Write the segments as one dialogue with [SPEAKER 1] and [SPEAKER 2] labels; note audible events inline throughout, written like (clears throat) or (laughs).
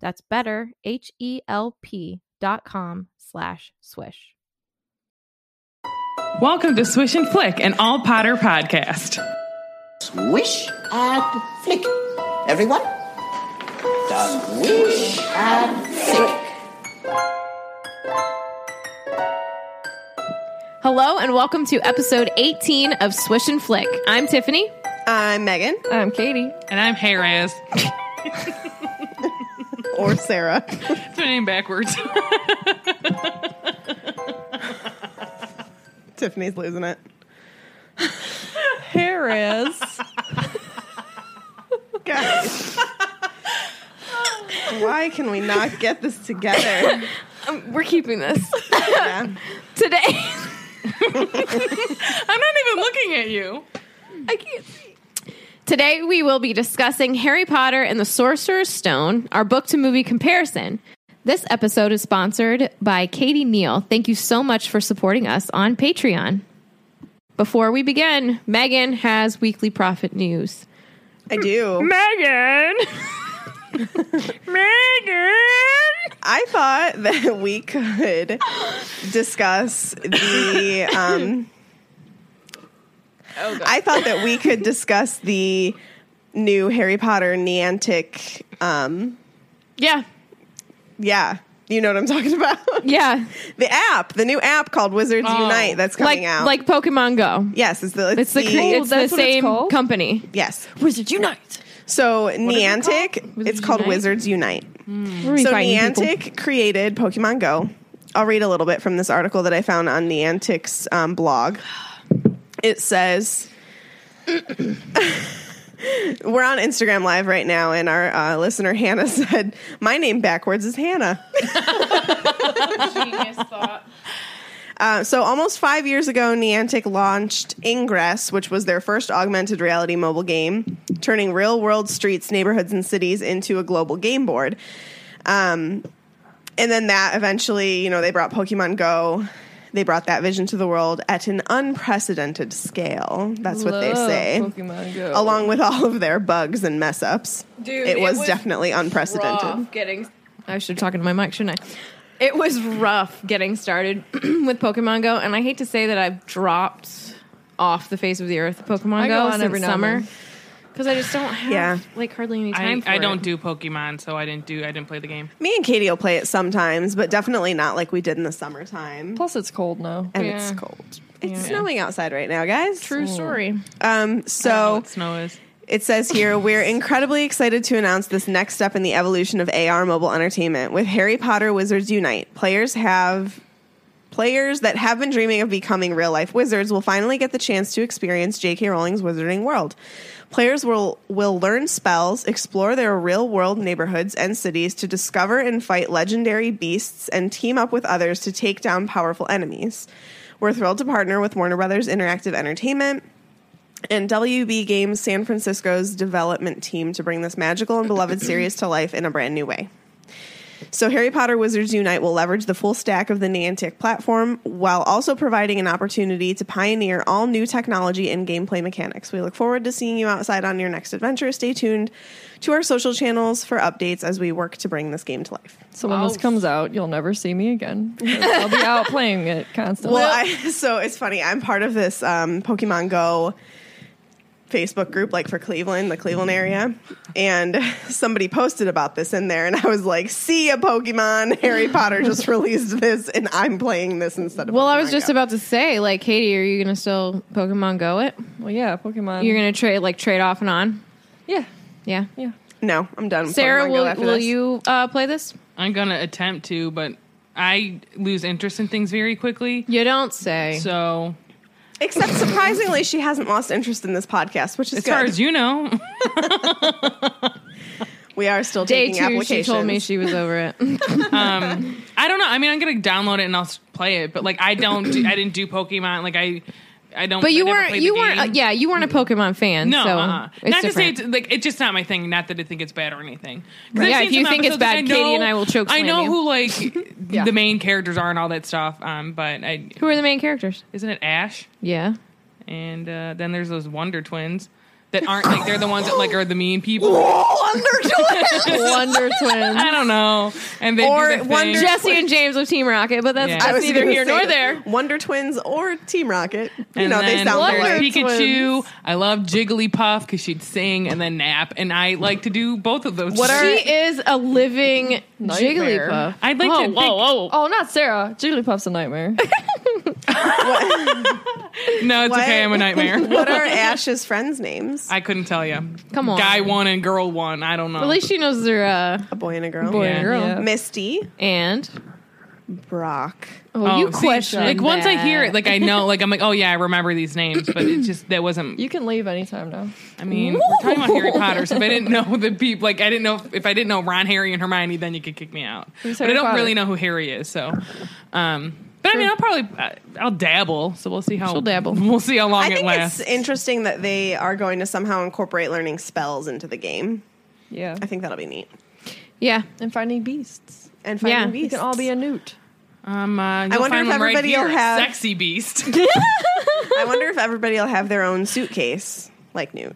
[SPEAKER 1] That's better, H-E-L-P dot com slash swish.
[SPEAKER 2] Welcome to Swish and Flick, an all Potter podcast.
[SPEAKER 3] Swish and flick. Everyone? Swish and flick.
[SPEAKER 1] Hello and welcome to episode 18 of Swish and Flick. I'm Tiffany.
[SPEAKER 4] I'm Uh, Megan
[SPEAKER 1] I'm Katie.
[SPEAKER 2] And I'm Reyes.
[SPEAKER 4] or Sarah. (laughs)
[SPEAKER 2] It's my name (laughs) backwards.
[SPEAKER 4] Tiffany's losing it.
[SPEAKER 1] (laughs)
[SPEAKER 5] Harris.
[SPEAKER 4] Guys. Why can we not get this together?
[SPEAKER 5] We're keeping this.
[SPEAKER 4] Yeah.
[SPEAKER 5] (laughs) Today,
[SPEAKER 2] I'm not even looking at you.
[SPEAKER 5] I can't see.
[SPEAKER 1] Today we will be discussing Harry Potter and the Sorcerer's Stone, our book to movie comparison. This episode is sponsored by Katie Neal. Thank you so much for supporting us on Patreon. Before we begin, Megan has weekly profit news.
[SPEAKER 4] I do.
[SPEAKER 2] (laughs)
[SPEAKER 5] Megan! Megan!
[SPEAKER 4] I thought that we could discuss the. Um,
[SPEAKER 1] Oh,
[SPEAKER 4] I thought that we could discuss the new Harry Potter Neantic. Um,
[SPEAKER 1] Yeah.
[SPEAKER 4] yeah, you know what I'm talking about.
[SPEAKER 1] Yeah.
[SPEAKER 4] (laughs) the app, the new app called Wizards
[SPEAKER 2] Oh.
[SPEAKER 4] Unite that's coming
[SPEAKER 1] Like
[SPEAKER 4] out.
[SPEAKER 1] like Pokemon Go.
[SPEAKER 4] yes, it's the
[SPEAKER 1] It's the cre- it's the
[SPEAKER 5] that's what it's
[SPEAKER 1] same
[SPEAKER 5] called?
[SPEAKER 1] company.
[SPEAKER 4] yes.
[SPEAKER 5] Wizard Unite!
[SPEAKER 4] So Niantic, it's
[SPEAKER 1] Wizards
[SPEAKER 4] called
[SPEAKER 1] Unite?
[SPEAKER 4] Wizards Unite.
[SPEAKER 1] We're
[SPEAKER 4] So
[SPEAKER 1] fighting people.
[SPEAKER 4] Niantic created Pokemon Go. I'll read a little bit from this article that I found on Niantic's um, blog. It says, (laughs) "We're on Instagram Live right now, and our uh, listener Hannah (laughs) said my name backwards is Hannah." Uh, so almost five years ago, Niantic launched Ingress, which was their first augmented reality mobile game, turning real world streets, neighborhoods, and cities into a global game board. Um, and then that eventually, you know, they brought Pokemon Go. They brought that vision to the world at an unprecedented scale. That's what they say.
[SPEAKER 5] Pokemon Go.
[SPEAKER 4] Along with all of their bugs and mess ups.
[SPEAKER 5] Dude,
[SPEAKER 4] it
[SPEAKER 5] it
[SPEAKER 4] was,
[SPEAKER 5] was
[SPEAKER 4] definitely unprecedented.
[SPEAKER 5] Rough getting.
[SPEAKER 1] I should have talked into my mic, shouldn't I? It was rough getting started (clears throat) with Pokemon Go, and I hate to say that I've dropped off the face of the earth with Pokemon
[SPEAKER 5] I go on
[SPEAKER 1] since
[SPEAKER 5] every now and
[SPEAKER 1] summer
[SPEAKER 5] then.
[SPEAKER 1] because I just don't have
[SPEAKER 4] Yeah.
[SPEAKER 1] like hardly any time.
[SPEAKER 2] I,
[SPEAKER 1] for
[SPEAKER 2] I
[SPEAKER 1] it.
[SPEAKER 2] don't do Pokemon, so I didn't do. I didn't play the game.
[SPEAKER 4] Me and Katie will play it sometimes, but definitely not like we did in the summertime.
[SPEAKER 5] Plus, it's cold now.
[SPEAKER 4] and
[SPEAKER 1] Yeah.
[SPEAKER 4] it's cold. It's snowing outside right now, guys.
[SPEAKER 1] True story.
[SPEAKER 4] Um, so
[SPEAKER 2] What snow is?
[SPEAKER 4] it says here we're incredibly excited to announce this next step in the evolution of AR mobile entertainment with Harry Potter Wizards Unite. Players have players that have been dreaming of becoming real life wizards will finally get the chance to experience J.K. Rowling's Wizarding World. Players will will learn spells, explore their real world neighborhoods and cities to discover and fight legendary beasts and team up with others to take down powerful enemies. We're thrilled to partner with Warner Brothers Interactive Entertainment and WB Games San Francisco's development team to bring this magical and beloved series to life in a brand new way. So, Harry Potter Wizards Unite will leverage the full stack of the Niantic platform while also providing an opportunity to pioneer all new technology and gameplay mechanics. We look forward to seeing you outside on your next adventure. Stay tuned to our social channels for updates as we work to bring this game to life.
[SPEAKER 5] So when this comes out, you'll never see me again. 'Cause I'll be out playing it constantly.
[SPEAKER 4] (laughs) Well, I, so it's funny. I'm part of this um, Pokemon Go Facebook group, like for Cleveland, the Cleveland area, and (laughs) somebody posted about this in there, and I was like, "See a Pokemon! (laughs) Harry Potter
[SPEAKER 1] (laughs)
[SPEAKER 4] just released this, and I'm playing this instead of."
[SPEAKER 1] Well, I was
[SPEAKER 4] Pokemon
[SPEAKER 1] just
[SPEAKER 4] Go."
[SPEAKER 1] about to say, like, Katie, are you gonna still Pokemon Go it?
[SPEAKER 5] Well, yeah, Pokemon.
[SPEAKER 1] You're gonna trade like trade off and on.
[SPEAKER 5] yeah,
[SPEAKER 1] Yeah.
[SPEAKER 5] yeah.
[SPEAKER 4] No, I'm done. With
[SPEAKER 1] Sarah,
[SPEAKER 4] Pokemon Go
[SPEAKER 1] will
[SPEAKER 4] after
[SPEAKER 1] will
[SPEAKER 4] this.
[SPEAKER 1] you uh, play this?
[SPEAKER 2] I'm gonna attempt to, but I lose interest in things very quickly.
[SPEAKER 1] You don't say.
[SPEAKER 2] So,
[SPEAKER 1] (laughs)
[SPEAKER 4] Except surprisingly, she hasn't lost interest in this podcast, which is
[SPEAKER 2] as
[SPEAKER 4] good.
[SPEAKER 2] far as you know, (laughs)
[SPEAKER 4] we are still
[SPEAKER 1] Day
[SPEAKER 4] taking
[SPEAKER 1] two, she
[SPEAKER 4] applications.
[SPEAKER 1] told me she was (laughs) over it.
[SPEAKER 2] I don't know. I mean, I'm gonna download it and I'll s- play it, but like I don't, do, I didn't do Pokemon. Like I, I don't.
[SPEAKER 1] But you
[SPEAKER 2] I never
[SPEAKER 1] weren't.
[SPEAKER 2] played the
[SPEAKER 1] You weren't. uh,
[SPEAKER 2] game.
[SPEAKER 1] yeah, you weren't a Pokemon fan.
[SPEAKER 2] No,
[SPEAKER 1] so
[SPEAKER 2] uh-uh.
[SPEAKER 1] it's
[SPEAKER 2] not to say
[SPEAKER 1] different.
[SPEAKER 2] it's, like it's just not my thing. Not that I think it's bad or anything. 'Cause
[SPEAKER 1] Yeah,
[SPEAKER 2] I've
[SPEAKER 1] if
[SPEAKER 2] seen
[SPEAKER 1] you
[SPEAKER 2] some
[SPEAKER 1] think it's
[SPEAKER 2] episodes that
[SPEAKER 1] bad, Katie and I will chokeslam
[SPEAKER 2] I know
[SPEAKER 1] you.
[SPEAKER 2] who
[SPEAKER 1] (laughs)
[SPEAKER 2] like the main characters are and all that stuff. Um, but I
[SPEAKER 1] Who are the main characters?
[SPEAKER 2] isn't it Ash?
[SPEAKER 1] Yeah.
[SPEAKER 2] And uh, then there's those Wonder Twins that aren't like they're the ones that like are the mean people.
[SPEAKER 4] Oh, under
[SPEAKER 5] (laughs) Wonder Twins.
[SPEAKER 2] I don't know. And they
[SPEAKER 4] Or
[SPEAKER 2] do their thing.
[SPEAKER 4] Wonder-
[SPEAKER 1] Jesse and James of Team Rocket, but that's,
[SPEAKER 2] Yeah.
[SPEAKER 1] that's
[SPEAKER 2] I
[SPEAKER 4] was
[SPEAKER 1] neither
[SPEAKER 4] gonna
[SPEAKER 1] here
[SPEAKER 4] say
[SPEAKER 1] nor there.
[SPEAKER 4] Wonder Twins or Team Rocket. You
[SPEAKER 2] And
[SPEAKER 4] know, they
[SPEAKER 2] then
[SPEAKER 4] sound
[SPEAKER 1] (laughs)
[SPEAKER 2] Wonder
[SPEAKER 4] alike.
[SPEAKER 2] Pikachu. I love Jigglypuff because she'd sing and then nap, and I like to do both of those.
[SPEAKER 1] What she is a living
[SPEAKER 5] Nightmare.
[SPEAKER 1] Jigglypuff.
[SPEAKER 2] I'd like to. think-
[SPEAKER 5] Oh, not Sarah. Jigglypuff's a nightmare.
[SPEAKER 2] No, it's
[SPEAKER 4] What?
[SPEAKER 2] okay. I'm a
[SPEAKER 4] (laughs)
[SPEAKER 2] nightmare.
[SPEAKER 4] What are Ash's friends' names?
[SPEAKER 2] I couldn't tell you.
[SPEAKER 1] Come on.
[SPEAKER 2] guy one and girl one. I don't know.
[SPEAKER 1] At least she knows they're uh,
[SPEAKER 4] A boy and a girl.
[SPEAKER 1] boy
[SPEAKER 2] Yeah.
[SPEAKER 1] and girl.
[SPEAKER 5] Yeah.
[SPEAKER 4] Misty,
[SPEAKER 1] And
[SPEAKER 4] Brock.
[SPEAKER 1] oh,
[SPEAKER 2] Oh,
[SPEAKER 1] you
[SPEAKER 2] see,
[SPEAKER 1] question
[SPEAKER 2] Like once I hear
[SPEAKER 1] that.
[SPEAKER 2] it, like I know, like I'm like, oh yeah, I remember these names, but it just that wasn't.
[SPEAKER 5] You can leave anytime now.
[SPEAKER 2] I mean, we're talking about Harry Potter, so if I didn't know the people, like I didn't know if, if I didn't know Ron, Harry, and Hermione, then you could kick me out.
[SPEAKER 5] Who's
[SPEAKER 2] but I
[SPEAKER 5] Harry
[SPEAKER 2] don't
[SPEAKER 5] Potter?
[SPEAKER 2] really know who Harry is, so. Um, but I mean, I'll probably I- I'll dabble, so we'll see how
[SPEAKER 1] She'll dabble.
[SPEAKER 2] We'll see how long
[SPEAKER 4] I
[SPEAKER 2] it
[SPEAKER 4] think
[SPEAKER 2] lasts.
[SPEAKER 4] it's interesting that they are going to somehow incorporate learning spells into the game.
[SPEAKER 5] Yeah.
[SPEAKER 4] I think that'll be neat.
[SPEAKER 1] yeah.
[SPEAKER 5] And finding beasts.
[SPEAKER 4] And
[SPEAKER 1] Yeah,
[SPEAKER 4] finding
[SPEAKER 1] we
[SPEAKER 5] You
[SPEAKER 4] beasts.
[SPEAKER 5] can
[SPEAKER 4] (laughs)
[SPEAKER 5] all be a newt.
[SPEAKER 2] Um, uh, you'll
[SPEAKER 4] I wonder
[SPEAKER 2] find one
[SPEAKER 4] if
[SPEAKER 2] right
[SPEAKER 4] everybody
[SPEAKER 2] here,
[SPEAKER 4] will have-
[SPEAKER 2] sexy beast.
[SPEAKER 1] (laughs)
[SPEAKER 4] I wonder if everybody will have their own suitcase, like Newt.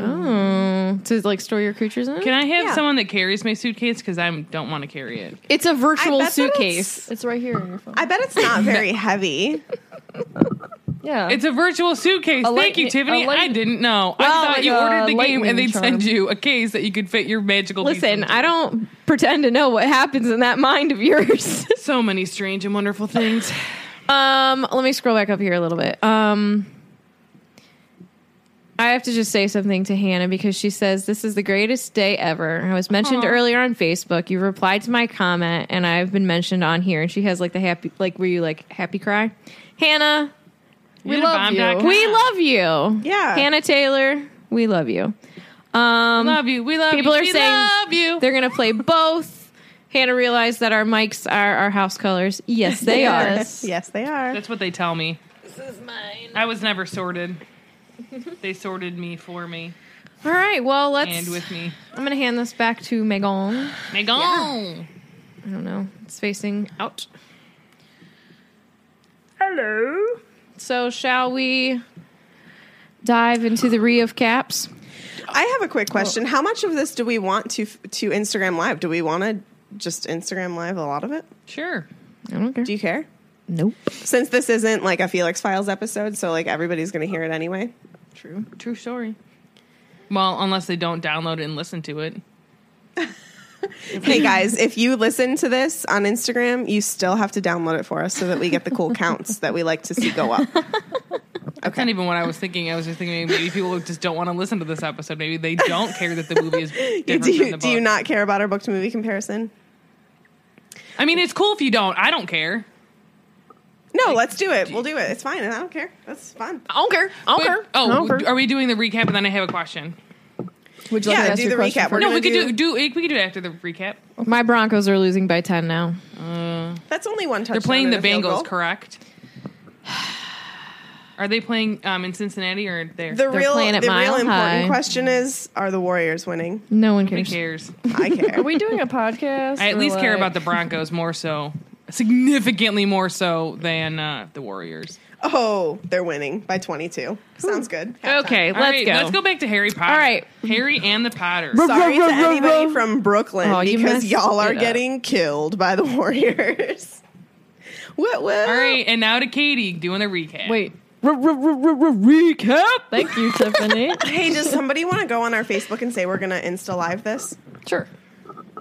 [SPEAKER 1] Oh, to like store your creatures in. it?
[SPEAKER 2] Can I have
[SPEAKER 4] Yeah.
[SPEAKER 2] someone that carries my suitcase because I don't want to carry it?
[SPEAKER 1] It's a virtual
[SPEAKER 4] I bet that
[SPEAKER 1] suitcase.
[SPEAKER 5] It's right here in your phone.
[SPEAKER 4] I bet
[SPEAKER 1] (laughs)
[SPEAKER 4] it's not very heavy.
[SPEAKER 5] yeah.
[SPEAKER 2] It's a virtual suitcase.
[SPEAKER 5] A
[SPEAKER 2] Thank you,
[SPEAKER 5] lightning-
[SPEAKER 2] Tiffany.
[SPEAKER 5] a lightning-
[SPEAKER 2] I didn't know.
[SPEAKER 5] Well,
[SPEAKER 2] I thought
[SPEAKER 5] like
[SPEAKER 2] you
[SPEAKER 5] a
[SPEAKER 2] ordered the game and
[SPEAKER 5] lightning
[SPEAKER 2] they'd send
[SPEAKER 5] charm.
[SPEAKER 2] you a case that you could fit your magical. beast
[SPEAKER 1] Listen,
[SPEAKER 2] into.
[SPEAKER 1] I don't pretend to know what happens in that mind of yours. (laughs)
[SPEAKER 2] So many strange and wonderful things.
[SPEAKER 1] Um, let me scroll back up here a little bit. Um, I have to just say something to Hannah because she says this is the greatest day ever. I was mentioned earlier on Facebook. You replied to my comment, and I've been mentioned on here. And she has like the happy, like were you like happy cry, Hannah?
[SPEAKER 2] we love
[SPEAKER 5] you.
[SPEAKER 1] We love you.
[SPEAKER 4] Yeah.
[SPEAKER 1] Hannah Taylor, we love you.
[SPEAKER 2] We love you. We love
[SPEAKER 1] People
[SPEAKER 2] you.
[SPEAKER 1] are
[SPEAKER 2] we
[SPEAKER 1] saying
[SPEAKER 2] love you.
[SPEAKER 1] They're gonna play both. Hannah realized that our mics are our house colors. Yes, they are.
[SPEAKER 5] Yes.
[SPEAKER 4] yes, they are.
[SPEAKER 2] That's what they tell me. This is mine. I was never sorted. they sorted me for me
[SPEAKER 1] All right. Well, let's.
[SPEAKER 2] and with me.
[SPEAKER 1] I'm gonna hand this back to Megan.
[SPEAKER 2] Megan.
[SPEAKER 1] I don't know. It's facing out. Hello. So, shall we dive into the re of caps?
[SPEAKER 4] I have a quick question. How much of this do we want to to Instagram live? Do we want to just Instagram live a lot of it?
[SPEAKER 2] Sure.
[SPEAKER 1] I don't care.
[SPEAKER 4] Do you care?
[SPEAKER 1] Nope.
[SPEAKER 4] Since this isn't like a Felix Files episode, so like everybody's going to hear it anyway.
[SPEAKER 2] True. True story. Well, unless they don't download it and listen to it.
[SPEAKER 4] hey guys, if you listen to this on Instagram, you still have to download it for us so that we get the cool counts that we like to see go up.
[SPEAKER 2] That's not even what I was thinking. I was just thinking maybe people just don't want to listen to this episode. Maybe they don't care that the
[SPEAKER 1] (laughs)
[SPEAKER 2] movie is
[SPEAKER 4] do,
[SPEAKER 2] different than
[SPEAKER 4] you,
[SPEAKER 2] the book.
[SPEAKER 4] do you not care about our book to movie comparison?
[SPEAKER 2] I mean, it's cool if you don't. I don't care.
[SPEAKER 4] No, let's do it. We'll do it. It's fine. I don't care. That's fun.
[SPEAKER 1] I don't care. I don't
[SPEAKER 2] But-
[SPEAKER 1] care. I
[SPEAKER 2] oh,
[SPEAKER 1] don't care.
[SPEAKER 2] are we doing the recap? And then I have a question.
[SPEAKER 5] Would you like
[SPEAKER 4] Yeah,
[SPEAKER 5] to ask
[SPEAKER 4] do
[SPEAKER 5] your
[SPEAKER 4] the
[SPEAKER 5] question
[SPEAKER 4] recap. We're
[SPEAKER 5] first?
[SPEAKER 2] no,
[SPEAKER 4] gonna
[SPEAKER 2] we could
[SPEAKER 4] do-
[SPEAKER 2] do, do we could do it after the recap.
[SPEAKER 1] My Broncos are losing by 10 now.
[SPEAKER 4] That's only one touchdown.
[SPEAKER 2] They're playing the
[SPEAKER 4] and a field
[SPEAKER 2] Bengals,
[SPEAKER 4] goal.
[SPEAKER 2] correct? Are they playing um, in Cincinnati or there?
[SPEAKER 4] The real,
[SPEAKER 1] playing
[SPEAKER 4] the
[SPEAKER 1] at
[SPEAKER 4] real
[SPEAKER 1] Mile
[SPEAKER 4] important
[SPEAKER 1] High.
[SPEAKER 4] question is: Are the Warriors winning?
[SPEAKER 1] No one
[SPEAKER 2] Who
[SPEAKER 1] cares.
[SPEAKER 2] cares?
[SPEAKER 4] I care.
[SPEAKER 5] Are we doing a podcast?
[SPEAKER 2] I at
[SPEAKER 5] or,
[SPEAKER 2] least care
[SPEAKER 5] like-
[SPEAKER 2] about the Broncos more so, significantly more so than uh, the Warriors.
[SPEAKER 4] oh, they're winning by twenty-two. Sounds good. Halftime.
[SPEAKER 1] Okay,
[SPEAKER 2] All
[SPEAKER 1] let's
[SPEAKER 2] right,
[SPEAKER 1] go.
[SPEAKER 2] Let's go back to Harry Potter.
[SPEAKER 1] All right.
[SPEAKER 2] Harry and the Potter.
[SPEAKER 4] Sorry to anybody from Brooklyn
[SPEAKER 1] Oh, you
[SPEAKER 4] because
[SPEAKER 1] messed
[SPEAKER 4] y'all are
[SPEAKER 1] it up.
[SPEAKER 4] getting killed by the (laughs) Warriors. what? What?
[SPEAKER 2] All right, and now to Katie doing the recap.
[SPEAKER 5] Wait,
[SPEAKER 2] Recap.
[SPEAKER 5] Thank you, Tiffany.
[SPEAKER 4] Hey, does somebody want to go on our Facebook and say we're going to Insta live this?
[SPEAKER 5] Sure.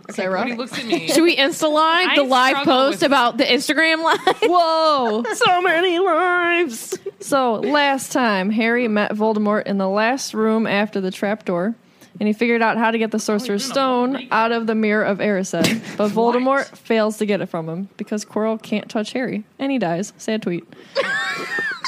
[SPEAKER 5] Sarah.
[SPEAKER 2] He looks at
[SPEAKER 1] (laughs)
[SPEAKER 2] me.
[SPEAKER 1] Should we Insta live
[SPEAKER 2] I
[SPEAKER 1] the live
[SPEAKER 2] struggle
[SPEAKER 1] post
[SPEAKER 2] with-
[SPEAKER 1] about the Instagram live?
[SPEAKER 5] Whoa.
[SPEAKER 2] so many lives.
[SPEAKER 5] So last time, Harry met Voldemort in the last room after the trapdoor, and he figured out how to get the Sorcerer's
[SPEAKER 2] doing a
[SPEAKER 5] Stone
[SPEAKER 2] recap.
[SPEAKER 5] out of the Mirror of Erised.
[SPEAKER 2] (laughs)
[SPEAKER 5] But Voldemort fails to get it from him because Quirrell can't touch Harry, and he dies. Sad tweet.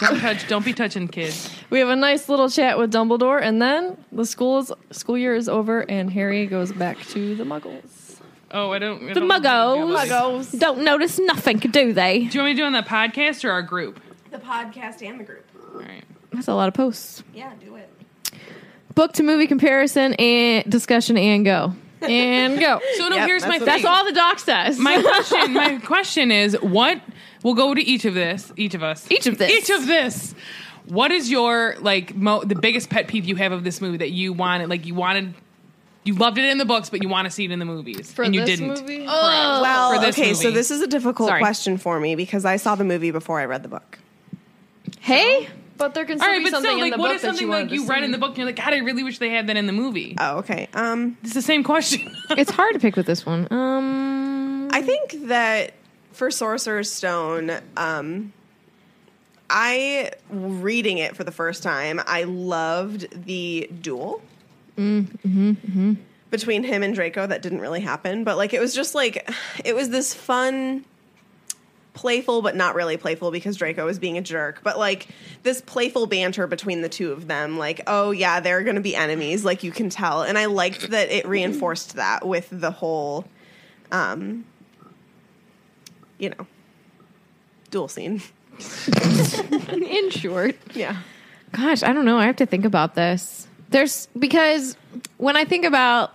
[SPEAKER 2] Don't touch. Don't be touching kids.
[SPEAKER 5] We have a nice little chat with Dumbledore, and then the school is, school year is over, and Harry goes back to the Muggles.
[SPEAKER 2] Oh, I don't. I
[SPEAKER 1] The
[SPEAKER 2] don't know how to
[SPEAKER 1] muggos.
[SPEAKER 2] deal with it.
[SPEAKER 1] (laughs)
[SPEAKER 5] Muggos.
[SPEAKER 1] Don't notice nothing, do they?
[SPEAKER 2] Do you want me to do it on the podcast or our group?
[SPEAKER 4] The podcast and the group.
[SPEAKER 2] All right.
[SPEAKER 1] That's a lot of posts.
[SPEAKER 4] Yeah, do it.
[SPEAKER 1] Book to movie comparison and discussion and go.
[SPEAKER 4] (laughs)
[SPEAKER 1] And go.
[SPEAKER 2] So no,
[SPEAKER 4] Yep,
[SPEAKER 2] here's my.
[SPEAKER 4] that's what
[SPEAKER 1] That's
[SPEAKER 2] thing.
[SPEAKER 1] all the doc says.
[SPEAKER 2] My
[SPEAKER 1] (laughs)
[SPEAKER 2] question. My question is what. We'll go to each of this. Each of us.
[SPEAKER 1] Each of this.
[SPEAKER 2] Each of this. What is your like mo- the biggest pet peeve you have of this movie that you wanted? Like you wanted. You loved it in the books, but you want to see it in the movies, and you didn't.
[SPEAKER 5] movie?
[SPEAKER 1] Oh.
[SPEAKER 2] Correct.
[SPEAKER 4] Well,
[SPEAKER 2] For this
[SPEAKER 4] okay, so
[SPEAKER 2] movie.
[SPEAKER 4] this is a difficult
[SPEAKER 2] Sorry.
[SPEAKER 4] question for me because I saw the movie before I read the book.
[SPEAKER 2] (laughs)
[SPEAKER 1] hey?
[SPEAKER 5] But there can
[SPEAKER 2] All
[SPEAKER 5] still
[SPEAKER 2] right,
[SPEAKER 5] be
[SPEAKER 2] but
[SPEAKER 5] something
[SPEAKER 2] still,
[SPEAKER 5] in
[SPEAKER 2] like,
[SPEAKER 5] the
[SPEAKER 2] what
[SPEAKER 5] book
[SPEAKER 2] is
[SPEAKER 5] that
[SPEAKER 2] something
[SPEAKER 5] you
[SPEAKER 2] like
[SPEAKER 5] wanted
[SPEAKER 2] you
[SPEAKER 5] to
[SPEAKER 2] read
[SPEAKER 5] see.
[SPEAKER 2] in the book? and You're like, God, I really wish they had that in the movie.
[SPEAKER 4] Oh, okay. Um,
[SPEAKER 2] It's the same question.
[SPEAKER 1] It's hard to pick with this one. Um
[SPEAKER 4] I think that for Sorcerer's Stone, um, I reading it for the first time, I loved the duel between him and Draco that didn't really happen, but like it was just like it was this fun playful but not really playful because Draco was being a jerk, but like this playful banter between the two of them, like, oh yeah, they're gonna be enemies, like you can tell. And I liked that it reinforced that with the whole um you know duel scene.
[SPEAKER 1] in short.
[SPEAKER 4] (laughs) Yeah.
[SPEAKER 1] Gosh, I don't know. I have to think about this. There's because when I think about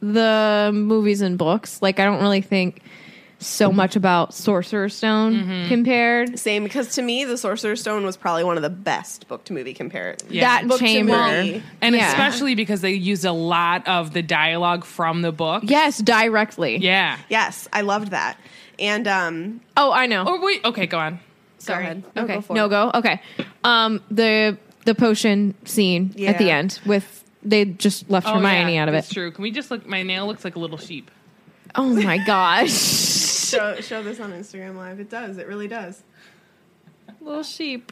[SPEAKER 1] the movies and books, like I don't really think so much about Sorcerer's Stone compared.
[SPEAKER 4] Same because to me the Sorcerer's Stone was probably one of the best book to movie comparisons.
[SPEAKER 2] Yeah.
[SPEAKER 1] That
[SPEAKER 4] Book to
[SPEAKER 1] chamber.
[SPEAKER 4] movie.
[SPEAKER 2] And
[SPEAKER 1] Yeah.
[SPEAKER 2] especially because they used a lot of the dialogue from the book.
[SPEAKER 1] Yes, directly.
[SPEAKER 2] Yeah.
[SPEAKER 4] Yes, I loved that. And um
[SPEAKER 1] Oh, I know.
[SPEAKER 2] Or wait, okay, go on.
[SPEAKER 1] Sorry.
[SPEAKER 5] ahead. No,
[SPEAKER 1] Okay.
[SPEAKER 5] go for
[SPEAKER 1] no
[SPEAKER 5] it.
[SPEAKER 1] go. Okay. Um the the potion scene at the
[SPEAKER 4] Yeah.
[SPEAKER 1] end with they just left Hermione
[SPEAKER 2] Oh, yeah,
[SPEAKER 1] out of it.
[SPEAKER 2] That's true. Can we just look? My nail looks like a little sheep.
[SPEAKER 1] Oh my gosh.
[SPEAKER 4] show show this on Instagram live. It does, it really does.
[SPEAKER 5] Little sheep.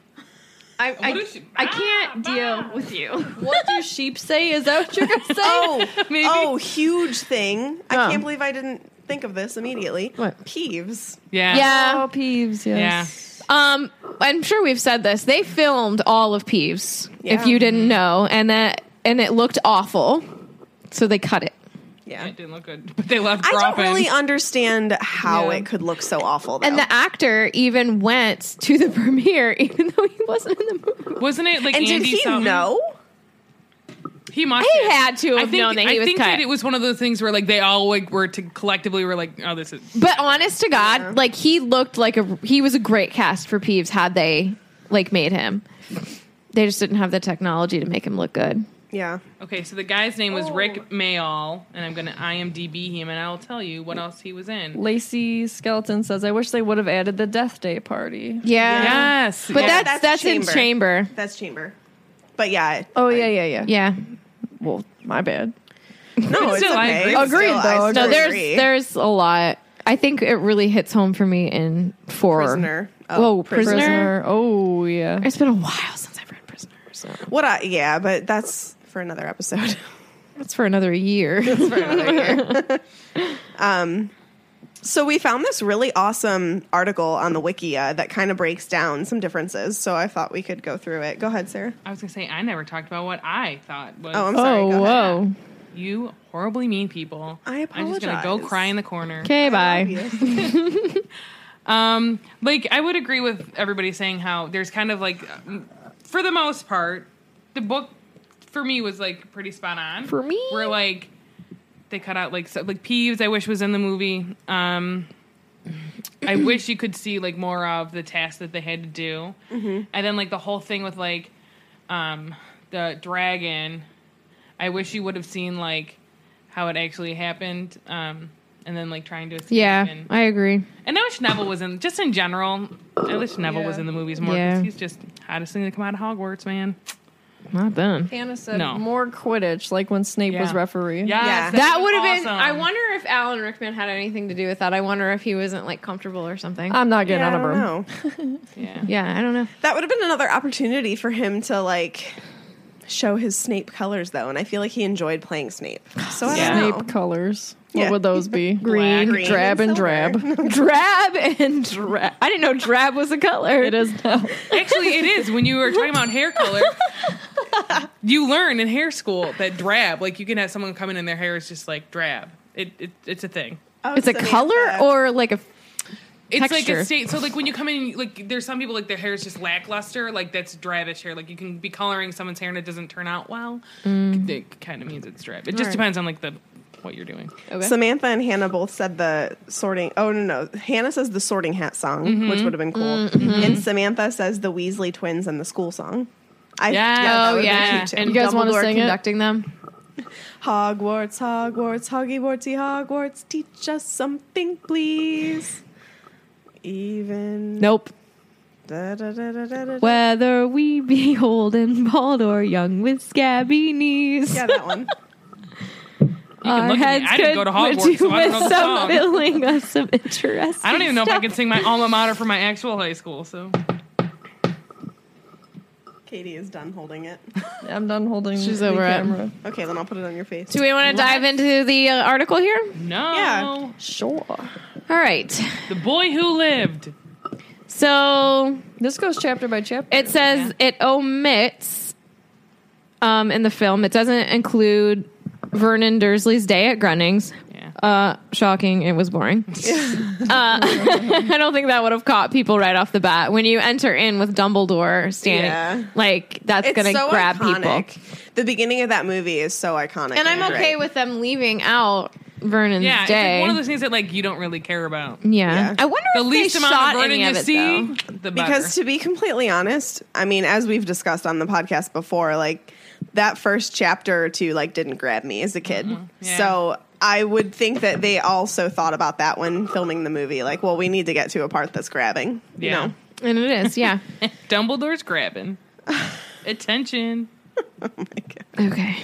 [SPEAKER 4] I, I
[SPEAKER 2] What is she-
[SPEAKER 1] I can't
[SPEAKER 2] Ah,
[SPEAKER 1] deal
[SPEAKER 2] bah.
[SPEAKER 1] with you.
[SPEAKER 5] What do sheep say? Is that what you're
[SPEAKER 2] (laughs)
[SPEAKER 5] gonna say?
[SPEAKER 4] Oh,
[SPEAKER 2] Maybe.
[SPEAKER 4] oh, huge thing. I
[SPEAKER 1] Oh.
[SPEAKER 4] can't believe I didn't think of this immediately.
[SPEAKER 1] What?
[SPEAKER 4] Peeves.
[SPEAKER 2] Yeah.
[SPEAKER 1] Yeah.
[SPEAKER 5] Oh, Peeves, yes.
[SPEAKER 1] Um, I'm sure we've said this. They filmed all of Peeves,
[SPEAKER 4] Yeah.
[SPEAKER 1] if you didn't know, and that and it looked awful, so they cut it.
[SPEAKER 4] Yeah.
[SPEAKER 2] It didn't look good, but they left
[SPEAKER 4] I don't
[SPEAKER 2] dropping.
[SPEAKER 4] really understand how
[SPEAKER 5] Yeah.
[SPEAKER 4] it could look so awful. Though.
[SPEAKER 1] And the actor even went to the (laughs) premiere, even though he wasn't in the movie.
[SPEAKER 2] Wasn't it like
[SPEAKER 4] and
[SPEAKER 2] Andy
[SPEAKER 4] did he
[SPEAKER 2] something?
[SPEAKER 4] know?
[SPEAKER 2] He must.
[SPEAKER 1] He
[SPEAKER 2] have.
[SPEAKER 1] had to have
[SPEAKER 2] I think,
[SPEAKER 1] known that he
[SPEAKER 2] I
[SPEAKER 1] was
[SPEAKER 2] think
[SPEAKER 1] cut.
[SPEAKER 2] that it was one of those things where like they all like were to collectively were like, oh, this is.
[SPEAKER 1] But honest to God,
[SPEAKER 4] Yeah.
[SPEAKER 1] like he looked like a he was a great cast for Peeves had they like made him. They just didn't have the technology to make him look good.
[SPEAKER 4] Yeah.
[SPEAKER 2] Okay, so the guy's name was
[SPEAKER 1] Oh.
[SPEAKER 2] Rick Mayall, and I'm gonna IMDb him, and I'll tell you what else he was in.
[SPEAKER 5] Lacey Skeleton says, I wish they would have added the Death Day party.
[SPEAKER 1] Yeah.
[SPEAKER 2] Yes,
[SPEAKER 1] But
[SPEAKER 2] yeah.
[SPEAKER 1] that's that's,
[SPEAKER 4] that's
[SPEAKER 1] in chamber.
[SPEAKER 4] That's chamber. But yeah.
[SPEAKER 5] Oh, yeah, yeah, yeah.
[SPEAKER 1] Yeah.
[SPEAKER 5] Well, my bad.
[SPEAKER 4] No, it's
[SPEAKER 2] Still, I agree
[SPEAKER 4] okay. It's
[SPEAKER 2] with
[SPEAKER 5] Agreed,
[SPEAKER 4] still-
[SPEAKER 5] though.
[SPEAKER 4] I
[SPEAKER 5] No,
[SPEAKER 1] No,
[SPEAKER 4] still
[SPEAKER 1] there's
[SPEAKER 4] agree.
[SPEAKER 1] there's a lot. I think it really hits home for me in four.
[SPEAKER 4] Prisoner. Oh,
[SPEAKER 1] Whoa, prisoner.
[SPEAKER 5] Prisoner. Oh, yeah.
[SPEAKER 1] It's been a while since I've read Prisoner, so
[SPEAKER 4] what I, yeah, but that's for another episode. (laughs)
[SPEAKER 1] that's for another (laughs) year.
[SPEAKER 4] (laughs) Um, So we found this really awesome article on the Wikia that kind of breaks down some differences. So I thought we could go through it. Go ahead, Sarah.
[SPEAKER 2] I was gonna say I never talked about what I thought was.
[SPEAKER 4] Oh, I'm sorry.
[SPEAKER 5] Oh,
[SPEAKER 4] go ahead.
[SPEAKER 5] whoa.
[SPEAKER 2] You horribly mean people.
[SPEAKER 4] I
[SPEAKER 2] I'm just gonna go
[SPEAKER 4] apologize.
[SPEAKER 2] cry in the corner.
[SPEAKER 1] Okay,
[SPEAKER 4] I
[SPEAKER 1] bye.
[SPEAKER 4] love you.
[SPEAKER 2] Um, like I would agree with everybody saying how there's kind of like, um, for the most part, the book for me was like pretty spot on.
[SPEAKER 1] For me?
[SPEAKER 2] we're like they cut out like so, like Peeves. I wish was in the movie. Um,
[SPEAKER 1] (clears throat)
[SPEAKER 2] I wish you could see like more of the tasks that they had to do,
[SPEAKER 1] Mm-hmm.
[SPEAKER 2] and then like the whole thing with like um, the dragon. I wish you would have seen like how it actually happened, um, and then like trying to escape.
[SPEAKER 1] Yeah,
[SPEAKER 2] and-
[SPEAKER 1] I agree.
[SPEAKER 2] and I wish Neville was in, just in general. I wish Neville was
[SPEAKER 5] Yeah.
[SPEAKER 2] in the movies more
[SPEAKER 1] Yeah.
[SPEAKER 2] because he's just Hottest thing to come out of Hogwarts, man.
[SPEAKER 1] Not done.
[SPEAKER 5] Hannah said
[SPEAKER 2] No.
[SPEAKER 5] more Quidditch, like when Snape was
[SPEAKER 2] Yeah.
[SPEAKER 5] referee.
[SPEAKER 2] Yes,
[SPEAKER 4] Yeah.
[SPEAKER 1] That would have been.
[SPEAKER 2] awesome.
[SPEAKER 1] I wonder if Alan Rickman had anything to do with that. I wonder if he wasn't like comfortable or something.
[SPEAKER 5] I'm not getting
[SPEAKER 4] Yeah, I
[SPEAKER 5] out of
[SPEAKER 4] don't
[SPEAKER 5] room.
[SPEAKER 4] know.
[SPEAKER 2] Yeah.
[SPEAKER 1] yeah, I don't know.
[SPEAKER 4] That would have been another opportunity for him to like show his Snape colors though, and I feel like he enjoyed playing Snape. So I
[SPEAKER 2] Yeah.
[SPEAKER 4] don't
[SPEAKER 5] Snape
[SPEAKER 4] know.
[SPEAKER 5] colors.
[SPEAKER 4] Yeah.
[SPEAKER 5] What would those be?
[SPEAKER 2] Green, Black,
[SPEAKER 5] drab,
[SPEAKER 4] green, and
[SPEAKER 5] and drab.
[SPEAKER 1] Drab and drab. I didn't know drab was a color.
[SPEAKER 5] It (laughs) is now.
[SPEAKER 2] Actually, it is. When you were talking about
[SPEAKER 1] (laughs)
[SPEAKER 2] hair color, you learn in hair school that drab, like you can have someone come in and their hair is just like drab. It, it it's a thing.
[SPEAKER 4] Oh,
[SPEAKER 1] It's a
[SPEAKER 4] Samantha.
[SPEAKER 1] color or like a.
[SPEAKER 2] It's like
[SPEAKER 1] Texture.
[SPEAKER 2] a state. So like when you come in, like there's some people like their hair is just lackluster, like that's drabish hair. Like you can be coloring someone's hair and it doesn't turn out well. It kind of means it's drab. It just
[SPEAKER 1] Mm. Right.
[SPEAKER 2] depends on like the what you're doing.
[SPEAKER 1] Okay.
[SPEAKER 4] Samantha and Hannah both said the sorting. Oh no, no. Hannah says the Sorting Hat song,
[SPEAKER 1] Mm-hmm.
[SPEAKER 4] which would have been cool, and Samantha says the Weasley twins and the school song. I,
[SPEAKER 2] Yeah.
[SPEAKER 4] that
[SPEAKER 1] oh
[SPEAKER 4] would have been
[SPEAKER 1] yeah,
[SPEAKER 4] cute, too.
[SPEAKER 1] and
[SPEAKER 5] You guys wanna
[SPEAKER 1] Dumbledore
[SPEAKER 5] sing it?
[SPEAKER 1] conducting them.
[SPEAKER 4] Hogwarts, Hogwarts, Hoggywartsy, Hogwarts, teach us something, please. Even
[SPEAKER 1] Nope.
[SPEAKER 4] da, da, da, da, da, da.
[SPEAKER 1] Whether we be old and bald or young with scabby knees,
[SPEAKER 4] yeah, that one.
[SPEAKER 2] You can look at me. I didn't go to Hogwarts, so I don't know the song.
[SPEAKER 1] filling us of interest.
[SPEAKER 2] I don't even know if I can sing my alma mater for my actual high school. So
[SPEAKER 4] Katie is done holding it.
[SPEAKER 5] I'm done holding.
[SPEAKER 1] She's
[SPEAKER 5] the
[SPEAKER 1] over it.
[SPEAKER 5] camera.
[SPEAKER 4] Okay, then I'll put it on your face.
[SPEAKER 1] Do we want to dive into the uh, article here?
[SPEAKER 2] no,
[SPEAKER 4] Yeah.
[SPEAKER 5] Sure.
[SPEAKER 1] All right.
[SPEAKER 2] the boy who lived.
[SPEAKER 1] So
[SPEAKER 5] This goes chapter by chapter.
[SPEAKER 1] it says it omits um, in the film. It doesn't include Vernon Dursley's day at Grunnings.
[SPEAKER 2] Yeah.
[SPEAKER 1] Uh, shocking. It was (laughs) boring. uh, I don't think that would have caught people right off the bat. When you enter in with Dumbledore standing,
[SPEAKER 4] Yeah.
[SPEAKER 1] like that's going to grab people.
[SPEAKER 4] The beginning of that movie is so iconic.
[SPEAKER 1] And I'm
[SPEAKER 4] you're
[SPEAKER 1] okay
[SPEAKER 4] right.
[SPEAKER 1] with them leaving out Vernon's
[SPEAKER 2] Yeah, it's
[SPEAKER 1] day.
[SPEAKER 2] like one of those things that like you don't really care about.
[SPEAKER 1] yeah.
[SPEAKER 4] Yeah.
[SPEAKER 1] I wonder
[SPEAKER 2] The
[SPEAKER 1] if
[SPEAKER 2] least
[SPEAKER 1] they
[SPEAKER 2] amount
[SPEAKER 1] shot
[SPEAKER 2] of burning
[SPEAKER 1] any
[SPEAKER 2] you
[SPEAKER 1] of it
[SPEAKER 2] see,
[SPEAKER 1] though.
[SPEAKER 2] the better.
[SPEAKER 4] because to be completely honest, I mean, as we've discussed on the podcast before, like that first chapter or two like didn't grab me as a kid.
[SPEAKER 2] Yeah.
[SPEAKER 4] So I would think that they also thought about that when filming the movie. Like, well, we need to get to a part that's grabbing. You
[SPEAKER 2] yeah,
[SPEAKER 4] know?
[SPEAKER 1] And it is, (laughs) yeah.
[SPEAKER 2] (laughs) Dumbledore's
[SPEAKER 4] (sighs)
[SPEAKER 2] grabbing attention.
[SPEAKER 1] okay.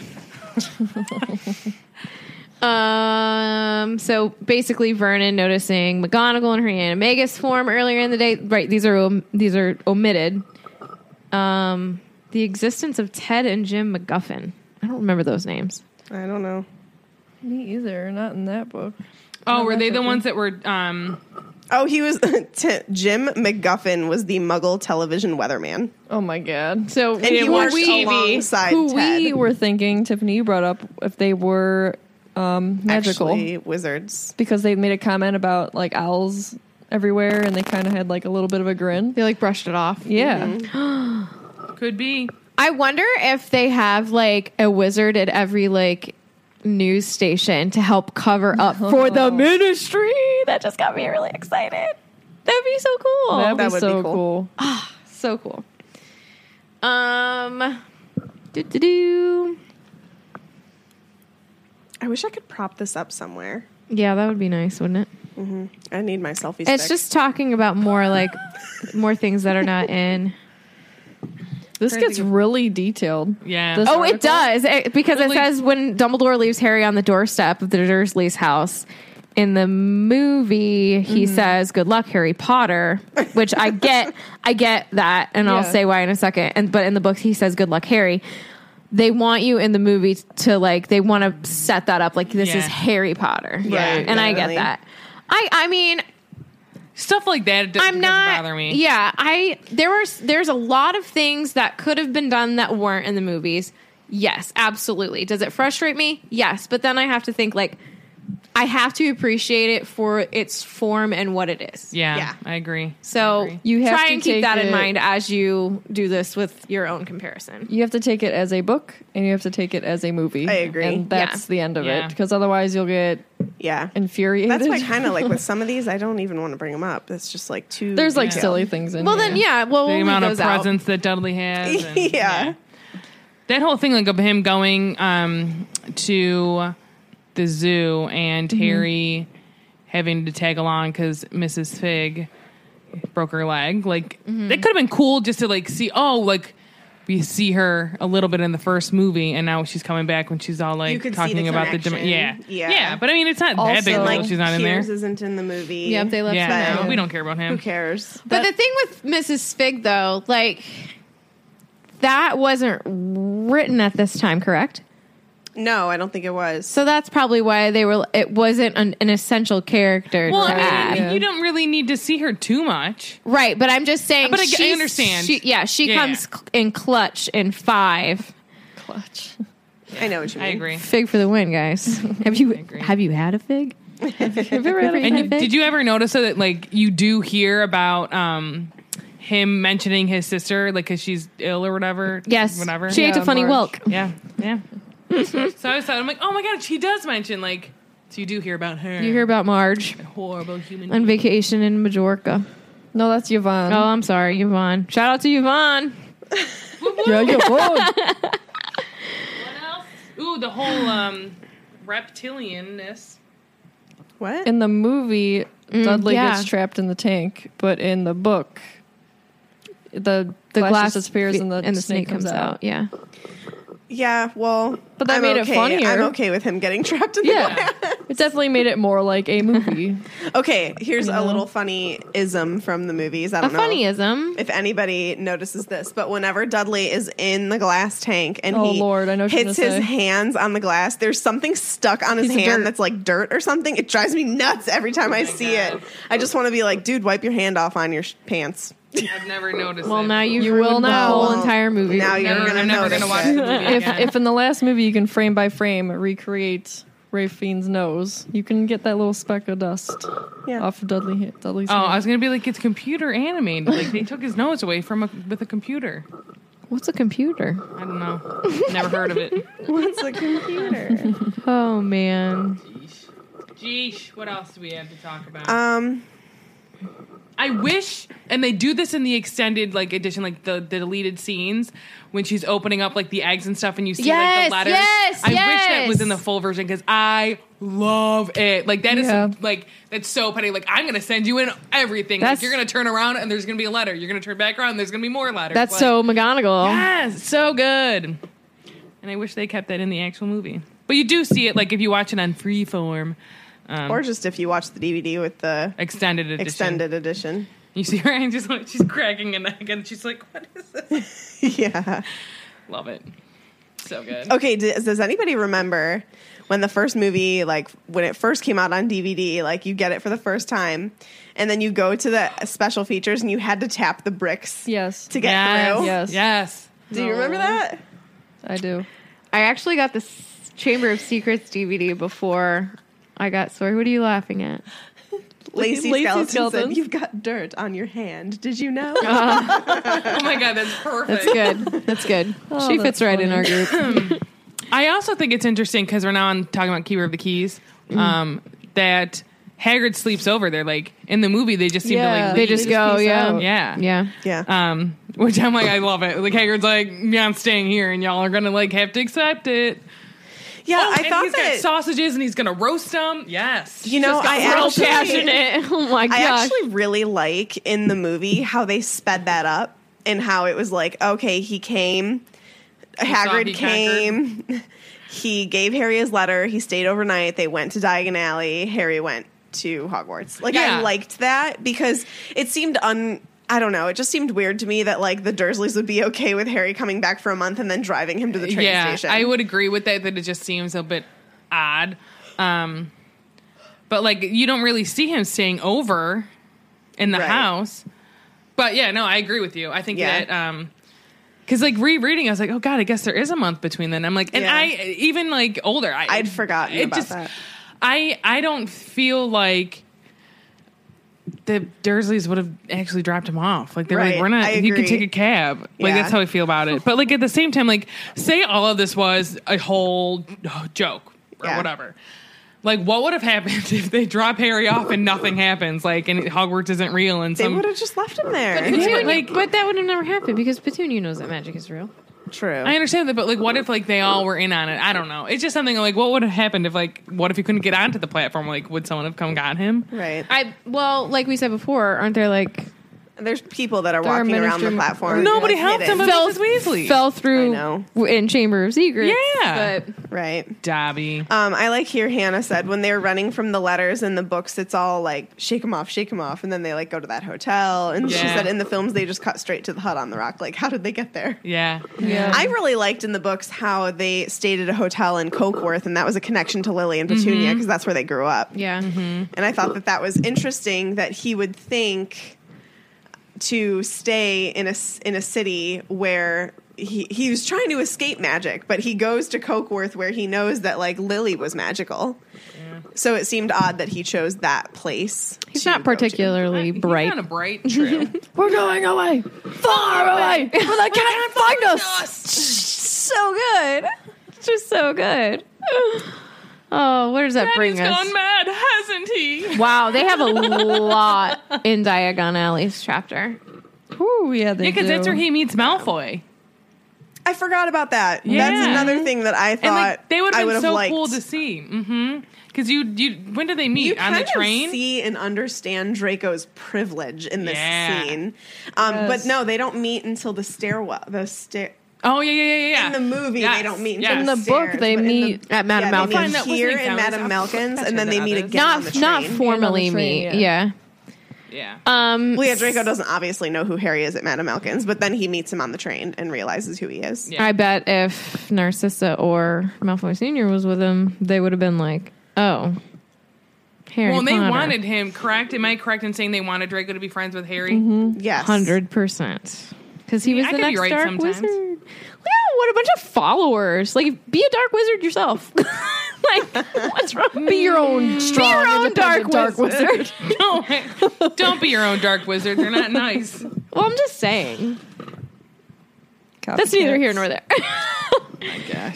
[SPEAKER 1] um. So basically, Vernon noticing McGonagall in her animagus form earlier in the day. Right. These are om- these are omitted. Um. The existence of Ted and Jim McGuffin. I don't remember those names.
[SPEAKER 4] I don't know.
[SPEAKER 5] me either. Not in that book.
[SPEAKER 2] Oh, were they
[SPEAKER 5] that's
[SPEAKER 2] the
[SPEAKER 5] okay.
[SPEAKER 2] ones that were? um
[SPEAKER 4] Oh, he was (laughs) t- Jim McGuffin was the Muggle television weatherman.
[SPEAKER 5] Oh my god.
[SPEAKER 1] So
[SPEAKER 4] And he
[SPEAKER 1] who
[SPEAKER 4] worked
[SPEAKER 1] we-
[SPEAKER 4] alongside
[SPEAKER 5] Who
[SPEAKER 4] Ted.
[SPEAKER 5] we were thinking, Tiffany, you brought up if they were um, magical
[SPEAKER 4] Actually, wizards.
[SPEAKER 5] because they made a comment about like owls everywhere, and they kind of had like a little bit of a grin.
[SPEAKER 1] they like brushed it off.
[SPEAKER 5] Yeah,
[SPEAKER 4] Mm-hmm.
[SPEAKER 2] could be.
[SPEAKER 1] I wonder if they have like a wizard at every like news station to help cover up for the ministry. That just got me really excited. That'd be so cool.
[SPEAKER 5] that'd
[SPEAKER 4] Oh, that
[SPEAKER 5] be
[SPEAKER 4] would be
[SPEAKER 5] so
[SPEAKER 4] cool. Ah,
[SPEAKER 5] cool.
[SPEAKER 1] so cool. Um do do do.
[SPEAKER 4] I wish I could prop this up somewhere.
[SPEAKER 1] Yeah, that would be nice, wouldn't it?
[SPEAKER 4] I need my selfie stick.
[SPEAKER 1] It's just talking about more like more things that are not in.
[SPEAKER 5] This gets really detailed.
[SPEAKER 2] Yeah.
[SPEAKER 5] This-
[SPEAKER 1] Oh, it
[SPEAKER 5] article?
[SPEAKER 1] does it, because it
[SPEAKER 2] Only-
[SPEAKER 1] says when Dumbledore leaves Harry on the doorstep of the Dursley's house. In the movie, he
[SPEAKER 5] Mm-hmm.
[SPEAKER 1] says, "Good luck, Harry Potter," which I
[SPEAKER 5] (laughs)
[SPEAKER 1] get. I get that, and I'll
[SPEAKER 5] Yeah.
[SPEAKER 1] say why in a second. And but in the books, he says, "Good luck, Harry." They want you in the movie to like. They want to set that up like this
[SPEAKER 2] Yeah.
[SPEAKER 1] is Harry Potter,
[SPEAKER 2] Right,
[SPEAKER 1] and I
[SPEAKER 4] definitely.
[SPEAKER 1] get that. I I mean,
[SPEAKER 2] Stuff like that it doesn't,
[SPEAKER 1] I'm not
[SPEAKER 2] doesn't bother me.
[SPEAKER 1] Yeah, I there were there's a lot of things that could have been done that weren't in the movies. Yes, absolutely. Does it frustrate me? Yes, but then I have to think like I have to appreciate it for its form and what it is.
[SPEAKER 2] Yeah,
[SPEAKER 4] Yeah.
[SPEAKER 2] I agree. I
[SPEAKER 1] So
[SPEAKER 2] agree.
[SPEAKER 5] You have
[SPEAKER 1] try
[SPEAKER 5] to
[SPEAKER 1] and keep
[SPEAKER 5] take
[SPEAKER 1] that in
[SPEAKER 5] it-
[SPEAKER 1] mind as you do this with your own comparison.
[SPEAKER 5] You have to take it as a book, and you have to take it as a movie.
[SPEAKER 4] I agree.
[SPEAKER 5] and that's
[SPEAKER 1] Yeah.
[SPEAKER 5] the end of
[SPEAKER 2] Yeah.
[SPEAKER 5] it because otherwise you'll get
[SPEAKER 4] yeah.
[SPEAKER 5] infuriated.
[SPEAKER 4] That's
[SPEAKER 5] (laughs)
[SPEAKER 4] why kind of like with some of these, I don't even want to bring them up. It's just like too.
[SPEAKER 5] There's like
[SPEAKER 4] detailed. (laughs)
[SPEAKER 5] silly things in.
[SPEAKER 1] Well,
[SPEAKER 5] here.
[SPEAKER 1] then yeah, well
[SPEAKER 2] the
[SPEAKER 1] we'll
[SPEAKER 2] amount
[SPEAKER 1] leave
[SPEAKER 2] of
[SPEAKER 1] those out.
[SPEAKER 2] presents that Dudley has. and-
[SPEAKER 4] (laughs) Yeah.
[SPEAKER 2] That whole thing like of him going um, to the
[SPEAKER 4] Mm-hmm.
[SPEAKER 2] zoo and Harry having to tag along because Mrs. Fig broke her leg. Like
[SPEAKER 4] Mm-hmm.
[SPEAKER 2] that could have been cool just to like see. Oh, like we see her a little bit in the first movie, and now she's coming back when she's all
[SPEAKER 4] You
[SPEAKER 2] like
[SPEAKER 4] could see
[SPEAKER 2] talking
[SPEAKER 4] the
[SPEAKER 2] about the dim-
[SPEAKER 4] connection.
[SPEAKER 2] yeah,
[SPEAKER 4] Yeah.
[SPEAKER 2] But I mean, it's not that big
[SPEAKER 5] Also,
[SPEAKER 2] a
[SPEAKER 5] like,
[SPEAKER 2] deal. Oh, She's not in there.
[SPEAKER 4] Piers isn't in the movie.
[SPEAKER 1] Yep, they left
[SPEAKER 2] Yeah,
[SPEAKER 1] him
[SPEAKER 2] no,
[SPEAKER 1] out.
[SPEAKER 2] we don't care about him.
[SPEAKER 4] Who cares?
[SPEAKER 1] But the thing with Mrs. Fig, though, like that wasn't written at this time, correct?
[SPEAKER 4] no, I don't think it was.
[SPEAKER 1] So that's probably why they were. It wasn't an, an essential character
[SPEAKER 2] Well,
[SPEAKER 1] to
[SPEAKER 2] I mean,
[SPEAKER 1] add,
[SPEAKER 5] Yeah.
[SPEAKER 2] you don't really need to see her too much.
[SPEAKER 1] right? But I'm just saying.
[SPEAKER 2] But I- I
[SPEAKER 1] she's-
[SPEAKER 2] understand.
[SPEAKER 1] She, yeah, she
[SPEAKER 2] Yeah.
[SPEAKER 1] comes cl- in clutch in five.
[SPEAKER 5] Clutch.
[SPEAKER 4] I know what you
[SPEAKER 2] I
[SPEAKER 4] mean.
[SPEAKER 2] agree.
[SPEAKER 1] Fig for the win,
[SPEAKER 5] (laughs)
[SPEAKER 1] guys. Have you
[SPEAKER 2] agree.
[SPEAKER 1] have you had a (laughs) fig?
[SPEAKER 5] Have you ever had a
[SPEAKER 2] And
[SPEAKER 1] Kind
[SPEAKER 2] you,
[SPEAKER 1] of big.
[SPEAKER 2] did you ever notice that, like, you do hear about um, him mentioning his sister, like, because she's ill or whatever?
[SPEAKER 1] Yes.
[SPEAKER 2] Whatever.
[SPEAKER 1] She ate a
[SPEAKER 5] Yeah,
[SPEAKER 1] funny
[SPEAKER 5] Marge.
[SPEAKER 1] whelk.
[SPEAKER 2] yeah. Yeah. (laughs) so I was thought, I'm like, oh my God, she does mention, like, so you do hear about her.
[SPEAKER 1] You hear about Marge
[SPEAKER 2] horrible human
[SPEAKER 1] on
[SPEAKER 2] being.
[SPEAKER 1] vacation in Majorca.
[SPEAKER 2] Mm-hmm.
[SPEAKER 5] No, that's Yvonne.
[SPEAKER 1] Oh, I'm sorry, Yvonne. Shout out to Yvonne.
[SPEAKER 5] Yeah,
[SPEAKER 4] (laughs)
[SPEAKER 5] Yvonne.
[SPEAKER 2] What else? Ooh, the whol um, reptilianness.
[SPEAKER 4] What?
[SPEAKER 5] in the movie, Dudley
[SPEAKER 1] Mm, yeah.
[SPEAKER 5] gets trapped in the tank, but in the book, the
[SPEAKER 1] The
[SPEAKER 5] glass,
[SPEAKER 1] glass
[SPEAKER 5] disappears
[SPEAKER 1] fe-
[SPEAKER 5] and the, snake, comes, out.
[SPEAKER 1] Yeah.
[SPEAKER 4] yeah, well,
[SPEAKER 5] But that
[SPEAKER 4] I'm
[SPEAKER 5] made it
[SPEAKER 4] okay.
[SPEAKER 5] funnier.
[SPEAKER 4] I'm okay with him getting (laughs) trapped in the
[SPEAKER 5] Yeah, it definitely made it more like
[SPEAKER 1] (laughs)
[SPEAKER 5] a movie.
[SPEAKER 4] Okay, here's a
[SPEAKER 5] know?
[SPEAKER 4] little funny ism from the movies. I
[SPEAKER 1] A
[SPEAKER 4] don't know
[SPEAKER 1] funnyism.
[SPEAKER 4] if anybody notices this, but whenever Dudley is in the glass tank and
[SPEAKER 5] Oh,
[SPEAKER 4] he
[SPEAKER 5] Lord, I know what you're
[SPEAKER 4] hits
[SPEAKER 5] gonna
[SPEAKER 4] his
[SPEAKER 5] say.
[SPEAKER 4] hands on the glass, there's something stuck on his
[SPEAKER 5] Piece of
[SPEAKER 4] hand
[SPEAKER 5] dirt.
[SPEAKER 4] that's like dirt or something. It drives me nuts every time
[SPEAKER 2] Oh
[SPEAKER 4] I see it. I just want to be like, dude, wipe your hand off on your sh- pants.
[SPEAKER 2] I've never noticed.
[SPEAKER 1] Well,
[SPEAKER 2] it.
[SPEAKER 1] now you,
[SPEAKER 5] You
[SPEAKER 1] will
[SPEAKER 5] ruined
[SPEAKER 1] know
[SPEAKER 5] the
[SPEAKER 1] the whole
[SPEAKER 4] whole-
[SPEAKER 1] entire movie.
[SPEAKER 4] Now you're
[SPEAKER 2] Never-
[SPEAKER 4] gonna
[SPEAKER 2] I'm never
[SPEAKER 4] notice
[SPEAKER 2] gonna watch
[SPEAKER 4] it.
[SPEAKER 2] the movie
[SPEAKER 5] if
[SPEAKER 2] again.
[SPEAKER 5] if in the last movie you can frame by frame recreate Rafe Fiend's nose, you can get that little speck of dust
[SPEAKER 4] Yeah.
[SPEAKER 5] off of Dudley Dudley's.
[SPEAKER 2] Oh, I
[SPEAKER 5] hand.
[SPEAKER 2] was gonna be like it's computer animated. Like they took his nose away from a, with a computer.
[SPEAKER 1] What's a computer?
[SPEAKER 2] I don't know. Never heard of it.
[SPEAKER 4] What's a computer?
[SPEAKER 1] Oh man.
[SPEAKER 2] Geesh, what else do we have to talk about?
[SPEAKER 4] um,
[SPEAKER 2] I wish, and they do this in the extended like edition, like the, the deleted scenes when she's opening up like the eggs and stuff, and you see like
[SPEAKER 1] Yes,
[SPEAKER 2] the letters.
[SPEAKER 1] yes,
[SPEAKER 2] I wish that was
[SPEAKER 1] yes.
[SPEAKER 2] in the full version because I love it. Like that is
[SPEAKER 5] Yeah.
[SPEAKER 2] some- like that's so petty. Like I'm gonna send you in everything.
[SPEAKER 1] That's-
[SPEAKER 2] like you're gonna turn around and there's gonna be a letter. You're gonna turn back around. And there's gonna be more letters.
[SPEAKER 1] That's
[SPEAKER 2] Like,
[SPEAKER 1] so McGonagall.
[SPEAKER 2] Yes, so good. And I wish they kept that in the actual movie. But you do see it, like if you watch it on Freeform um,
[SPEAKER 4] or just if you watch the DVD with the
[SPEAKER 2] extended edition.
[SPEAKER 4] extended edition. (laughs)
[SPEAKER 2] You see her and just like she's cracking an egg, and she's like, "What is this?"
[SPEAKER 4] yeah.
[SPEAKER 2] Love it. So good.
[SPEAKER 4] Okay, does, does anybody remember when the first movie, like when it first came out on DVD, like you get it for the first time, and then you go to the special features and you had to tap the bricks
[SPEAKER 5] yes,
[SPEAKER 4] to get
[SPEAKER 2] yes.
[SPEAKER 4] through?
[SPEAKER 5] Yes.
[SPEAKER 2] Yes.
[SPEAKER 4] Do you remember that?
[SPEAKER 5] I do.
[SPEAKER 1] I actually got this Chamber of Secrets DVD before I got sorry. What are you laughing at?
[SPEAKER 4] Lacey,
[SPEAKER 5] Lacey
[SPEAKER 4] Skeleton said,
[SPEAKER 5] Skeletons.
[SPEAKER 4] "You've got dirt on your hand. Did
[SPEAKER 2] (laughs)
[SPEAKER 4] you know?"
[SPEAKER 2] Oh my god, that's
[SPEAKER 1] That's
[SPEAKER 2] perfect.
[SPEAKER 1] good. That's good. she
[SPEAKER 5] Oh, that's
[SPEAKER 1] fits right in
[SPEAKER 5] funny.
[SPEAKER 1] our
[SPEAKER 5] (laughs)
[SPEAKER 1] group.
[SPEAKER 2] I also think it's interesting because we're now on talking about Keeper of the Keys.
[SPEAKER 4] Mm-hmm.
[SPEAKER 2] Um, that Hagrid sleeps over there. Like in the movie, they just seem to like
[SPEAKER 1] They
[SPEAKER 2] leave.
[SPEAKER 1] just go,
[SPEAKER 5] peace
[SPEAKER 1] yeah.
[SPEAKER 5] out.
[SPEAKER 2] yeah,
[SPEAKER 1] yeah.
[SPEAKER 4] yeah.
[SPEAKER 2] Um, which I'm like, I love it. Like Hagrid's like, yeah, I'm staying here, and y'all are gonna like have to accept it.
[SPEAKER 4] yeah, I
[SPEAKER 2] oh, and
[SPEAKER 4] thought
[SPEAKER 2] he's
[SPEAKER 4] that
[SPEAKER 2] got sausages, and he's gonna roast them. Yes,
[SPEAKER 4] you know, I
[SPEAKER 1] Real
[SPEAKER 4] actually,
[SPEAKER 1] passionate. (laughs) Oh my
[SPEAKER 4] I
[SPEAKER 1] gosh.
[SPEAKER 4] actually really like in the movie how they sped that up and how it was like, okay, he came, Hagrid
[SPEAKER 2] he
[SPEAKER 4] came, (laughs) he gave Harry his letter, he stayed overnight, they went to Diagon Alley, Harry went to Hogwarts. Like
[SPEAKER 2] Yeah.
[SPEAKER 4] I liked that because it seemed un I don't know. It just seemed weird to me that like the Dursleys would be okay with Harry coming back for a month and then driving him to the train
[SPEAKER 2] yeah,
[SPEAKER 4] station.
[SPEAKER 2] I would agree with that. That it just seems a bit odd. Um, but like, you don't really see him staying over in the
[SPEAKER 4] Right.
[SPEAKER 2] house. But yeah, no, I agree with you. I think
[SPEAKER 4] Yeah.
[SPEAKER 2] that um, because like rereading, I was like, oh god, I guess there is a month between then. I'm like, and
[SPEAKER 4] Yeah.
[SPEAKER 2] I even like older, I,
[SPEAKER 4] I'd forgotten
[SPEAKER 2] it
[SPEAKER 4] about
[SPEAKER 2] just-
[SPEAKER 4] that.
[SPEAKER 2] I I don't feel like the Dursleys would have actually dropped him off. Like they're
[SPEAKER 4] Right.
[SPEAKER 2] like, we're not.
[SPEAKER 4] I
[SPEAKER 2] You can
[SPEAKER 4] agree.
[SPEAKER 2] take a cab. Like
[SPEAKER 4] Yeah.
[SPEAKER 2] that's how I feel about it. But like at the same time, like say all of this was a whole joke or
[SPEAKER 4] Yeah.
[SPEAKER 2] whatever. Like what would have (laughs) happened if they drop Harry off and nothing happens? Like and Hogwarts isn't real and
[SPEAKER 4] They
[SPEAKER 2] some
[SPEAKER 4] would have just left him
[SPEAKER 2] (laughs)
[SPEAKER 4] there.
[SPEAKER 2] Yeah,
[SPEAKER 1] Petunia-
[SPEAKER 2] like-
[SPEAKER 1] but that would have never happened because Petunia knows that magic is real.
[SPEAKER 4] True.
[SPEAKER 2] I understand that, but like, what if like they all were in on it? I don't know. It's just something like, what would have happened if like, what if he couldn't get onto the platform? Like, would someone have come got him?
[SPEAKER 4] right.
[SPEAKER 1] I well, like we said before, aren't there like
[SPEAKER 4] There's people that are
[SPEAKER 5] There are
[SPEAKER 4] walking around the
[SPEAKER 5] ministry-
[SPEAKER 4] platform.
[SPEAKER 2] Nobody
[SPEAKER 4] like,
[SPEAKER 2] helped him,
[SPEAKER 4] hidden.
[SPEAKER 2] but
[SPEAKER 5] Fell-
[SPEAKER 2] Mrs. Weasley.
[SPEAKER 5] Fell through
[SPEAKER 4] I know.
[SPEAKER 5] w- in Chamber of Secrets.
[SPEAKER 2] Yeah.
[SPEAKER 5] But
[SPEAKER 4] Right.
[SPEAKER 2] Dobby.
[SPEAKER 4] Um, I like here Hannah said when they're running from the letters in the books, it's all like shake them off, shake them off, and then they like go to that hotel. And she
[SPEAKER 2] Yeah.
[SPEAKER 4] said in the films they just cut straight to the hut on the rock. Like, how did they get there?
[SPEAKER 2] Yeah.
[SPEAKER 5] yeah.
[SPEAKER 4] I really liked in the books how they stayed at a hotel in Cokeworth, and that was a connection to Lily and Petunia
[SPEAKER 2] Mm-hmm.
[SPEAKER 4] because that's where they grew up.
[SPEAKER 1] Yeah.
[SPEAKER 4] And I thought that that was interesting that he would think to stay in a s- in a city where he he was trying to escape magic, but he goes to Cokeworth where he knows that like Lily was magical. So it seemed odd that he chose that place.
[SPEAKER 5] He's
[SPEAKER 4] to
[SPEAKER 5] not
[SPEAKER 4] go to.
[SPEAKER 5] particularly
[SPEAKER 2] He's
[SPEAKER 5] bright.
[SPEAKER 2] not a bright
[SPEAKER 4] (laughs)
[SPEAKER 2] true.
[SPEAKER 5] We're going away, far (laughs) away, but they can't find us. so good, It's just
[SPEAKER 1] (sighs)
[SPEAKER 5] so good. Oh, where does that bring
[SPEAKER 2] He's
[SPEAKER 5] us?
[SPEAKER 2] gone mad, hasn't he?
[SPEAKER 1] Wow, they have a lot in Diagon Alley's chapter.
[SPEAKER 5] Ooh, yeah, they
[SPEAKER 2] Yeah, because that's
[SPEAKER 5] do.
[SPEAKER 2] where he meets Malfoy.
[SPEAKER 4] I forgot about that. That's
[SPEAKER 2] Yeah.
[SPEAKER 4] another thing that I thought
[SPEAKER 2] And like they would
[SPEAKER 4] I
[SPEAKER 2] have
[SPEAKER 4] would
[SPEAKER 2] been
[SPEAKER 4] have
[SPEAKER 2] so
[SPEAKER 4] liked.
[SPEAKER 2] cool to see. Mm-hmm. Because you, you, when did they meet
[SPEAKER 4] you
[SPEAKER 2] on
[SPEAKER 4] kind
[SPEAKER 2] the train?
[SPEAKER 4] Of see and understand Draco's privilege in this
[SPEAKER 2] Yeah.
[SPEAKER 4] scene, um,
[SPEAKER 5] Yes.
[SPEAKER 4] but no, they don't meet until the stairwell. The stair
[SPEAKER 2] oh yeah, yeah, yeah, yeah.
[SPEAKER 4] in the movie they
[SPEAKER 2] Yes,
[SPEAKER 4] don't meet.
[SPEAKER 2] yes.
[SPEAKER 4] Until
[SPEAKER 5] In the
[SPEAKER 4] stairs,
[SPEAKER 5] book, they
[SPEAKER 4] but in the-
[SPEAKER 5] meet
[SPEAKER 1] at Madame
[SPEAKER 4] yeah, they
[SPEAKER 1] Malkin's.
[SPEAKER 4] meet
[SPEAKER 2] Find out what's
[SPEAKER 4] here
[SPEAKER 2] names
[SPEAKER 4] in
[SPEAKER 2] out.
[SPEAKER 4] Madame Malkin's, and then they
[SPEAKER 2] Better
[SPEAKER 4] meet
[SPEAKER 2] than
[SPEAKER 4] again on the
[SPEAKER 1] Not
[SPEAKER 4] train.
[SPEAKER 1] not formally
[SPEAKER 5] train,
[SPEAKER 1] me.
[SPEAKER 5] yeah.
[SPEAKER 1] Yeah.
[SPEAKER 2] yeah.
[SPEAKER 1] Um
[SPEAKER 4] Well, yeah, Draco doesn't obviously know who Harry is at Madame Malkin's, but then he meets him on the train and realizes who he is.
[SPEAKER 2] Yeah.
[SPEAKER 1] I bet if Narcissa or Malfoy Sr. was with him, they would have been like, oh, Harry
[SPEAKER 2] well, and they
[SPEAKER 1] Potter.
[SPEAKER 2] wanted him. Correct? Am I correct in saying they wanted Draco to be friends with Harry? (laughs)
[SPEAKER 4] Yes,
[SPEAKER 1] 100%. Because he was
[SPEAKER 2] I
[SPEAKER 1] the
[SPEAKER 2] could be
[SPEAKER 1] next
[SPEAKER 2] right
[SPEAKER 1] Dark
[SPEAKER 2] sometimes.
[SPEAKER 1] Wizard. Yeah, what a bunch of followers. Like, be a Dark (laughs) Wizard yourself.
[SPEAKER 5] (laughs)
[SPEAKER 1] like, what's wrong? Be your own strong, be your own dark,
[SPEAKER 5] independent dark
[SPEAKER 1] wizard.
[SPEAKER 5] (laughs)
[SPEAKER 2] Don't, don't be your own dark wizard. They're not nice.
[SPEAKER 1] well, I'm just saying. That's neither here nor there. (laughs)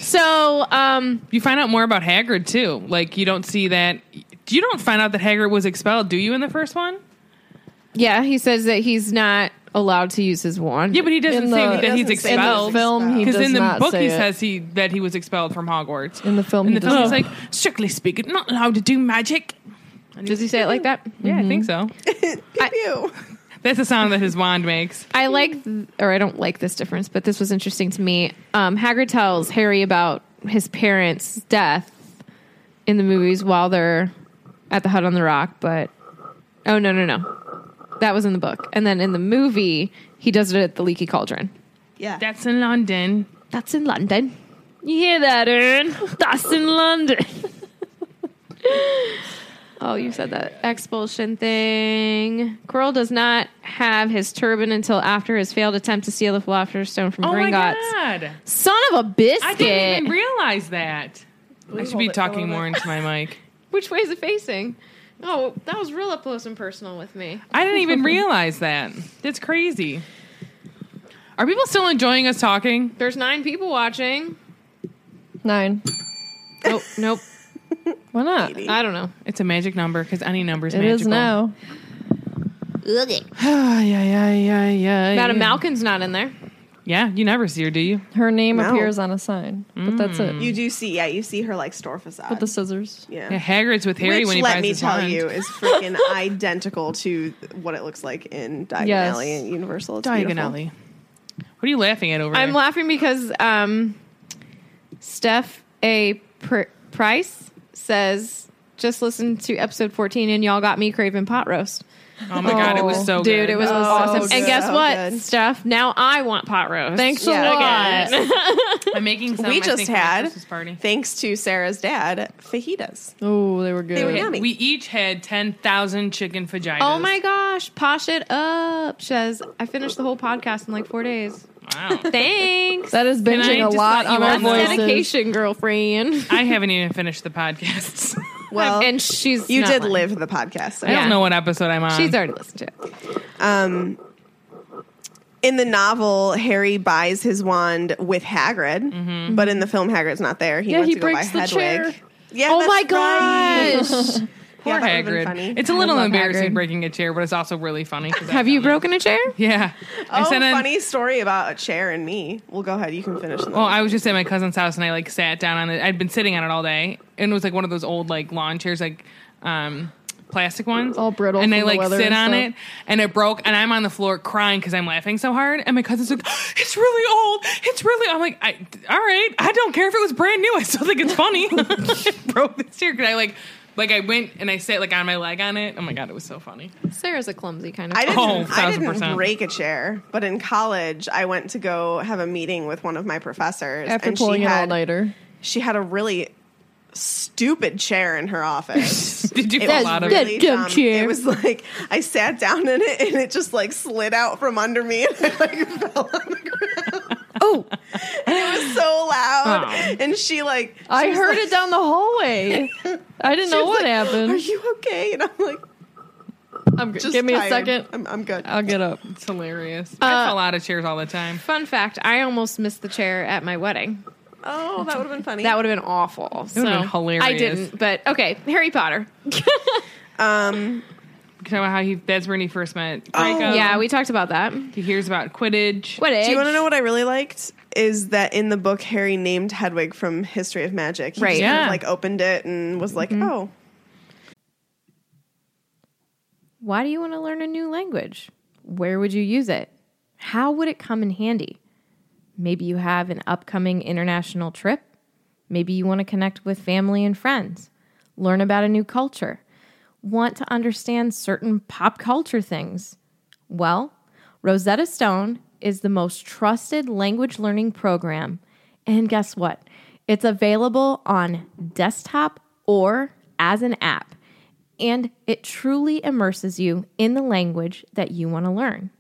[SPEAKER 1] So, um,
[SPEAKER 2] You find out more about Hagrid too. Like you don't see that. You don't find out that Hagrid was expelled, do you? In the first one?
[SPEAKER 1] yeah, he says that he's not allowed to use his wand.
[SPEAKER 2] Yeah, but he doesn't
[SPEAKER 5] In
[SPEAKER 2] say
[SPEAKER 5] the-
[SPEAKER 2] that
[SPEAKER 4] He
[SPEAKER 2] he's
[SPEAKER 4] doesn't say that he's
[SPEAKER 5] In the
[SPEAKER 2] expelled.
[SPEAKER 5] film, he
[SPEAKER 2] Because
[SPEAKER 5] does
[SPEAKER 2] in the
[SPEAKER 5] not
[SPEAKER 2] book,
[SPEAKER 5] say
[SPEAKER 2] he
[SPEAKER 5] it.
[SPEAKER 2] says he that he was expelled from Hogwarts.
[SPEAKER 5] In the film,
[SPEAKER 2] in
[SPEAKER 5] he
[SPEAKER 2] the film,
[SPEAKER 5] does
[SPEAKER 2] he's
[SPEAKER 5] not.
[SPEAKER 2] like, strictly speaking, not allowed to do magic.
[SPEAKER 1] Does he say it like that?
[SPEAKER 2] Yeah, I think so.
[SPEAKER 4] Ew.
[SPEAKER 2] (laughs) That's the sound that his wand makes.
[SPEAKER 1] I like, th- or I don't like this difference, but this was interesting to me. Um, Hagrid tells Harry about his parents' death in the movies while they're at the hut on the rock, but oh no, no, no, that was in the book, and then in the movie he does it at the Leaky Cauldron.
[SPEAKER 4] Yeah,
[SPEAKER 2] That's in London.
[SPEAKER 1] That's in London. You hear that, Ern? That's in London. oh, you said that expulsion thing. Quirrell does not have his turban until after his failed attempt to steal the Philosopher's Stone from
[SPEAKER 2] Oh my
[SPEAKER 1] Gringotts.
[SPEAKER 2] god!
[SPEAKER 1] Son of a biscuit.
[SPEAKER 2] I didn't even realize that. I should be
[SPEAKER 5] hold it,
[SPEAKER 2] talking
[SPEAKER 5] hold
[SPEAKER 2] more
[SPEAKER 5] it.
[SPEAKER 2] into my mic.
[SPEAKER 1] Which way is it facing? Oh, that was real up close and personal with me.
[SPEAKER 2] I didn't
[SPEAKER 5] (laughs)
[SPEAKER 2] even realize that. That's crazy. Are people still enjoying us talking?
[SPEAKER 1] There's nine people watching.
[SPEAKER 5] Nine.
[SPEAKER 1] Nope, nope.
[SPEAKER 5] Why not?
[SPEAKER 1] I don't know.
[SPEAKER 2] It's a magic number because any number is
[SPEAKER 5] It
[SPEAKER 2] magical. (sighs)
[SPEAKER 5] is now.
[SPEAKER 2] yeah, yeah, yeah, yeah.
[SPEAKER 1] Madam Malkin's not in there.
[SPEAKER 2] Yeah, you never see her, do you?
[SPEAKER 5] Her name
[SPEAKER 4] No.
[SPEAKER 5] appears on a sign, but that's it.
[SPEAKER 4] you do see. Yeah, you see her like store facade.
[SPEAKER 5] With the scissors.
[SPEAKER 4] yeah.
[SPEAKER 2] Yeah, Hagrid's with Harry
[SPEAKER 4] Which,
[SPEAKER 2] when he
[SPEAKER 4] let
[SPEAKER 2] buys
[SPEAKER 4] me
[SPEAKER 2] his
[SPEAKER 4] tell
[SPEAKER 2] wand.
[SPEAKER 4] you, is freaking identical to what it looks like in Diagon
[SPEAKER 5] Yes.
[SPEAKER 4] Alley and Universal. It's
[SPEAKER 2] Diagon
[SPEAKER 4] beautiful.
[SPEAKER 2] Alley. What are you laughing at over
[SPEAKER 1] I'm
[SPEAKER 2] there?
[SPEAKER 1] laughing because um, Steph A. Pr- Price says, "Just listen to episode 14, and y'all got me craving pot roast,
[SPEAKER 2] oh my god, it was so
[SPEAKER 1] dude.
[SPEAKER 2] good.
[SPEAKER 1] It was
[SPEAKER 5] Oh,
[SPEAKER 1] awesome.
[SPEAKER 5] so
[SPEAKER 1] And guess
[SPEAKER 4] good.
[SPEAKER 1] what,
[SPEAKER 4] So good.
[SPEAKER 1] Steph? Now I want pot roast.
[SPEAKER 5] Thanks
[SPEAKER 1] Yeah.
[SPEAKER 5] a lot.
[SPEAKER 2] (laughs) I'm making. Some,
[SPEAKER 4] We
[SPEAKER 2] I
[SPEAKER 4] just
[SPEAKER 2] think, for my
[SPEAKER 4] had-
[SPEAKER 2] Christmas party.
[SPEAKER 4] Thanks to Sarah's dad, fajitas.
[SPEAKER 5] Oh, they were good.
[SPEAKER 4] They were
[SPEAKER 2] Yeah,
[SPEAKER 4] yummy.
[SPEAKER 2] We each had ten thousand chicken fajitas.
[SPEAKER 1] Oh my gosh, posh it up, Shez. I finished the whole podcast in like four days.
[SPEAKER 2] Wow.
[SPEAKER 1] Thanks.
[SPEAKER 5] That is
[SPEAKER 2] I
[SPEAKER 5] binging a
[SPEAKER 2] just
[SPEAKER 5] lot
[SPEAKER 2] let you
[SPEAKER 5] on our
[SPEAKER 2] all know?
[SPEAKER 5] voices.
[SPEAKER 1] dedication, girlfriend.
[SPEAKER 2] I haven't even finished the podcast.
[SPEAKER 4] Well,
[SPEAKER 1] and she's
[SPEAKER 4] you
[SPEAKER 1] not
[SPEAKER 4] did
[SPEAKER 1] lying.
[SPEAKER 4] live the podcast. so-
[SPEAKER 2] I
[SPEAKER 1] Yeah.
[SPEAKER 2] don't know what episode I'm on.
[SPEAKER 1] She's already listened to it.
[SPEAKER 4] Um, in the novel, Harry buys his wand with Hagrid, but in the film, Hagrid's not there. He
[SPEAKER 5] Yeah,
[SPEAKER 4] went
[SPEAKER 5] he
[SPEAKER 4] to go buy
[SPEAKER 5] breaks the
[SPEAKER 4] Hedwig.
[SPEAKER 5] chair.
[SPEAKER 4] Yeah,
[SPEAKER 1] Oh
[SPEAKER 4] that's
[SPEAKER 1] my
[SPEAKER 4] right.
[SPEAKER 1] gosh.
[SPEAKER 2] Poor
[SPEAKER 4] Yeah, that would've been
[SPEAKER 2] Hagrid.
[SPEAKER 4] funny.
[SPEAKER 2] It's a little
[SPEAKER 5] love
[SPEAKER 2] embarrassing
[SPEAKER 5] Hagrid.
[SPEAKER 2] breaking a chair, but it's also really funny. 'cause I
[SPEAKER 1] Have you
[SPEAKER 2] found it.
[SPEAKER 1] broken a chair?
[SPEAKER 2] Yeah. I
[SPEAKER 4] Oh,
[SPEAKER 2] sent in-
[SPEAKER 4] funny story about a chair and me. Well, go ahead. You can finish. in the-
[SPEAKER 2] Well, Oh, I was just at my cousin's house and I like sat down on it. I'd been sitting on it all day, and it was like one of those old like lawn chairs, like um, plastic ones,
[SPEAKER 5] All brittle
[SPEAKER 2] and
[SPEAKER 5] from
[SPEAKER 2] I
[SPEAKER 5] the
[SPEAKER 2] like
[SPEAKER 5] weather
[SPEAKER 2] sit
[SPEAKER 5] and
[SPEAKER 2] on
[SPEAKER 5] stuff.
[SPEAKER 2] it, and it broke, and I'm on the floor crying because I'm laughing so hard, and my cousin's like, (gasps) "It's really old, it's really." I'm like, I, "All right, I don't care if it was brand new, I still think it's funny." (laughs) it broke this year because I like, like I went and I sat like on my leg on it. Oh my god, it was so funny. (laughs)
[SPEAKER 1] Sarah's a clumsy kind of.
[SPEAKER 4] I didn't.
[SPEAKER 2] Oh,
[SPEAKER 4] I
[SPEAKER 2] 1000%.
[SPEAKER 4] didn't break a chair, but in college, I went to go have a meeting with one of my professors,
[SPEAKER 5] After
[SPEAKER 4] and
[SPEAKER 5] pulling
[SPEAKER 4] she
[SPEAKER 5] an all
[SPEAKER 4] had
[SPEAKER 5] nighter.
[SPEAKER 4] she had a really stupid chair in her office.
[SPEAKER 2] Did you have
[SPEAKER 4] It
[SPEAKER 2] a
[SPEAKER 4] was
[SPEAKER 2] lot of?
[SPEAKER 5] That dumb chair.
[SPEAKER 4] Um, It was like I sat down in it and it just like slid out from under me (laughs) and I like fell on the ground.
[SPEAKER 5] Oh,
[SPEAKER 4] It was so loud,
[SPEAKER 2] Aw.
[SPEAKER 4] and she like she
[SPEAKER 5] I
[SPEAKER 4] was
[SPEAKER 5] heard
[SPEAKER 4] like-
[SPEAKER 5] it down the hallway. I didn't
[SPEAKER 4] she
[SPEAKER 5] know
[SPEAKER 4] was
[SPEAKER 5] what
[SPEAKER 4] like, Are
[SPEAKER 5] happened.
[SPEAKER 4] you okay? And I'm like,
[SPEAKER 5] I'm g-
[SPEAKER 4] just
[SPEAKER 5] give me a
[SPEAKER 4] tired.
[SPEAKER 5] second. Uh,
[SPEAKER 4] I'm, I'm good.
[SPEAKER 5] I'll get up.
[SPEAKER 2] It's hilarious.
[SPEAKER 5] Uh,
[SPEAKER 2] I fell out of chairs all the time.
[SPEAKER 1] Fun fact: I almost missed the chair at my wedding.
[SPEAKER 4] oh, that would have been funny.
[SPEAKER 1] That would have been awful. so
[SPEAKER 2] been hilarious.
[SPEAKER 1] I didn't, but okay. Harry Potter.
[SPEAKER 2] Talking about how he that's when he first met
[SPEAKER 5] Oh,
[SPEAKER 2] Draco.
[SPEAKER 1] yeah, we talked about that.
[SPEAKER 2] He hears about Quidditch.
[SPEAKER 1] What?
[SPEAKER 4] Do you want to know what I really liked? Is that in the book Harry named Hedwig from History of Magic? He
[SPEAKER 1] Right.
[SPEAKER 4] just kind of,
[SPEAKER 2] Yeah.
[SPEAKER 4] like opened it and was
[SPEAKER 5] Mm-hmm.
[SPEAKER 4] like, "Oh,
[SPEAKER 1] Why do you want to learn a new language? Where would you use it? How would it come in handy? Maybe you have an upcoming international trip. Maybe you want to connect with family and friends, learn about a new culture, want to understand certain pop culture things. Well, Rosetta Stone is the most trusted language learning program. And guess what? It's available on desktop or as an app and it truly immerses you in the language that you want to learn.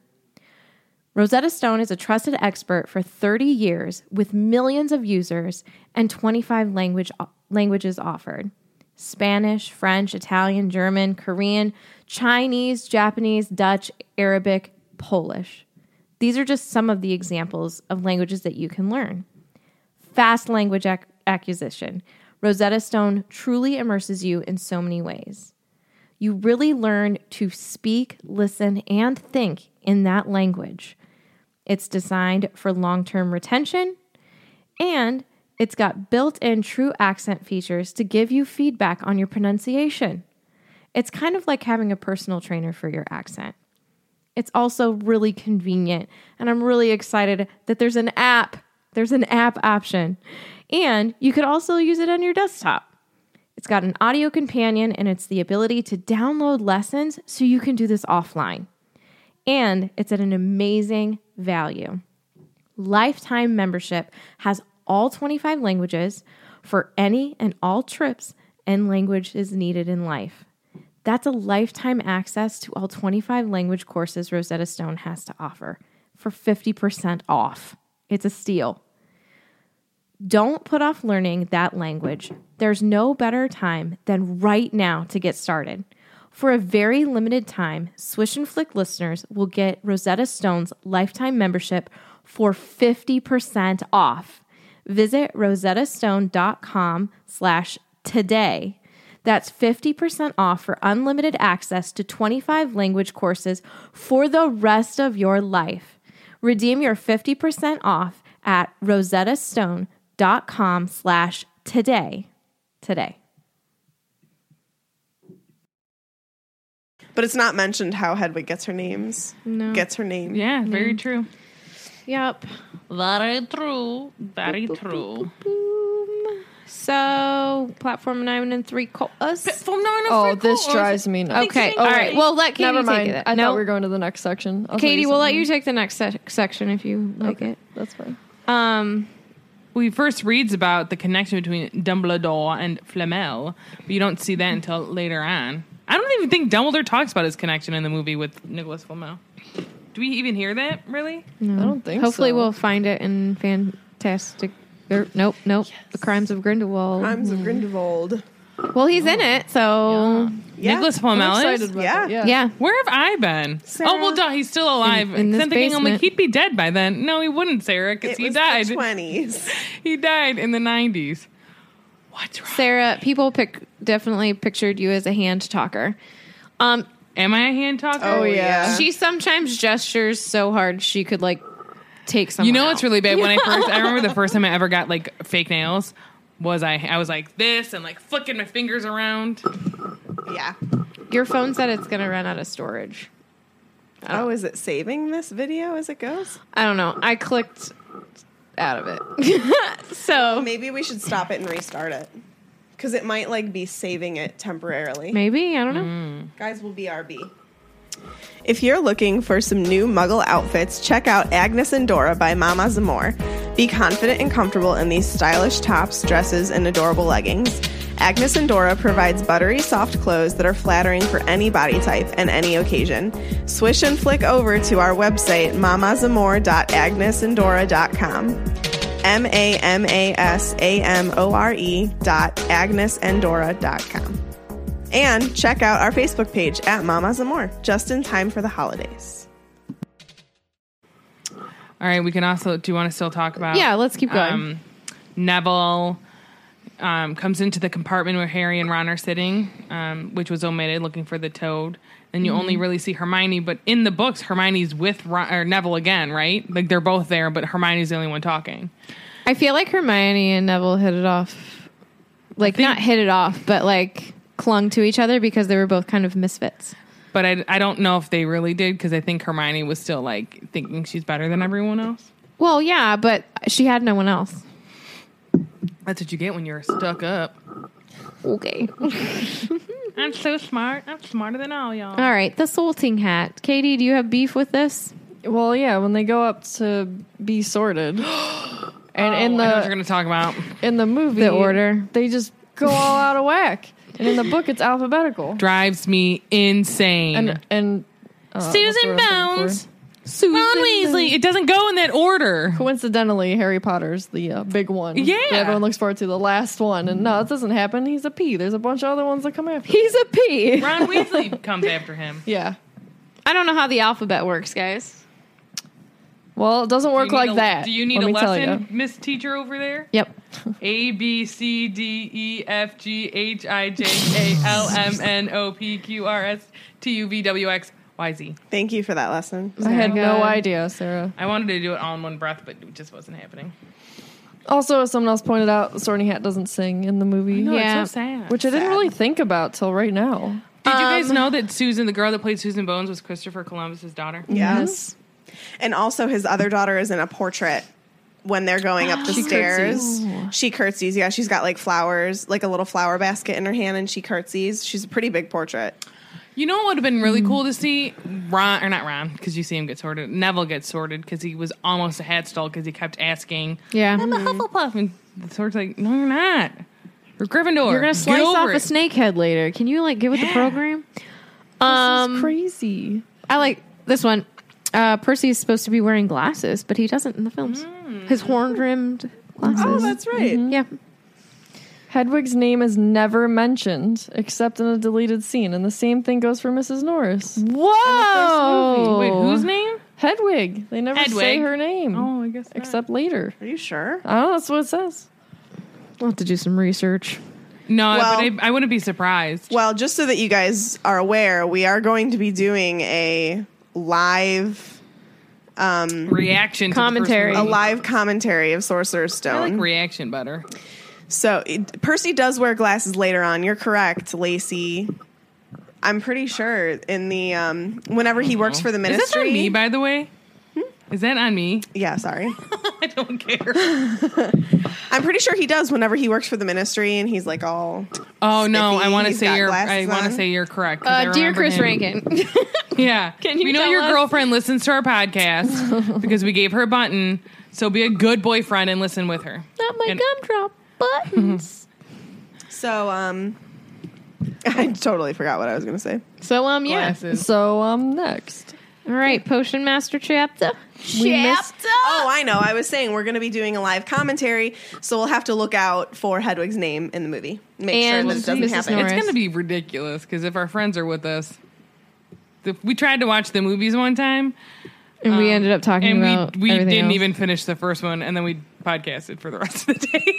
[SPEAKER 1] Rosetta Stone is a trusted expert for 30 years with millions of users and 25 language, languages offered Spanish, French, Italian, German, Korean, Chinese, Japanese, Dutch, Arabic, Polish. These are just some of the examples of languages that you can learn fast language ac- acquisition. Rosetta Stone truly immerses you in so many ways. You really learn to speak, listen, and think in that language. It's designed for long term retention and it's got built in true accent features to give you feedback on your pronunciation. It's kind of like having a personal trainer for your accent. It's also really convenient, and I'm really excited that there's an app. There's an app option. And you could also use it on your desktop. It's got an audio companion and it's the ability to download lessons so you can do this offline. And it's at an amazing value. Lifetime membership has all 25 languages for any and all trips and languages needed in life. That's a lifetime access to all 25 language courses Rosetta Stone has to offer for 50% off. It's a steal. Don't put off learning that language. There's no better time than right now to get started. For a very limited time, Swish and Flick listeners will get Rosetta Stone's lifetime membership for 50% off. Visit rosettastone.com slash today. That's 50% off for unlimited access to 25 language courses for the rest of your life. Redeem your 50% off at rosettastone.com slash today. Today.
[SPEAKER 4] But it's not mentioned how Hedwig gets her names. No. Gets her name.
[SPEAKER 2] Yeah, very true.
[SPEAKER 1] Yep.
[SPEAKER 2] Very true. Very true.
[SPEAKER 1] So platform nine and three call us.
[SPEAKER 2] From nine to
[SPEAKER 5] Oh,
[SPEAKER 2] three
[SPEAKER 5] this
[SPEAKER 2] calls.
[SPEAKER 5] drives me nuts.
[SPEAKER 1] Okay.
[SPEAKER 2] Thanks,
[SPEAKER 1] All
[SPEAKER 2] Amy.
[SPEAKER 1] right. Well, let Katie
[SPEAKER 5] Never mind.
[SPEAKER 1] take it.
[SPEAKER 5] I
[SPEAKER 1] No.
[SPEAKER 5] thought we were going to the next section. I'll tell
[SPEAKER 1] Katie, we'll let
[SPEAKER 5] something.
[SPEAKER 1] you take the next se- section if you like it.
[SPEAKER 5] That's fine.
[SPEAKER 1] Um,
[SPEAKER 2] We first reads about the connection between Dumbledore and Flamel, but you don't see that until later on. I don't even think Dumbledore talks about his connection in the movie with Nicholas Flamel. Do we even hear that? Really?
[SPEAKER 5] I don't think.
[SPEAKER 1] hopefully
[SPEAKER 5] so.
[SPEAKER 1] we'll find it in Fantastic. er, nope, nope. The Crimes of Grindelwald.
[SPEAKER 4] Crimes
[SPEAKER 5] Mm-hmm.
[SPEAKER 4] of Grindelwald.
[SPEAKER 1] well, he's in it, so
[SPEAKER 4] Yeah.
[SPEAKER 2] Nicholas
[SPEAKER 5] I'm
[SPEAKER 2] Flamel
[SPEAKER 5] excited
[SPEAKER 2] is.
[SPEAKER 5] about
[SPEAKER 4] Yeah.
[SPEAKER 5] that, Yeah.
[SPEAKER 1] yeah.
[SPEAKER 2] Where have I been? Oh well, duh, he's still alive.
[SPEAKER 1] in this
[SPEAKER 2] I'm thinking, I'm
[SPEAKER 1] basement.
[SPEAKER 2] like, he'd be dead by then. No, he wouldn't, Sarah, because
[SPEAKER 4] It
[SPEAKER 2] he
[SPEAKER 4] was
[SPEAKER 2] died. (laughs)
[SPEAKER 4] the 20s.
[SPEAKER 2] He died in the 90s. What's wrong?
[SPEAKER 1] Sarah, people pick definitely pictured you as a hand talker. Um,
[SPEAKER 2] Am I a hand talker?
[SPEAKER 4] Oh, yeah.
[SPEAKER 1] she sometimes gestures so hard she could like take someone.
[SPEAKER 2] You know what's
[SPEAKER 1] out.
[SPEAKER 2] really bad?
[SPEAKER 1] (laughs)
[SPEAKER 2] When I first, I remember the first time I ever got like fake nails was I I was like this and like flicking my fingers around.
[SPEAKER 4] yeah.
[SPEAKER 1] Your phone said it's going to run out of storage.
[SPEAKER 4] Oh, is it saving this video as it goes?
[SPEAKER 1] I don't know. I clicked out of it. (laughs)
[SPEAKER 2] Oh.
[SPEAKER 1] so
[SPEAKER 4] Maybe we should stop it and restart it. Because it might like be saving it temporarily.
[SPEAKER 1] maybe, I don't know.
[SPEAKER 5] Mm.
[SPEAKER 4] Guys will BRB. If you're looking for some new muggle outfits, check out Agnes and Dora by Mama Zamore. Be confident and comfortable in these stylish tops, dresses, and adorable leggings. Agnes and Dora provides buttery soft clothes that are flattering for any body type and any occasion. Swish and flick over to our website, mamazamore.agnesanddora.com. M A M A S A M O R E dot agnesandora.com. And check out our Facebook page at Mamas and More, just in time for the holidays.
[SPEAKER 2] All right, we can also. Do you want to still talk about?
[SPEAKER 1] Yeah, let's keep going.
[SPEAKER 2] Um, Neville um, comes into the compartment where Harry and Ron are sitting, um, which was omitted, looking for the toad. And you
[SPEAKER 1] Mm-hmm.
[SPEAKER 2] only really see Hermione, but in the books, Hermione's with Ron, or Neville again, right? Like they're both there, but Hermione's the only one talking.
[SPEAKER 1] I feel like Hermione and Neville hit it off. Like, not hit it off, but like clung to each other because they were both kind of misfits.
[SPEAKER 2] But I, I don't know if they really did because I think Hermione was still like thinking she's better than everyone else.
[SPEAKER 1] Well, yeah, but she had no one else.
[SPEAKER 2] That's what you get when you're stuck up.
[SPEAKER 1] (laughs) Okay.
[SPEAKER 2] I'm so smart. I'm smarter than all y'all.
[SPEAKER 1] All right, the salting hat. Katie, do you have beef with this?
[SPEAKER 5] Well, yeah, when they go up to be sorted, and in
[SPEAKER 2] I know what you're
[SPEAKER 5] the
[SPEAKER 2] going to talk about.
[SPEAKER 5] in the movie,
[SPEAKER 1] The order.
[SPEAKER 5] they just go all out of whack, and in the book, it's alphabetical.
[SPEAKER 2] Drives me insane.
[SPEAKER 5] And and uh, what's the
[SPEAKER 2] Susan
[SPEAKER 5] word I'm looking
[SPEAKER 2] Bones.
[SPEAKER 5] for?
[SPEAKER 2] Susan Ron Weasley. It doesn't go in that order.
[SPEAKER 5] Coincidentally, Harry Potter's the uh, big one.
[SPEAKER 2] Yeah.
[SPEAKER 5] that everyone looks forward to the last one. And no, it doesn't happen. He's a P. There's a bunch of other ones that come after.
[SPEAKER 1] He's a P.
[SPEAKER 2] Ron Weasley comes after him.
[SPEAKER 5] Yeah.
[SPEAKER 1] I don't know how the alphabet works, guys.
[SPEAKER 5] Well, it doesn't work
[SPEAKER 2] You need
[SPEAKER 5] like
[SPEAKER 2] a-
[SPEAKER 5] that.
[SPEAKER 2] Do you need
[SPEAKER 5] let
[SPEAKER 2] a
[SPEAKER 5] me tell
[SPEAKER 2] lesson, Miss Teacher over there?
[SPEAKER 1] Yep.
[SPEAKER 2] A B C D E F G H I J K L M N O P Q R S T U V W X Y Z.
[SPEAKER 4] Thank you for that lesson.
[SPEAKER 5] you. I had
[SPEAKER 1] Very
[SPEAKER 5] no
[SPEAKER 1] good.
[SPEAKER 5] idea, Sarah.
[SPEAKER 2] I wanted to do it all in one breath, but it just wasn't happening.
[SPEAKER 5] Also, as someone else pointed out, the Sorting Hat doesn't sing in the movie.
[SPEAKER 1] know, it's Yeah.
[SPEAKER 2] so sad.
[SPEAKER 5] Which I didn't really think about till right now.
[SPEAKER 2] Did you guys
[SPEAKER 1] Um,
[SPEAKER 2] know that Susan, the girl that played Susan Bones, was Christopher Columbus's daughter?
[SPEAKER 4] Yes. And also, his other daughter is in a portrait when they're going up the stairs. She curtsies. Yeah, she's got like flowers, like a little flower basket in her hand, and she curtsies. She's a pretty big portrait.
[SPEAKER 2] You know what would have been really cool to see? Ron, or not Ron, because you see him get sorted. Neville gets sorted because he was almost a hat stall because he kept asking,
[SPEAKER 1] Yeah.
[SPEAKER 2] I'm a Hufflepuff. And the sword's like, no, you're not. You're Gryffindor.
[SPEAKER 1] You're gonna
[SPEAKER 2] Get
[SPEAKER 1] slice
[SPEAKER 2] over
[SPEAKER 1] off a
[SPEAKER 2] it."
[SPEAKER 1] snake head later. Can you like get with the program? Um,
[SPEAKER 5] this is crazy.
[SPEAKER 1] I like this one. Uh, Percy is supposed to be wearing glasses, but he doesn't in the films. His horn rimmed glasses.
[SPEAKER 4] Oh, that's right.
[SPEAKER 6] Mm-hmm.
[SPEAKER 1] yeah.
[SPEAKER 5] Hedwig's name is never mentioned except in a deleted scene, and the same thing goes for Mrs. Norris.
[SPEAKER 2] Mm.
[SPEAKER 1] Whoa.
[SPEAKER 2] Wait, whose name?
[SPEAKER 5] Hedwig. They never say
[SPEAKER 2] Hedwig.
[SPEAKER 5] her name
[SPEAKER 2] Oh, I guess. Except-
[SPEAKER 5] except later.
[SPEAKER 4] Are you sure?
[SPEAKER 5] I don't know. That's what it says.
[SPEAKER 1] We'll have to do some research.
[SPEAKER 2] no,
[SPEAKER 4] Well-
[SPEAKER 2] but I, I wouldn't be surprised.
[SPEAKER 4] Well, just so that you guys are aware, we are going to be doing a live,
[SPEAKER 2] Reaction to the first
[SPEAKER 1] Commentary.
[SPEAKER 2] movie.
[SPEAKER 4] a live commentary of Sorcerer's Stone.
[SPEAKER 2] I like reaction better.
[SPEAKER 4] So it, Percy does wear glasses later on. You're correct, Lacey. I'm pretty sure in the um, whenever he works for the
[SPEAKER 2] Uh-huh. Is this
[SPEAKER 4] ministry. Hmm?
[SPEAKER 2] on me, by the way? Is that on me? (laughs)
[SPEAKER 4] yeah, sorry.
[SPEAKER 2] I don't care.
[SPEAKER 4] I'm pretty sure he does whenever he works for the ministry, and he's like all
[SPEAKER 2] Oh no!
[SPEAKER 4] Sniffy,
[SPEAKER 2] I want to
[SPEAKER 4] he's
[SPEAKER 2] say
[SPEAKER 4] got
[SPEAKER 2] you're.
[SPEAKER 4] glasses
[SPEAKER 2] I want
[SPEAKER 4] on.
[SPEAKER 2] to say you're correct. 'cause I
[SPEAKER 1] Uh, dear
[SPEAKER 2] remember
[SPEAKER 1] Chris
[SPEAKER 2] him.
[SPEAKER 1] Rankin,
[SPEAKER 2] Yeah.
[SPEAKER 1] Can you
[SPEAKER 2] We know
[SPEAKER 1] tell
[SPEAKER 2] your
[SPEAKER 1] us?
[SPEAKER 2] girlfriend listens to
[SPEAKER 1] (laughs)
[SPEAKER 2] our podcast because we gave her a button. So be a good boyfriend and listen with her.
[SPEAKER 1] not my
[SPEAKER 2] And-
[SPEAKER 1] gumdrop (laughs) buttons.
[SPEAKER 4] so. Um, (laughs) I totally forgot what I was going to say.
[SPEAKER 1] so um, yeah.
[SPEAKER 2] Glasses.
[SPEAKER 5] So, um, next.
[SPEAKER 1] All right, potion master chapter.
[SPEAKER 5] We missed-
[SPEAKER 4] Oh, I know. I was saying we're going to be doing a live commentary, so we'll have to look out for Hedwig's name in the movie. Make
[SPEAKER 1] And
[SPEAKER 4] sure that it doesn't
[SPEAKER 1] Mrs.
[SPEAKER 4] happen.
[SPEAKER 1] Norris.
[SPEAKER 2] It's going to be ridiculous because if our friends are with us, if we tried to watch the movies one time
[SPEAKER 1] and we ended up talking
[SPEAKER 2] and
[SPEAKER 1] about
[SPEAKER 2] we, we
[SPEAKER 1] everything
[SPEAKER 2] didn't
[SPEAKER 1] else.
[SPEAKER 2] even finish the first one and then we podcasted for the (laughs) rest of the day.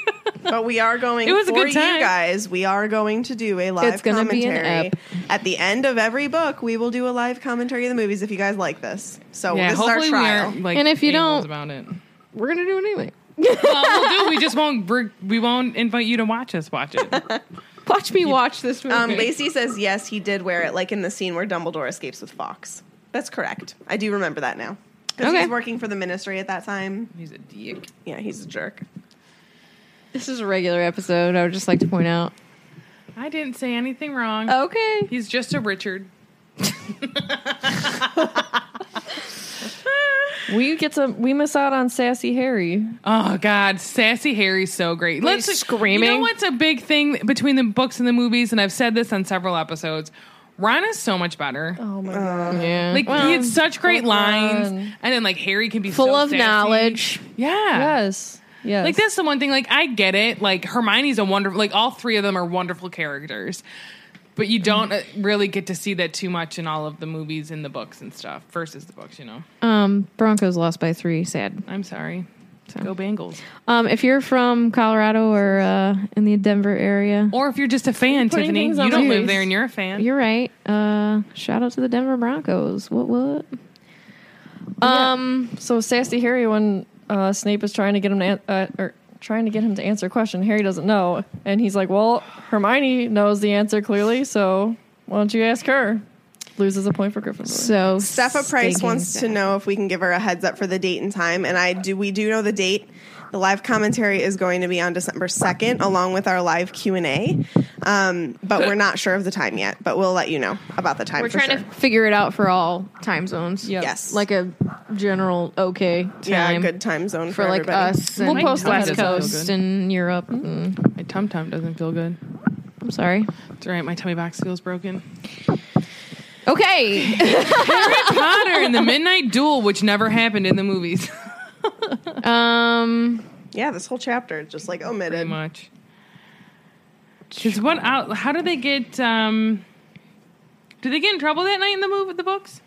[SPEAKER 4] But we are going
[SPEAKER 2] It was a
[SPEAKER 4] for
[SPEAKER 2] good time.
[SPEAKER 4] you guys. We are going to do a live
[SPEAKER 1] It's gonna be an
[SPEAKER 4] commentary.
[SPEAKER 1] ep.
[SPEAKER 4] At the end of every book, we will do a live commentary of the movies if you guys like this. So
[SPEAKER 2] yeah,
[SPEAKER 4] Oh, this is our
[SPEAKER 2] hopefully we
[SPEAKER 4] trial.
[SPEAKER 2] aren't like
[SPEAKER 1] And if you
[SPEAKER 2] a-holes
[SPEAKER 1] don't-
[SPEAKER 2] about it.
[SPEAKER 1] We're gonna do it anyway. (laughs)
[SPEAKER 2] Well, we'll do. We just won't. br- We won't invite you to watch us watch it.
[SPEAKER 5] Watch me watch this movie.
[SPEAKER 4] Um, Lacey says yes, he did wear it, like in the scene where Dumbledore escapes with Fox. That's correct. I do remember that now. Because he
[SPEAKER 5] Okay.
[SPEAKER 4] was working for the ministry at that time.
[SPEAKER 2] He's a dick.
[SPEAKER 4] Yeah, he's a jerk.
[SPEAKER 5] this is a regular episode. I would just like to point out.
[SPEAKER 2] I didn't say anything
[SPEAKER 1] Oh,
[SPEAKER 2] wrong.
[SPEAKER 5] Okay.
[SPEAKER 2] He's just a Richard.
[SPEAKER 5] We get some. We miss out on sassy Harry.
[SPEAKER 2] Oh God, sassy Harry's so great.
[SPEAKER 5] screaming.
[SPEAKER 2] You know what's a big thing between the books and the movies, and I've said this on several episodes. Ron is so much better.
[SPEAKER 5] Oh my god. Yeah.
[SPEAKER 2] like he had such great
[SPEAKER 5] hold
[SPEAKER 2] lines,
[SPEAKER 5] on.
[SPEAKER 2] and then like Harry can be
[SPEAKER 5] full
[SPEAKER 2] so
[SPEAKER 5] of
[SPEAKER 2] sassy.
[SPEAKER 5] knowledge.
[SPEAKER 2] Yeah.
[SPEAKER 5] Yes. Yes.
[SPEAKER 2] Like that's the one thing. Like I get it. Like Hermione's a wonderful. Like all three of them are wonderful characters, but you don't uh, really get to see that too much in all of the movies and the books and stuff. Versus the books, you know.
[SPEAKER 5] Um, Broncos lost by three. Sad.
[SPEAKER 2] I'm sorry. Go Bengals.
[SPEAKER 5] Um, if you're from Colorado or uh, in the Denver area,
[SPEAKER 2] Or if you're just a fan,
[SPEAKER 5] putting
[SPEAKER 2] Tiffany, you
[SPEAKER 5] things on
[SPEAKER 2] don't
[SPEAKER 5] the
[SPEAKER 2] live
[SPEAKER 5] news.
[SPEAKER 2] there and you're a fan.
[SPEAKER 5] you're right. Uh, shout out to the Denver Broncos. What what? Um. So sassy Harry when uh, Snape is trying to get him to an- uh, or trying to get him to answer a question. Harry doesn't know, and he's like, "Well, Hermione knows the answer clearly, so why don't you ask her?" Loses a point for Gryffindor.
[SPEAKER 6] So
[SPEAKER 4] Steffa Price
[SPEAKER 6] stinking
[SPEAKER 4] wants to
[SPEAKER 6] sad.
[SPEAKER 4] know if we can give her a heads up for the date and time, and I do. We do know the date. The live commentary is going to be on December second, along with our live Q and A. Um, but we're not sure of the time yet. But we'll let you know about the time.
[SPEAKER 6] We're
[SPEAKER 4] for sure.
[SPEAKER 6] trying to figure it out for all time zones.
[SPEAKER 5] Yep.
[SPEAKER 4] Yes.
[SPEAKER 6] Like a
[SPEAKER 5] general okay time.
[SPEAKER 4] yeah, a good time zone for,
[SPEAKER 6] for like
[SPEAKER 4] everybody.
[SPEAKER 6] us and
[SPEAKER 5] We'll post
[SPEAKER 2] that
[SPEAKER 6] West
[SPEAKER 2] as well.
[SPEAKER 6] Coast and Europe. and-
[SPEAKER 2] My tum tum doesn't feel good.
[SPEAKER 6] I'm sorry.
[SPEAKER 2] It's all right. My tummy box feels (laughs) broken.
[SPEAKER 4] (laughs)
[SPEAKER 6] Okay.
[SPEAKER 2] Potter in the Midnight Duel, which never happened in the movies. (laughs)
[SPEAKER 6] um
[SPEAKER 4] Yeah, this whole chapter is just like
[SPEAKER 2] Pretty
[SPEAKER 4] omitted.
[SPEAKER 2] much. Because what? Out, how do they get? um Do they get in trouble that night in the movie? The books?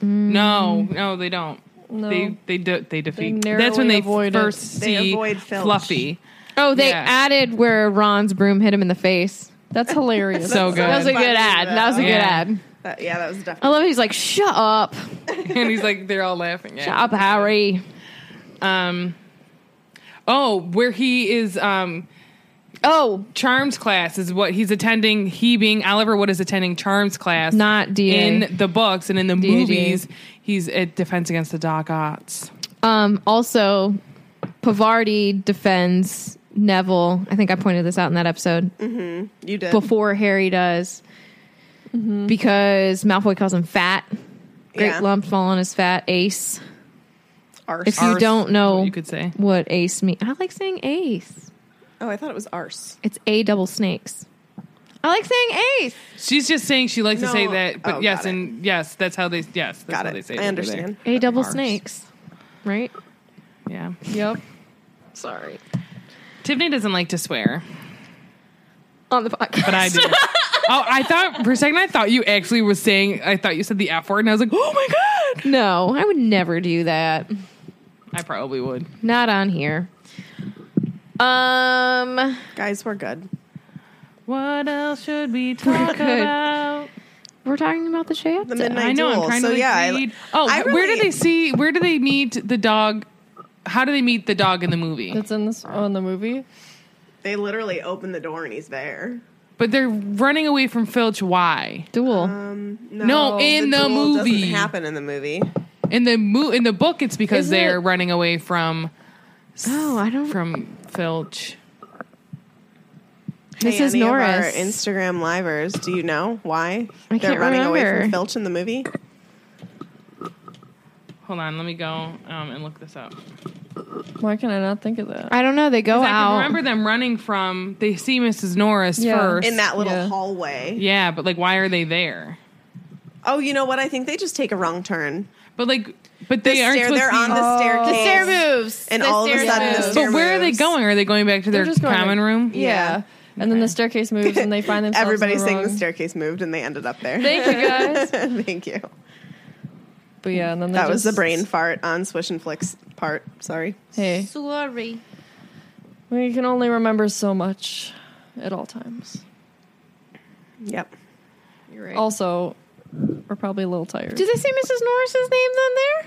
[SPEAKER 2] No, no, they don't.
[SPEAKER 5] No.
[SPEAKER 2] They they de- they defeat. That's
[SPEAKER 5] narrowly
[SPEAKER 2] when they
[SPEAKER 5] avoid it.
[SPEAKER 2] first
[SPEAKER 4] They
[SPEAKER 2] see
[SPEAKER 4] avoid Filch.
[SPEAKER 2] Fluffy.
[SPEAKER 6] Oh, they
[SPEAKER 2] Yeah.
[SPEAKER 6] added where Ron's broom hit him in the face.
[SPEAKER 5] That's hilarious.
[SPEAKER 2] So good.
[SPEAKER 6] That was a
[SPEAKER 4] Funny,
[SPEAKER 6] good ad. That was a
[SPEAKER 4] though.
[SPEAKER 6] good
[SPEAKER 2] Yeah.
[SPEAKER 6] ad.
[SPEAKER 4] That- yeah, that was
[SPEAKER 6] I
[SPEAKER 4] definitely.
[SPEAKER 6] love it. He's like, shut up.
[SPEAKER 2] and he's like, they're all laughing. At
[SPEAKER 6] Shut up, Harry.
[SPEAKER 2] Um. Oh, where he is. Um.
[SPEAKER 6] Oh,
[SPEAKER 2] Charms class is what he's attending. He being Oliver Wood is attending Charms class.
[SPEAKER 6] not DA.
[SPEAKER 2] in the books and in the
[SPEAKER 6] DADA.
[SPEAKER 2] movies. He's at Defense Against the Dark Arts.
[SPEAKER 6] um, also, Pavardi defends Neville. I think I pointed this out in that episode
[SPEAKER 2] Um,
[SPEAKER 4] You did.
[SPEAKER 6] before Harry does because Malfoy calls him fat. Great
[SPEAKER 4] Yeah.
[SPEAKER 6] lump falling is fat. Ace.
[SPEAKER 4] Arse.
[SPEAKER 6] If you
[SPEAKER 2] Arse,
[SPEAKER 6] don't know
[SPEAKER 2] you could say.
[SPEAKER 6] what ace means, I like saying ace.
[SPEAKER 4] oh, I thought it was arse.
[SPEAKER 6] It's A double snakes. I like saying ace.
[SPEAKER 2] She's just saying she likes
[SPEAKER 4] No.
[SPEAKER 2] to say that, but
[SPEAKER 4] Oh,
[SPEAKER 2] yes,
[SPEAKER 4] got it.
[SPEAKER 2] and yes, that's how they yes, that's
[SPEAKER 4] Got
[SPEAKER 2] how
[SPEAKER 4] it.
[SPEAKER 2] they say it.
[SPEAKER 4] I
[SPEAKER 2] over there.
[SPEAKER 4] understand.
[SPEAKER 6] A double
[SPEAKER 2] Arse.
[SPEAKER 6] snakes. Right?
[SPEAKER 2] Yeah,
[SPEAKER 5] Yep.
[SPEAKER 6] Sorry.
[SPEAKER 2] Tiffany doesn't like to swear,
[SPEAKER 6] On the podcast. (laughs)
[SPEAKER 2] but I
[SPEAKER 4] (laughs)
[SPEAKER 2] do. oh, I thought for a second I thought you actually was saying I thought you said the f word, and I was like, oh my god,
[SPEAKER 6] No, I would never do that.
[SPEAKER 2] I probably would.
[SPEAKER 6] Not on here. Um
[SPEAKER 4] Guys, we're good.
[SPEAKER 2] What else should we (laughs) talk
[SPEAKER 6] good.
[SPEAKER 2] about?
[SPEAKER 6] uh, we're talking about the shit.
[SPEAKER 4] The midnight
[SPEAKER 2] I know.
[SPEAKER 4] duel.
[SPEAKER 2] I'm trying
[SPEAKER 4] so
[SPEAKER 2] to like,
[SPEAKER 4] yeah, I-
[SPEAKER 2] read. oh,
[SPEAKER 4] I
[SPEAKER 2] where do
[SPEAKER 4] really-
[SPEAKER 2] they see? Where do they meet the dog? How do they meet the dog in the movie?
[SPEAKER 5] That's in this on the movie.
[SPEAKER 4] They literally open the door and he's there.
[SPEAKER 2] but they're running away from Filch. Why?
[SPEAKER 6] Duel.
[SPEAKER 2] No, in the,
[SPEAKER 4] duel
[SPEAKER 2] movie.
[SPEAKER 4] doesn't happen in the movie.
[SPEAKER 2] In the mo- in the book, it's because
[SPEAKER 5] Isn't
[SPEAKER 2] they're
[SPEAKER 5] it-
[SPEAKER 2] running away from
[SPEAKER 6] oh, I don't
[SPEAKER 2] from Filch.
[SPEAKER 6] This
[SPEAKER 4] Hey,
[SPEAKER 6] is
[SPEAKER 4] any of
[SPEAKER 6] Norris.
[SPEAKER 4] our Instagram livers. Do you know why they're
[SPEAKER 6] I can't
[SPEAKER 4] running away
[SPEAKER 6] remember.
[SPEAKER 4] from Filch in the movie?
[SPEAKER 2] Hold on, let me go um, and look this up. 'Cause
[SPEAKER 5] Why can I not think of that?
[SPEAKER 6] I don't know. They go
[SPEAKER 2] I can
[SPEAKER 6] out.
[SPEAKER 2] remember them running from. They see Mrs. Norris
[SPEAKER 5] Yeah.
[SPEAKER 2] first.
[SPEAKER 4] In that little
[SPEAKER 5] Yeah.
[SPEAKER 4] hallway.
[SPEAKER 2] yeah, but like, why are they there?
[SPEAKER 4] Oh, you know what? I think they just take a wrong turn.
[SPEAKER 2] But like, but
[SPEAKER 4] The
[SPEAKER 2] they aren't
[SPEAKER 4] stair,
[SPEAKER 2] supposed
[SPEAKER 4] they're
[SPEAKER 2] to be.
[SPEAKER 4] on the staircase.
[SPEAKER 6] moves.
[SPEAKER 4] And all of a sudden the
[SPEAKER 2] but where are they
[SPEAKER 4] moves.
[SPEAKER 2] going? Are they going back to
[SPEAKER 5] They're
[SPEAKER 2] their
[SPEAKER 5] just going
[SPEAKER 2] common
[SPEAKER 5] to-
[SPEAKER 2] room?
[SPEAKER 5] Yeah. And then the staircase moves and they find themselves.
[SPEAKER 4] Everybody
[SPEAKER 5] in the
[SPEAKER 4] saying
[SPEAKER 5] wrong-
[SPEAKER 4] the staircase moved and they ended up there.
[SPEAKER 5] Thank you guys.
[SPEAKER 4] (laughs)
[SPEAKER 6] (laughs)
[SPEAKER 4] Thank you.
[SPEAKER 5] But yeah, and then they
[SPEAKER 4] That was the
[SPEAKER 5] just-
[SPEAKER 4] brain fart on Swish and Flick's part. Sorry.
[SPEAKER 5] Hey,
[SPEAKER 6] Sorry.
[SPEAKER 5] we can only remember so much at all times.
[SPEAKER 4] Yep.
[SPEAKER 6] You're right.
[SPEAKER 5] Also, we're probably a little tired.
[SPEAKER 6] Did they say Mrs. Norris's name then there?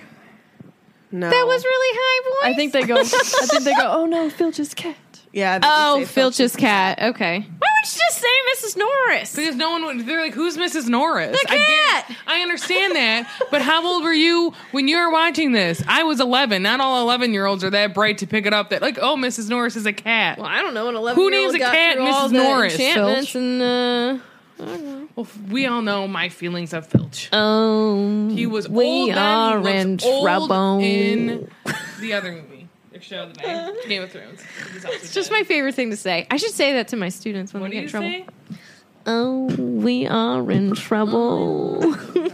[SPEAKER 4] No.
[SPEAKER 6] That was really high
[SPEAKER 5] I
[SPEAKER 6] voice.
[SPEAKER 5] think
[SPEAKER 6] (laughs)
[SPEAKER 5] they go. I think they go. Oh no, Filch's cat.
[SPEAKER 4] Yeah. they just
[SPEAKER 6] Oh,
[SPEAKER 4] say
[SPEAKER 6] Filch's cat. Okay. Why would should just say Mrs. Norris.
[SPEAKER 2] Because no one would. They're like, "Who's Mrs. Norris?"
[SPEAKER 6] The
[SPEAKER 2] I get-
[SPEAKER 6] cat!
[SPEAKER 2] I, understand that, but how old were you when you were watching this? I was 11. Not all 11 year olds are that bright to pick it up. That like, oh, Mrs. Norris is a cat.
[SPEAKER 6] Well, I don't know. An eleven.
[SPEAKER 2] Who names a cat Mrs. Norris?
[SPEAKER 6] Enchantments and uh,
[SPEAKER 2] Well, f- we all know my feelings of Filch.
[SPEAKER 6] um,
[SPEAKER 2] he was
[SPEAKER 6] we
[SPEAKER 2] old then.
[SPEAKER 6] are
[SPEAKER 2] he
[SPEAKER 6] in
[SPEAKER 2] looks old
[SPEAKER 6] trouble.
[SPEAKER 2] in the other movie, the show that I Game of Thrones.
[SPEAKER 6] It's just my favorite thing to say. I should say that to my students when
[SPEAKER 2] What
[SPEAKER 6] they
[SPEAKER 2] do
[SPEAKER 6] get
[SPEAKER 2] you
[SPEAKER 6] in trouble.
[SPEAKER 2] say?
[SPEAKER 6] Oh, we are in trouble. we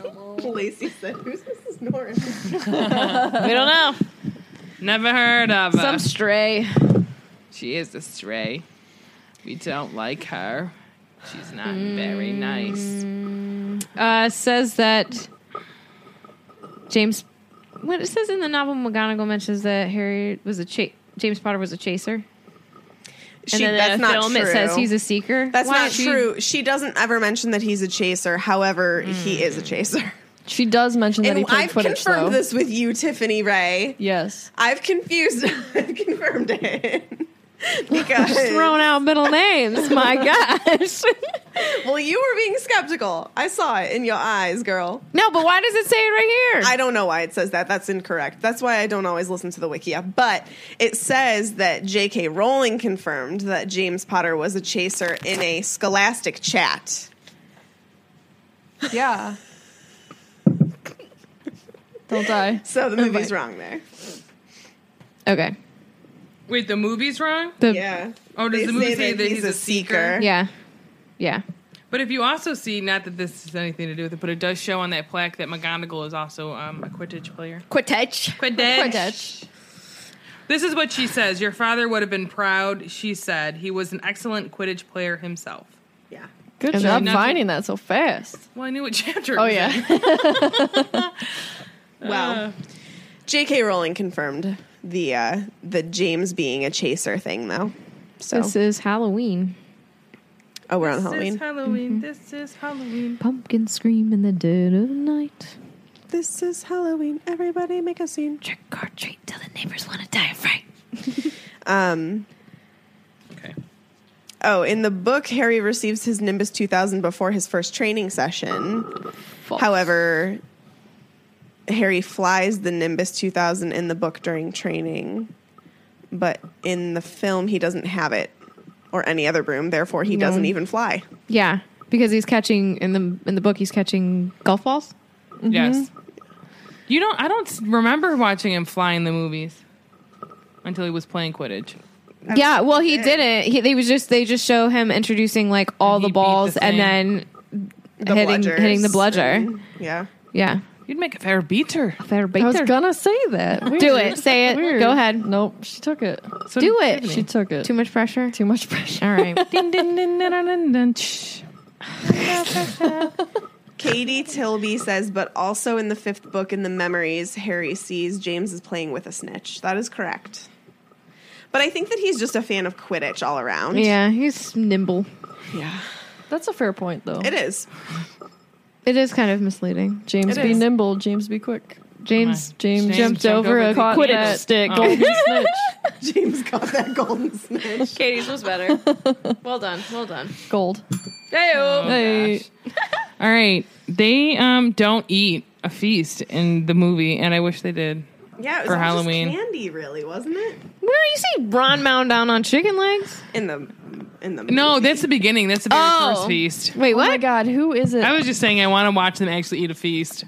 [SPEAKER 4] Lacey said, "Who's Mrs. Norris?"
[SPEAKER 6] don't know.
[SPEAKER 2] Never heard of her.
[SPEAKER 6] Some stray.
[SPEAKER 2] She is a stray. We don't like her. She's not
[SPEAKER 6] Mm.
[SPEAKER 2] very nice.
[SPEAKER 6] uh, says that James. What it says in the novel, McGonagall mentions that Harry was a cha- James Potter was a chaser,
[SPEAKER 4] She,
[SPEAKER 6] in
[SPEAKER 4] that's
[SPEAKER 6] the
[SPEAKER 4] not
[SPEAKER 6] film
[SPEAKER 4] true.
[SPEAKER 6] it says he's a seeker.
[SPEAKER 4] that's
[SPEAKER 6] Why
[SPEAKER 4] not
[SPEAKER 6] don't you-
[SPEAKER 4] true. She doesn't ever mention that he's a chaser. However, he is a chaser.
[SPEAKER 5] She does mention that
[SPEAKER 4] And
[SPEAKER 5] he played
[SPEAKER 4] I've
[SPEAKER 5] Quidditch,
[SPEAKER 4] confirmed
[SPEAKER 5] though.
[SPEAKER 4] this with you, Tiffany Ray.
[SPEAKER 5] Yes.
[SPEAKER 4] I've confused. (laughs) I've confirmed it. (laughs) because
[SPEAKER 6] (laughs) Throwing out
[SPEAKER 4] (laughs)
[SPEAKER 6] middle names, my gosh. (laughs)
[SPEAKER 4] well, you were being skeptical. I saw it in your eyes, girl.
[SPEAKER 6] no, but why does it say it right here?
[SPEAKER 4] I don't know why it says that. That's incorrect. That's why I don't always listen to the Wikia. But it says that J.K. Rowling confirmed that James Potter was a chaser in a scholastic chat.
[SPEAKER 5] Yeah. Don't die.
[SPEAKER 4] So the movie's wrong there.
[SPEAKER 6] okay,
[SPEAKER 2] Wait, the movie's wrong?
[SPEAKER 6] the, yeah,
[SPEAKER 4] Yeah.
[SPEAKER 2] Oh, does
[SPEAKER 4] They
[SPEAKER 2] the movie
[SPEAKER 4] say
[SPEAKER 2] say that he's, a seeker?
[SPEAKER 6] yeah,
[SPEAKER 2] But if you also see, not that this has anything to do with it, but it does show on that plaque that McGonagall is also um, a Quidditch player.
[SPEAKER 6] Quidditch.
[SPEAKER 2] Quidditch.
[SPEAKER 5] Quidditch.
[SPEAKER 2] This is what she says. Your father would have been proud, she said. He was an excellent Quidditch player himself.
[SPEAKER 4] Yeah.
[SPEAKER 5] Good
[SPEAKER 6] And
[SPEAKER 5] job
[SPEAKER 2] then-
[SPEAKER 5] finding that so fast.
[SPEAKER 2] Well, I knew what (laughs) chapter. it
[SPEAKER 5] Oh
[SPEAKER 2] was
[SPEAKER 5] yeah.
[SPEAKER 2] in. Uh.
[SPEAKER 4] Well, J.K. Rowling confirmed the uh, the James being a chaser thing, though. So
[SPEAKER 6] This is Halloween.
[SPEAKER 4] oh, we're on
[SPEAKER 2] This
[SPEAKER 4] Halloween.
[SPEAKER 2] is Halloween. This is Halloween.
[SPEAKER 6] Pumpkin scream in the dead of night.
[SPEAKER 4] this is Halloween. Everybody make a scene.
[SPEAKER 6] Trick or treat till the neighbors want to die of fright.
[SPEAKER 4] Um,
[SPEAKER 2] Okay.
[SPEAKER 4] oh, in the book, Harry receives his Nimbus 2000 before his first training session. However, Harry flies the Nimbus 2000 in the book during training, but in the film, he doesn't have it or any other broom. Therefore, he doesn't even fly.
[SPEAKER 6] Yeah, because he's catching in the in the book he's catching golf balls.
[SPEAKER 2] Yes. You don't. I don't s- remember watching him fly in the movies until he was playing Quidditch.
[SPEAKER 6] yeah, well he didn't. He, they was just they just show him introducing like all
[SPEAKER 2] And he
[SPEAKER 6] the
[SPEAKER 2] beat
[SPEAKER 6] balls
[SPEAKER 2] the
[SPEAKER 6] and
[SPEAKER 2] thing.
[SPEAKER 6] then hitting
[SPEAKER 4] bludgers
[SPEAKER 6] hitting the bludger.
[SPEAKER 4] and- yeah.
[SPEAKER 6] yeah,
[SPEAKER 2] You'd make a fair beater.
[SPEAKER 6] fair
[SPEAKER 5] I was
[SPEAKER 6] baiter.
[SPEAKER 5] gonna say that.
[SPEAKER 6] Do
[SPEAKER 5] Weird.
[SPEAKER 6] it. Say it.
[SPEAKER 5] Weird.
[SPEAKER 6] Go ahead.
[SPEAKER 5] Nope. She took it.
[SPEAKER 2] So
[SPEAKER 6] Do it.
[SPEAKER 5] She took it.
[SPEAKER 6] Too much pressure.
[SPEAKER 5] Too much pressure.
[SPEAKER 6] All
[SPEAKER 5] (laughs)
[SPEAKER 6] right.
[SPEAKER 2] Dun, dun, dun, dun, dun, dun, dun, shh.
[SPEAKER 4] Katie Tilby says, but also in the fifth book in the memories, Harry sees James is playing with a snitch. That is correct. But I think that he's just a fan of Quidditch all around.
[SPEAKER 6] yeah, he's nimble.
[SPEAKER 5] That's a fair point, though.
[SPEAKER 4] It is.
[SPEAKER 6] It is kind of misleading.
[SPEAKER 5] James
[SPEAKER 4] It
[SPEAKER 5] be
[SPEAKER 4] is.
[SPEAKER 5] nimble. James be quick.
[SPEAKER 6] James
[SPEAKER 5] James,
[SPEAKER 2] James
[SPEAKER 5] jumped,
[SPEAKER 2] jumped
[SPEAKER 5] over,
[SPEAKER 2] over
[SPEAKER 5] a
[SPEAKER 2] the
[SPEAKER 5] Quidditch
[SPEAKER 2] Quidditch
[SPEAKER 5] stick.
[SPEAKER 2] Oh.
[SPEAKER 5] Golden snitch.
[SPEAKER 4] James got that golden snitch.
[SPEAKER 6] Katie's was better. well done. Well done.
[SPEAKER 5] Gold.
[SPEAKER 2] Oh,
[SPEAKER 5] Hey.
[SPEAKER 2] gosh. All right. They um don't eat a feast in the movie, and I wish they did.
[SPEAKER 4] Yeah, it was
[SPEAKER 2] For
[SPEAKER 4] all just
[SPEAKER 2] Halloween.
[SPEAKER 4] candy, really, wasn't it?
[SPEAKER 6] Where you see Ron Mound down on chicken legs?
[SPEAKER 4] In the in the
[SPEAKER 2] No, that's the beginning. That's the very
[SPEAKER 6] Oh.
[SPEAKER 2] first feast.
[SPEAKER 6] Wait,
[SPEAKER 5] Oh
[SPEAKER 6] what?
[SPEAKER 5] my God, who is it?
[SPEAKER 2] I was just saying I want to watch them actually eat a feast.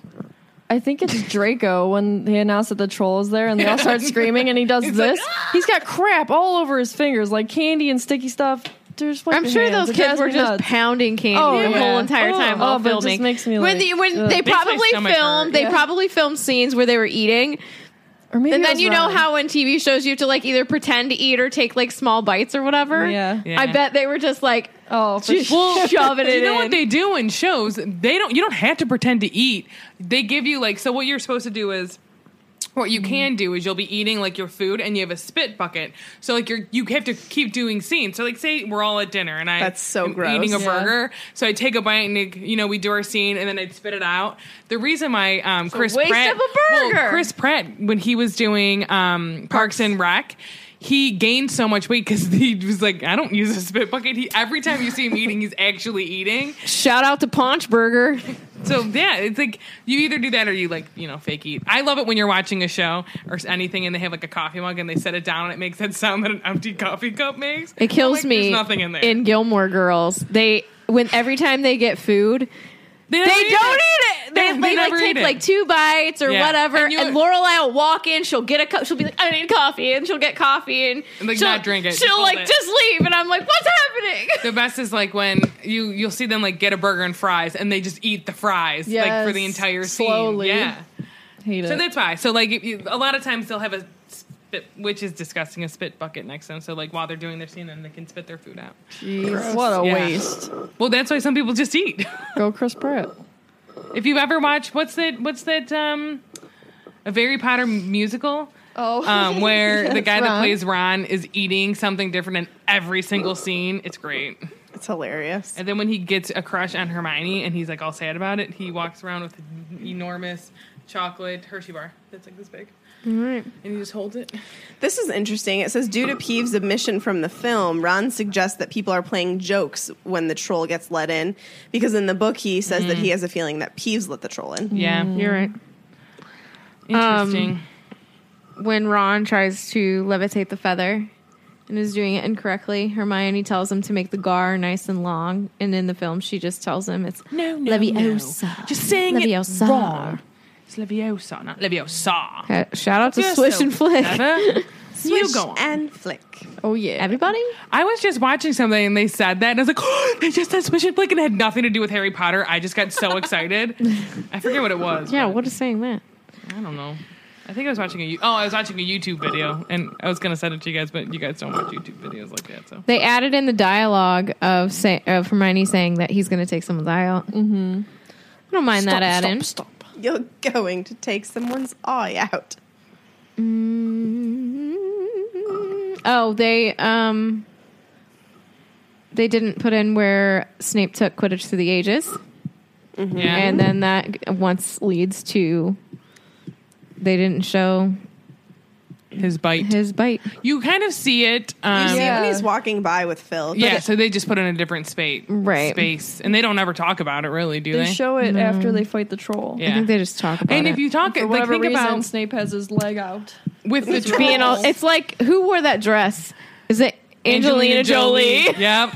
[SPEAKER 5] I think it's Draco when they announced that the troll is there and they all
[SPEAKER 6] (laughs)
[SPEAKER 5] start screaming and he does this.
[SPEAKER 6] "Ah!"
[SPEAKER 5] He's got crap all over his fingers, like candy and sticky stuff. There's
[SPEAKER 6] I'm sure those kids were just pounding candy
[SPEAKER 5] Oh,
[SPEAKER 6] the
[SPEAKER 5] yeah.
[SPEAKER 6] whole entire
[SPEAKER 5] Oh,
[SPEAKER 6] time
[SPEAKER 5] oh,
[SPEAKER 6] while
[SPEAKER 5] but it
[SPEAKER 6] filming.
[SPEAKER 5] just makes me,
[SPEAKER 6] when
[SPEAKER 5] like,
[SPEAKER 6] the, when
[SPEAKER 5] ugh.
[SPEAKER 6] they
[SPEAKER 5] Makes my
[SPEAKER 6] probably
[SPEAKER 2] stomach
[SPEAKER 6] filmed,
[SPEAKER 2] hurt.
[SPEAKER 6] they
[SPEAKER 5] Yeah.
[SPEAKER 6] probably filmed scenes where they were eating,
[SPEAKER 5] or maybe
[SPEAKER 6] and
[SPEAKER 5] I
[SPEAKER 6] then
[SPEAKER 5] was
[SPEAKER 6] you know
[SPEAKER 5] wrong.
[SPEAKER 6] how in TV shows you have to like either pretend to eat or take like small bites or whatever.
[SPEAKER 5] Yeah.
[SPEAKER 2] Yeah.
[SPEAKER 6] I bet they were just like
[SPEAKER 5] Oh, for
[SPEAKER 6] just shoving it
[SPEAKER 2] you know
[SPEAKER 6] in.
[SPEAKER 2] what they do in shows they don't you don't have to pretend to eat they give you like so what you're supposed to do is what you can do is you'll be eating like your food and you have a spit bucket so like you're you have to keep doing scenes so like say we're all at dinner and i
[SPEAKER 4] That's so
[SPEAKER 2] am
[SPEAKER 4] gross.
[SPEAKER 2] eating a
[SPEAKER 5] Yeah.
[SPEAKER 2] burger so i take a bite and like, you know we do our scene and then i'd spit it out the reason why um chris
[SPEAKER 6] waste
[SPEAKER 2] pratt
[SPEAKER 6] of a burger.
[SPEAKER 2] well, chris pratt when he was doing um parks, and rec he gained so much weight because he was like, I don't use a spit bucket. He every time you see him eating, he's actually eating.
[SPEAKER 6] Shout out to Paunch Burger.
[SPEAKER 2] So yeah, it's like you either do that or you like you know fake eat. I love it when you're watching a show or s- anything and they have like a coffee mug and they set it down and it makes that sound that an empty coffee cup makes.
[SPEAKER 6] It kills
[SPEAKER 2] I'm (laughs) like,
[SPEAKER 6] me.
[SPEAKER 2] There's nothing in there.
[SPEAKER 6] In Gilmore Girls, they when every time they get food,
[SPEAKER 2] never
[SPEAKER 6] they don't eat it. They,
[SPEAKER 2] Yeah,
[SPEAKER 6] they,
[SPEAKER 2] they never
[SPEAKER 6] like take
[SPEAKER 2] eat it.
[SPEAKER 6] like two bites or
[SPEAKER 2] Yeah.
[SPEAKER 6] whatever,
[SPEAKER 2] And
[SPEAKER 6] and,
[SPEAKER 2] you-
[SPEAKER 6] Lorelai will walk in. She'll get a cup. She'll be like, "I need coffee," and she'll get coffee and,
[SPEAKER 2] And, like,
[SPEAKER 6] she'll,
[SPEAKER 2] not drink it, just
[SPEAKER 6] She'll
[SPEAKER 2] hold
[SPEAKER 6] like
[SPEAKER 2] it.
[SPEAKER 6] just leave, and I'm like, "What's
[SPEAKER 2] (laughs)
[SPEAKER 6] happening?"
[SPEAKER 2] The best is like when you you'll see them like get a burger and fries and they just eat the fries like for the
[SPEAKER 5] Yes,
[SPEAKER 2] entire
[SPEAKER 5] slowly.
[SPEAKER 2] scene. Yeah.
[SPEAKER 5] Hate
[SPEAKER 2] So
[SPEAKER 5] it.
[SPEAKER 2] that's why. So like if you, a lot of times they'll have a spit, which is disgusting, a spit bucket next to them. So like while they're doing their scene, then they can spit their food out.
[SPEAKER 5] What a
[SPEAKER 2] Yeah.
[SPEAKER 5] waste.
[SPEAKER 2] Well, that's why some people just eat. (laughs)
[SPEAKER 5] Go Chris Pratt.
[SPEAKER 2] if you've ever watched what's that? What's that? Um, a Harry Potter
[SPEAKER 5] (laughs)
[SPEAKER 2] musical.
[SPEAKER 5] Oh,
[SPEAKER 2] Um, where the
[SPEAKER 5] Yes,
[SPEAKER 2] guy that
[SPEAKER 5] Ron.
[SPEAKER 2] plays Ron is eating something different in every single scene. It's great.
[SPEAKER 4] It's hilarious.
[SPEAKER 2] And then when he gets a crush on Hermione and he's like all sad about it, he walks around with an enormous chocolate Hershey bar that's like this big. And he just holds it.
[SPEAKER 4] This is interesting. It says due to Peeves' omission from the film, Ron suggests that people are playing jokes when the troll gets let in, because in the book he says
[SPEAKER 2] Mm.
[SPEAKER 4] that he has a feeling that Peeves let the troll in.
[SPEAKER 2] Yeah.
[SPEAKER 6] You're right.
[SPEAKER 2] Mm.
[SPEAKER 5] um,
[SPEAKER 2] Interesting.
[SPEAKER 6] When Ron tries to levitate the feather and is doing it incorrectly, Hermione tells him to make the gar nice and long, and in the film, she just tells him it's
[SPEAKER 2] no, no,
[SPEAKER 6] Leviosa.
[SPEAKER 2] no. Just saying
[SPEAKER 6] Leviosa.
[SPEAKER 2] it wrong. It's Leviosa, not Leviosa.
[SPEAKER 6] Uh, shout out to
[SPEAKER 2] You're
[SPEAKER 6] Swish
[SPEAKER 2] so
[SPEAKER 6] and Flick. (laughs)
[SPEAKER 2] clever. you
[SPEAKER 4] Swish
[SPEAKER 2] go on.
[SPEAKER 4] and flick.
[SPEAKER 5] Oh yeah.
[SPEAKER 6] Everybody?
[SPEAKER 2] I was just watching something and they said that, and I was like, (gasps) oh, they just said Swish and Flick, and it had nothing to do with Harry Potter. I just got so excited. I forget what it was.
[SPEAKER 6] Yeah,
[SPEAKER 2] but
[SPEAKER 6] what is saying that?
[SPEAKER 2] I don't know. I think I was watching a. You- Oh, I was watching a YouTube video, and I was gonna send it to you guys, but you guys don't watch YouTube videos like that, so
[SPEAKER 6] They added in the dialogue of say, of Hermione saying that he's going to take someone's eye out. Mm-hmm. I don't mind that add in.
[SPEAKER 4] You're going to take someone's eye out.
[SPEAKER 6] Oh, they um, they didn't put in where Snape took Quidditch through the ages,
[SPEAKER 2] yeah.
[SPEAKER 6] and then that g- once leads to they didn't show
[SPEAKER 2] his bite.
[SPEAKER 6] his bite.
[SPEAKER 2] you kind of see it. Um,
[SPEAKER 4] See
[SPEAKER 5] Yeah.
[SPEAKER 4] when he's walking by with Phil.
[SPEAKER 2] Yeah, so they just put in a different space,
[SPEAKER 6] Right.
[SPEAKER 2] Space, and they don't ever talk about it, really, do
[SPEAKER 6] Um,
[SPEAKER 2] they?
[SPEAKER 5] They show it after
[SPEAKER 6] Mm.
[SPEAKER 5] they fight the troll.
[SPEAKER 2] yeah.
[SPEAKER 6] I think they just talk about
[SPEAKER 2] and
[SPEAKER 6] it.
[SPEAKER 2] if you talk,
[SPEAKER 5] For
[SPEAKER 2] like
[SPEAKER 5] whatever
[SPEAKER 2] think
[SPEAKER 5] reason,
[SPEAKER 2] about
[SPEAKER 5] Snape has his leg out.
[SPEAKER 2] with the troll-
[SPEAKER 6] being all, it's like who wore that dress? Is it Angelina, Jolie?
[SPEAKER 2] (laughs) Yep.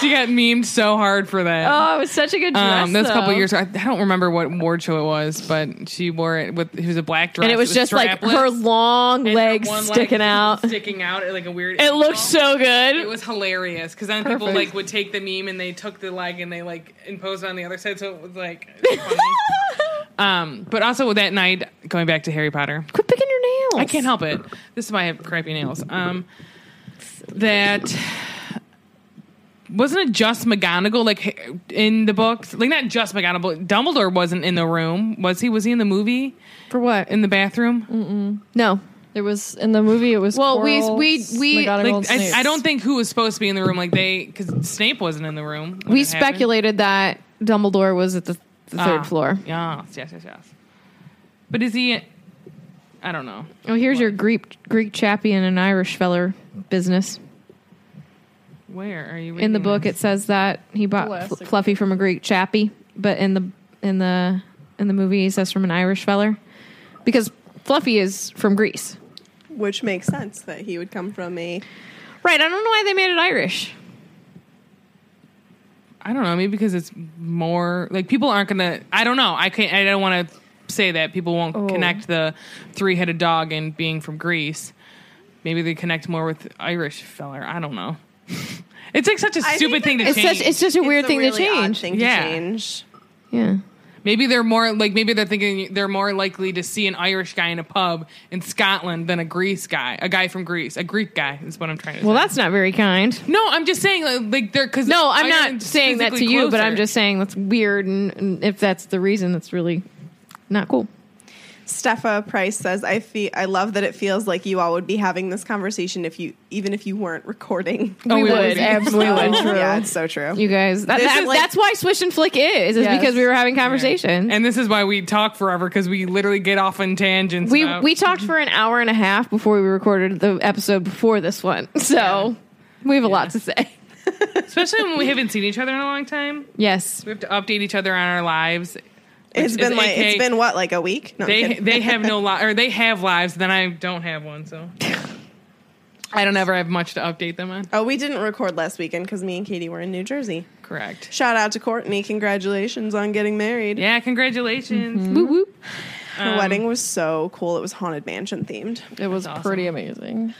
[SPEAKER 2] she got memed so hard for that.
[SPEAKER 5] Oh, it was such a good dress.
[SPEAKER 2] Um, that's a couple
[SPEAKER 5] though.
[SPEAKER 2] years. ago. I I don't remember what award show it was, but she wore it with. It was a black dress,
[SPEAKER 6] and it was just like her
[SPEAKER 2] strapless,
[SPEAKER 6] long
[SPEAKER 2] and
[SPEAKER 6] legs
[SPEAKER 2] one leg (laughs)
[SPEAKER 6] sticking out.
[SPEAKER 2] sticking out at, like a weird.
[SPEAKER 6] It looked
[SPEAKER 2] angle.
[SPEAKER 6] so
[SPEAKER 2] It
[SPEAKER 6] good.
[SPEAKER 2] was hilarious because then people
[SPEAKER 5] Perfect.
[SPEAKER 2] like would take the meme and they took the leg and they like imposed it on the other side, so it was
[SPEAKER 6] (laughs)
[SPEAKER 2] like. funny. um, but also that night, going back to Harry Potter,
[SPEAKER 6] Quit picking your nails.
[SPEAKER 2] I can't help it. This is why I have crappy nails. Um, that wasn't it just McGonagall like in the books? Like not just McGonagall. but Dumbledore wasn't in the room, was he? Was he in the movie
[SPEAKER 6] For what?
[SPEAKER 2] in the bathroom?
[SPEAKER 6] No.
[SPEAKER 5] It was in the movie. It was
[SPEAKER 6] Well, we-
[SPEAKER 5] Quirrell,
[SPEAKER 6] we-
[SPEAKER 5] S-
[SPEAKER 6] we-
[SPEAKER 5] McGonagall, and
[SPEAKER 2] Like
[SPEAKER 5] Snape.
[SPEAKER 2] I, I don't think who was supposed to be in the room. Like they because Snape wasn't in the room. when
[SPEAKER 6] We
[SPEAKER 2] it happened.
[SPEAKER 6] speculated that Dumbledore was at the, the
[SPEAKER 2] Ah,
[SPEAKER 6] third floor.
[SPEAKER 2] Yes, yes, yes, yes. But is he? I don't know.
[SPEAKER 6] Oh, here's your Greek Greek chappie and an Irish feller business.
[SPEAKER 2] Where are you
[SPEAKER 6] In the
[SPEAKER 2] reading
[SPEAKER 6] book,
[SPEAKER 2] this?
[SPEAKER 6] it says that he bought
[SPEAKER 5] Classic.
[SPEAKER 6] Fl- Fluffy from a Greek chappie, but in the in the in the movie, he says from an Irish feller because Fluffy is from Greece.
[SPEAKER 4] Which makes sense that he would come from a
[SPEAKER 6] Right. I don't know why they made it Irish.
[SPEAKER 2] I don't know. Maybe because it's more like people aren't gonna. I don't know. I can't. I don't want to say that people won't
[SPEAKER 6] Oh.
[SPEAKER 2] connect the three-headed dog and being from Greece. Maybe they connect more with Irish feller. I don't know. (laughs) it's like such a
[SPEAKER 4] think
[SPEAKER 2] stupid thing to
[SPEAKER 4] that
[SPEAKER 2] change.
[SPEAKER 6] It's such it's such a weird
[SPEAKER 4] It's a
[SPEAKER 6] thing
[SPEAKER 4] really
[SPEAKER 6] to
[SPEAKER 4] odd
[SPEAKER 6] change.
[SPEAKER 4] thing to
[SPEAKER 2] Yeah.
[SPEAKER 4] change.
[SPEAKER 6] Yeah.
[SPEAKER 2] maybe they're more like maybe they're thinking they're more likely to see an Irish guy in a pub in Scotland than a Greece guy, a guy from Greece, a Greek guy is what I'm trying to.
[SPEAKER 6] Well,
[SPEAKER 2] say.
[SPEAKER 6] that's not very kind.
[SPEAKER 2] no, I'm just saying like, like they're because
[SPEAKER 6] No, I'm not saying that to you, but I'm just saying that's weird. And, and if that's the reason, that's really not cool.
[SPEAKER 4] Steffa Price says, "I feel I love that it feels like you all would be having this conversation if you even if you weren't recording."
[SPEAKER 2] Oh, we
[SPEAKER 6] would.
[SPEAKER 2] (laughs) would.
[SPEAKER 6] absolutely (laughs)
[SPEAKER 5] true.
[SPEAKER 4] yeah, it's so true.
[SPEAKER 6] You guys, that,
[SPEAKER 4] This
[SPEAKER 6] that-
[SPEAKER 4] is like-
[SPEAKER 6] that's why Swish and Flick is, is
[SPEAKER 5] Yes.
[SPEAKER 6] because we were having conversation.
[SPEAKER 2] And this is why we talk forever because we literally get off on tangents.
[SPEAKER 6] we
[SPEAKER 2] about-
[SPEAKER 6] we talked for an hour and a half before we recorded the episode before this one. (laughs) So we have a lot to say.
[SPEAKER 2] especially when we haven't seen each other in a long time.
[SPEAKER 6] Yes.
[SPEAKER 2] We have to update each other on our lives.
[SPEAKER 4] it's
[SPEAKER 2] which
[SPEAKER 4] been
[SPEAKER 2] is
[SPEAKER 4] like
[SPEAKER 2] AKA
[SPEAKER 4] it's been what like a week. No, I'm
[SPEAKER 2] they
[SPEAKER 4] kidding.
[SPEAKER 2] they have no li- or they have lives. Then I don't have one, so I don't ever have much to update them on.
[SPEAKER 4] (laughs) oh, we didn't record last weekend because me and Katie were in New Jersey.
[SPEAKER 2] Correct.
[SPEAKER 4] Shout out to Courtney! Congratulations on getting married.
[SPEAKER 2] Yeah, congratulations.
[SPEAKER 6] Whoop, whoop.
[SPEAKER 4] Her wedding was so cool. It was haunted mansion themed.
[SPEAKER 5] It was
[SPEAKER 2] That's awesome.
[SPEAKER 5] pretty amazing.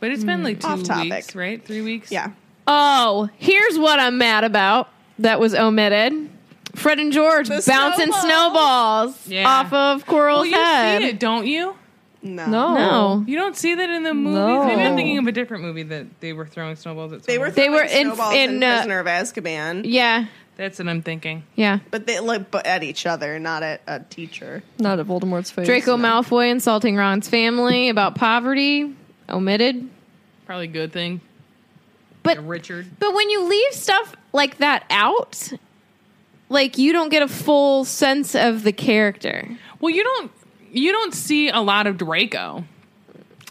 [SPEAKER 2] But it's been like two
[SPEAKER 4] Off topic.
[SPEAKER 2] weeks, right? Three weeks.
[SPEAKER 4] Yeah,
[SPEAKER 6] Oh, here's what I'm mad about that was omitted. Fred and George bouncing
[SPEAKER 4] snowball.
[SPEAKER 6] snowballs
[SPEAKER 2] Yeah.
[SPEAKER 6] off of Coral's
[SPEAKER 2] Well, you
[SPEAKER 6] head. Oh.
[SPEAKER 2] see it, don't you?
[SPEAKER 4] no,
[SPEAKER 5] No.
[SPEAKER 6] No.
[SPEAKER 2] You don't see that in the movies.
[SPEAKER 5] No.
[SPEAKER 2] Maybe I'm thinking of a different movie that they were throwing snowballs at.
[SPEAKER 4] they were
[SPEAKER 2] someone.
[SPEAKER 4] they were
[SPEAKER 6] were in-
[SPEAKER 4] in, snowballs in,
[SPEAKER 6] in, uh,
[SPEAKER 4] Prisoner of Azkaban,
[SPEAKER 6] Yeah.
[SPEAKER 2] That's what I'm thinking.
[SPEAKER 6] Yeah.
[SPEAKER 4] but they like but at each other, not at a teacher.
[SPEAKER 5] Not at Voldemort's face.
[SPEAKER 6] Draco Malfoy insulting Ron's family about poverty. Omitted.
[SPEAKER 2] Probably a good thing.
[SPEAKER 6] But
[SPEAKER 2] Yeah, Richard.
[SPEAKER 6] But when you leave stuff like that out, like you don't get a full sense of the character.
[SPEAKER 2] Well, you don't you don't see a lot of Draco.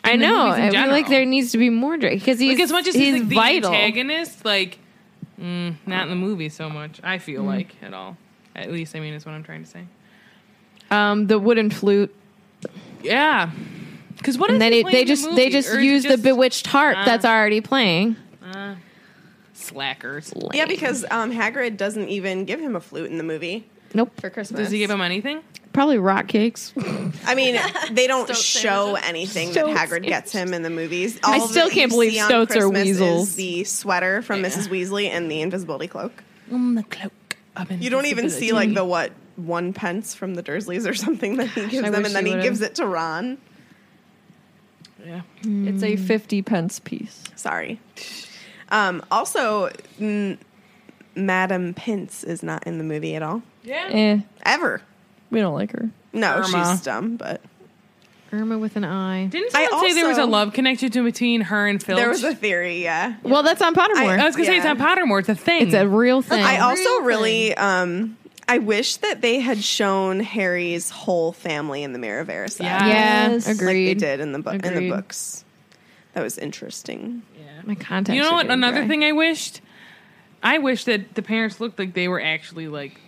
[SPEAKER 6] I
[SPEAKER 2] In the
[SPEAKER 6] know.
[SPEAKER 2] movies in
[SPEAKER 6] I feel like
[SPEAKER 2] general.
[SPEAKER 6] there needs to be more Drake because he's
[SPEAKER 2] Like as much as he's,
[SPEAKER 6] he's,
[SPEAKER 2] like, the
[SPEAKER 6] vital.
[SPEAKER 2] antagonist, like mm, not in the movie so much. I feel like at all. At least I mean is what I'm trying to say.
[SPEAKER 6] Um, the wooden flute,
[SPEAKER 2] Yeah. Because what
[SPEAKER 6] and
[SPEAKER 2] is
[SPEAKER 6] then
[SPEAKER 2] he
[SPEAKER 6] it,
[SPEAKER 2] playing
[SPEAKER 6] they
[SPEAKER 2] in the
[SPEAKER 6] just
[SPEAKER 2] movie?
[SPEAKER 6] they just
[SPEAKER 2] Or is it
[SPEAKER 6] use the
[SPEAKER 2] just
[SPEAKER 6] bewitched harp
[SPEAKER 2] Ah.
[SPEAKER 6] that's already playing.
[SPEAKER 2] slackers.
[SPEAKER 4] Yeah,
[SPEAKER 6] Lame.
[SPEAKER 4] because um, Hagrid doesn't even give him a flute in the movie.
[SPEAKER 6] nope for Christmas.
[SPEAKER 2] Does he give him anything?
[SPEAKER 6] probably rock cakes?
[SPEAKER 4] I mean, they don't
[SPEAKER 6] Stoat
[SPEAKER 4] show anything
[SPEAKER 6] Stoat
[SPEAKER 4] that Hagrid gets him in the movies. All
[SPEAKER 6] still
[SPEAKER 4] that
[SPEAKER 6] can't
[SPEAKER 4] you
[SPEAKER 6] believe
[SPEAKER 4] see on
[SPEAKER 6] stoats are
[SPEAKER 4] Christmas is
[SPEAKER 6] weasels.
[SPEAKER 4] the sweater from Mrs. Weasley and the invisibility cloak.
[SPEAKER 6] Mm,
[SPEAKER 2] Um, the cloak. Of
[SPEAKER 4] You don't even see like the what one pence from the Dursleys or something that he gives
[SPEAKER 6] I
[SPEAKER 4] them, and
[SPEAKER 6] wish
[SPEAKER 4] then
[SPEAKER 6] he
[SPEAKER 4] he
[SPEAKER 6] would've.
[SPEAKER 4] gives it to Ron.
[SPEAKER 2] Yeah.
[SPEAKER 5] It's a 50 pence piece.
[SPEAKER 4] Sorry. Um, also, m- Madame Pince is not in the movie at all,
[SPEAKER 2] Yeah.
[SPEAKER 5] Eh,
[SPEAKER 4] ever.
[SPEAKER 5] we don't like her.
[SPEAKER 4] No,
[SPEAKER 2] Irma.
[SPEAKER 4] she's dumb, but
[SPEAKER 6] Irma with an eye.
[SPEAKER 2] Didn't
[SPEAKER 4] I
[SPEAKER 2] someone say there was a
[SPEAKER 4] also-
[SPEAKER 2] love connection to- between her and Filch?
[SPEAKER 4] there was a theory, yeah.
[SPEAKER 6] Well, that's on Pottermore.
[SPEAKER 2] I was gonna say it's
[SPEAKER 4] Yeah.
[SPEAKER 2] on Pottermore. It's a thing.
[SPEAKER 6] it's a real thing.
[SPEAKER 4] I also really um I wish that they had shown Harry's whole family in the Miravera set.
[SPEAKER 2] Yeah.
[SPEAKER 6] yeah,
[SPEAKER 5] Yes.
[SPEAKER 4] Like they
[SPEAKER 6] agreed.
[SPEAKER 4] did in the book in the
[SPEAKER 6] Agreed.
[SPEAKER 4] books. That was interesting.
[SPEAKER 2] Yeah.
[SPEAKER 6] My contacts.
[SPEAKER 2] You know
[SPEAKER 6] are
[SPEAKER 2] what?
[SPEAKER 6] getting
[SPEAKER 2] Another
[SPEAKER 6] dry.
[SPEAKER 2] thing I wished. I wish that the parents looked like they were actually like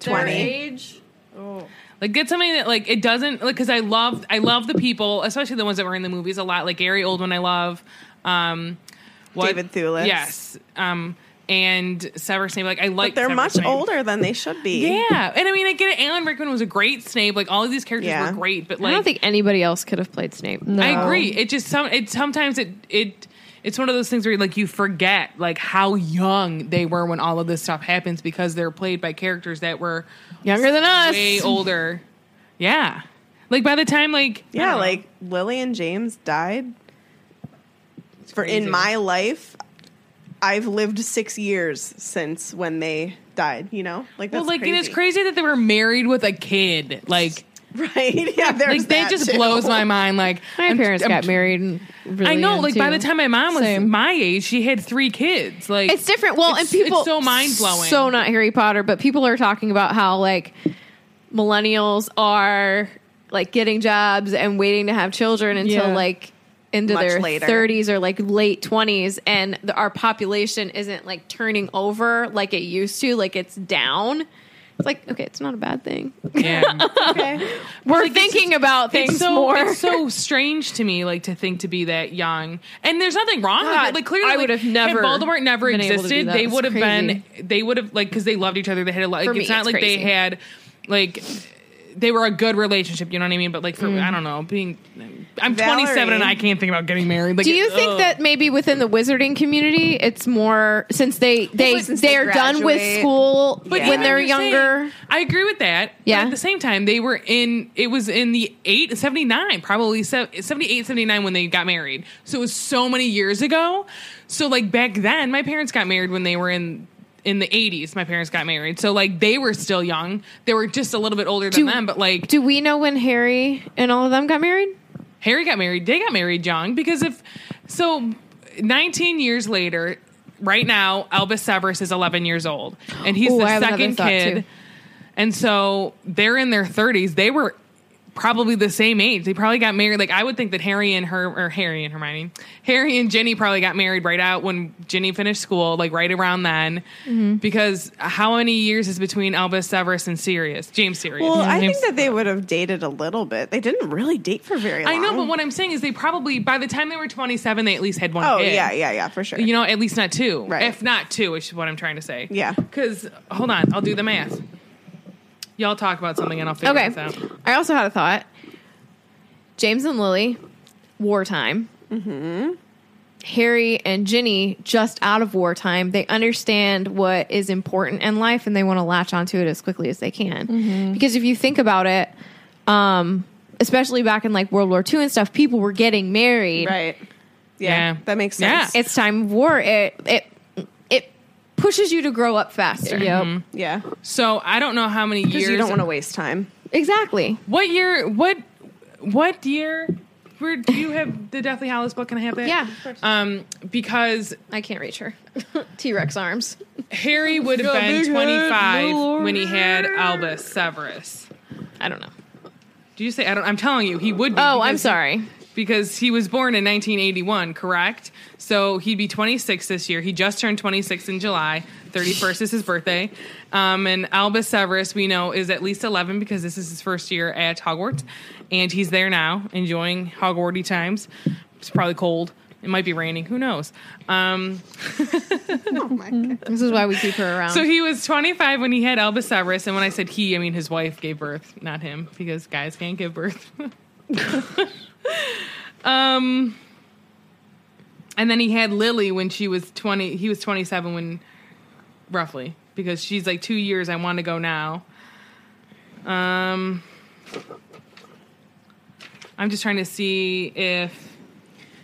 [SPEAKER 4] Twenty.
[SPEAKER 5] age. Oh.
[SPEAKER 2] like get something that like it doesn't like because I love I love the people, especially the ones that were in the movies a lot. Like Gary Oldman, I love. Um, what-
[SPEAKER 4] David Thewlis.
[SPEAKER 2] Yes. Um, and Severus Snape. Like I like.
[SPEAKER 4] But they're
[SPEAKER 2] Severus
[SPEAKER 4] much
[SPEAKER 2] Snape.
[SPEAKER 4] older than they should be.
[SPEAKER 2] Yeah, and I mean, I get it. Alan Rickman was a great Snape. Like all of these characters
[SPEAKER 4] Yeah.
[SPEAKER 2] were great, but
[SPEAKER 6] I
[SPEAKER 2] like
[SPEAKER 6] don't think anybody else could have played Snape.
[SPEAKER 2] I
[SPEAKER 5] No.
[SPEAKER 2] agree. It just some it sometimes it it it's one of those things where like you forget like how young they were when all of this stuff happens because they're played by characters that were
[SPEAKER 6] Younger than us.
[SPEAKER 2] way older. Yeah. Like by the time like I
[SPEAKER 4] Yeah,
[SPEAKER 2] don't know.
[SPEAKER 4] like Lily and James died. For
[SPEAKER 2] crazy.
[SPEAKER 4] in my life, I've lived six years since when they died, you know? Like that's
[SPEAKER 2] well like it is crazy that they were married with a kid. Like
[SPEAKER 4] (laughs) Right. Yeah, there's
[SPEAKER 2] like that just
[SPEAKER 4] too.
[SPEAKER 2] blows
[SPEAKER 4] (laughs)
[SPEAKER 2] my mind. Like
[SPEAKER 6] (laughs) My
[SPEAKER 2] I'm-
[SPEAKER 6] parents
[SPEAKER 2] I'm-
[SPEAKER 6] got married. And really
[SPEAKER 2] I know, like by the
[SPEAKER 6] into-
[SPEAKER 2] time my mom was
[SPEAKER 5] Same.
[SPEAKER 2] my age, she had three kids. Like
[SPEAKER 6] it's different. Well,
[SPEAKER 2] It's-
[SPEAKER 6] and people
[SPEAKER 2] it's so mind-blowing.
[SPEAKER 6] So not Harry Potter, but people are talking about how like millennials are like getting jobs and waiting to have children until
[SPEAKER 5] Yeah.
[SPEAKER 6] like into
[SPEAKER 4] Much
[SPEAKER 6] their
[SPEAKER 4] later.
[SPEAKER 6] 30s or like late 20s and the, our population isn't like turning over like it used to like it's down it's like okay it's not a bad thing
[SPEAKER 2] Yeah.
[SPEAKER 6] (laughs) we're thinking about things
[SPEAKER 2] it's so,
[SPEAKER 6] more
[SPEAKER 2] It's so strange to me, like to think to be that young. And there's nothing wrong with
[SPEAKER 6] God,
[SPEAKER 2] it. Like clearly,
[SPEAKER 6] I
[SPEAKER 2] like,
[SPEAKER 6] would have never
[SPEAKER 2] Had Voldemort never
[SPEAKER 6] been able to do
[SPEAKER 2] existed.
[SPEAKER 6] that.
[SPEAKER 2] They
[SPEAKER 6] It's
[SPEAKER 2] would have
[SPEAKER 6] crazy.
[SPEAKER 2] been. They would have like because they loved each other. They had a like.
[SPEAKER 6] For me,
[SPEAKER 2] it's not
[SPEAKER 6] it's
[SPEAKER 2] like
[SPEAKER 6] crazy.
[SPEAKER 2] they had like they were a good relationship. You know what I mean? But like for
[SPEAKER 6] Mm.
[SPEAKER 2] I don't know, being I'm 27 and
[SPEAKER 4] Valerie.
[SPEAKER 2] I can't think about getting married. Like,
[SPEAKER 6] Do you
[SPEAKER 2] it-
[SPEAKER 6] think
[SPEAKER 2] ugh.
[SPEAKER 6] that maybe within the wizarding community, it's more since they they
[SPEAKER 4] since they
[SPEAKER 6] they're done with
[SPEAKER 4] graduate.
[SPEAKER 6] school
[SPEAKER 2] But
[SPEAKER 6] when
[SPEAKER 2] even
[SPEAKER 6] they're
[SPEAKER 2] if you're saying-
[SPEAKER 6] younger?
[SPEAKER 2] I agree with that.
[SPEAKER 6] Yeah.
[SPEAKER 2] But at the same time, they were in, it was in the 8, 79, probably se- 78, 79 when they got married. So it was so many years ago. So like back then, my parents got married when they were in in the 80s my parents got married. So like they were still young. They were just a little bit older than
[SPEAKER 6] Do-
[SPEAKER 2] them, but like
[SPEAKER 6] Do we know when Harry and all of them got married?
[SPEAKER 2] Harry got married, they got married young because if so 19 years later, right now Albus Severus is 11 years old and he's
[SPEAKER 6] Ooh,
[SPEAKER 2] the
[SPEAKER 6] I have another
[SPEAKER 2] second
[SPEAKER 6] thought,
[SPEAKER 2] kid.
[SPEAKER 6] too.
[SPEAKER 2] And so they're in their 30s. They were probably the same age. They probably got married like I would think that Harry and her or Harry and Hermione. Harry and Ginny probably got married right out when Ginny finished school, like right around then.
[SPEAKER 6] Mm-hmm.
[SPEAKER 2] Because how many years is between Albus Severus and Sirius? James Sirius.
[SPEAKER 4] Well,
[SPEAKER 6] Mm-hmm.
[SPEAKER 4] I
[SPEAKER 2] James
[SPEAKER 4] think that they would have dated a little bit. They didn't really date for very long.
[SPEAKER 2] I know, but what I'm saying is they probably by the time they were 27, they at least had one.
[SPEAKER 4] Oh
[SPEAKER 2] kid.
[SPEAKER 4] yeah, yeah, yeah, for sure.
[SPEAKER 2] You know, at least not two.
[SPEAKER 4] Right.
[SPEAKER 2] If not two, which is what I'm trying to say.
[SPEAKER 4] Yeah.
[SPEAKER 2] Because hold on, I'll do the math. Y'all talk about something and I'll figure
[SPEAKER 6] Okay.
[SPEAKER 2] this out.
[SPEAKER 6] I also had a thought. James and Lily, wartime.
[SPEAKER 2] Mm-hmm.
[SPEAKER 6] Harry and Ginny, just out of wartime, they understand what is important in life and they want to latch onto it as quickly as they can.
[SPEAKER 2] Mm-hmm.
[SPEAKER 6] Because if you think about it, um, especially back in like World War II and stuff, people were getting married.
[SPEAKER 4] right. Yeah,
[SPEAKER 2] Yeah.
[SPEAKER 4] that makes
[SPEAKER 2] Yeah.
[SPEAKER 4] sense.
[SPEAKER 6] It's time of war. It it it pushes you to grow up faster.
[SPEAKER 5] Yep.
[SPEAKER 4] Yeah,
[SPEAKER 2] So I don't know how many
[SPEAKER 4] because
[SPEAKER 2] years.
[SPEAKER 4] you don't want to waste time.
[SPEAKER 6] Exactly.
[SPEAKER 2] What year? What? What year? Where do you have the Deathly Hallows book? Can I have that?
[SPEAKER 6] Yeah, of course.
[SPEAKER 2] Um, because
[SPEAKER 6] I can't reach her. (laughs) T Rex arms.
[SPEAKER 2] Harry would have been 25 when he had Albus Severus.
[SPEAKER 6] I don't know.
[SPEAKER 2] Do you say I don't? I'm telling you, he would. Be
[SPEAKER 6] Oh, I'm
[SPEAKER 2] because-
[SPEAKER 6] sorry.
[SPEAKER 2] because he was born in 1981, correct? So he'd be 26 this year. He just turned 26 in July. 31st is his birthday. Um, and Albus Severus, we know, is at least 11 because this is his first year at Hogwarts. And he's there now, enjoying Hogwarty times. It's probably cold. It might be raining. Who knows? Um,
[SPEAKER 6] This is why we keep her around.
[SPEAKER 2] so he was 25 when he had Albus Severus. And when I said he, I mean his wife gave birth, not him, because guys can't give birth. (laughs) um, and then he had Lily when she was 20. He was 27 when, roughly, because she's like two years. I want to go now. Um, I'm just trying to see if.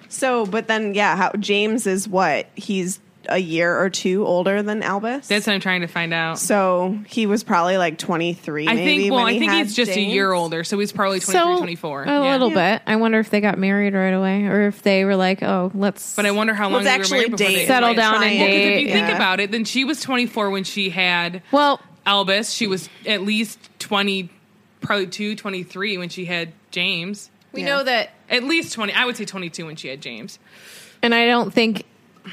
[SPEAKER 4] So, but then yeah, how James is what he's a year or two older than Albus.
[SPEAKER 2] That's what I'm trying to find out.
[SPEAKER 4] so he was probably like 23
[SPEAKER 2] I
[SPEAKER 4] maybe
[SPEAKER 2] think. Well,
[SPEAKER 4] when
[SPEAKER 2] I
[SPEAKER 4] he
[SPEAKER 2] think
[SPEAKER 4] had
[SPEAKER 2] he's just a
[SPEAKER 4] James.
[SPEAKER 2] year older, so he's probably 23,
[SPEAKER 6] So,
[SPEAKER 2] 24.
[SPEAKER 6] A
[SPEAKER 2] Yeah.
[SPEAKER 6] little bit. I wonder if they got married right away or if they were like, oh, let's.
[SPEAKER 2] But I wonder how long
[SPEAKER 4] Let's
[SPEAKER 2] they were
[SPEAKER 4] actually
[SPEAKER 2] married before
[SPEAKER 4] date.
[SPEAKER 2] they
[SPEAKER 6] Settle
[SPEAKER 2] Right.
[SPEAKER 6] down
[SPEAKER 4] try
[SPEAKER 6] and
[SPEAKER 2] Well, 'cause
[SPEAKER 6] date,
[SPEAKER 2] if you think
[SPEAKER 4] yeah.
[SPEAKER 2] about it, then she was 24 when she had
[SPEAKER 6] Well,
[SPEAKER 2] Albus. She was at least 20, probably 2, 23 when she had James.
[SPEAKER 6] we
[SPEAKER 4] Yeah.
[SPEAKER 6] know that.
[SPEAKER 2] At least 20. I would say 22 when she had James.
[SPEAKER 6] And I don't think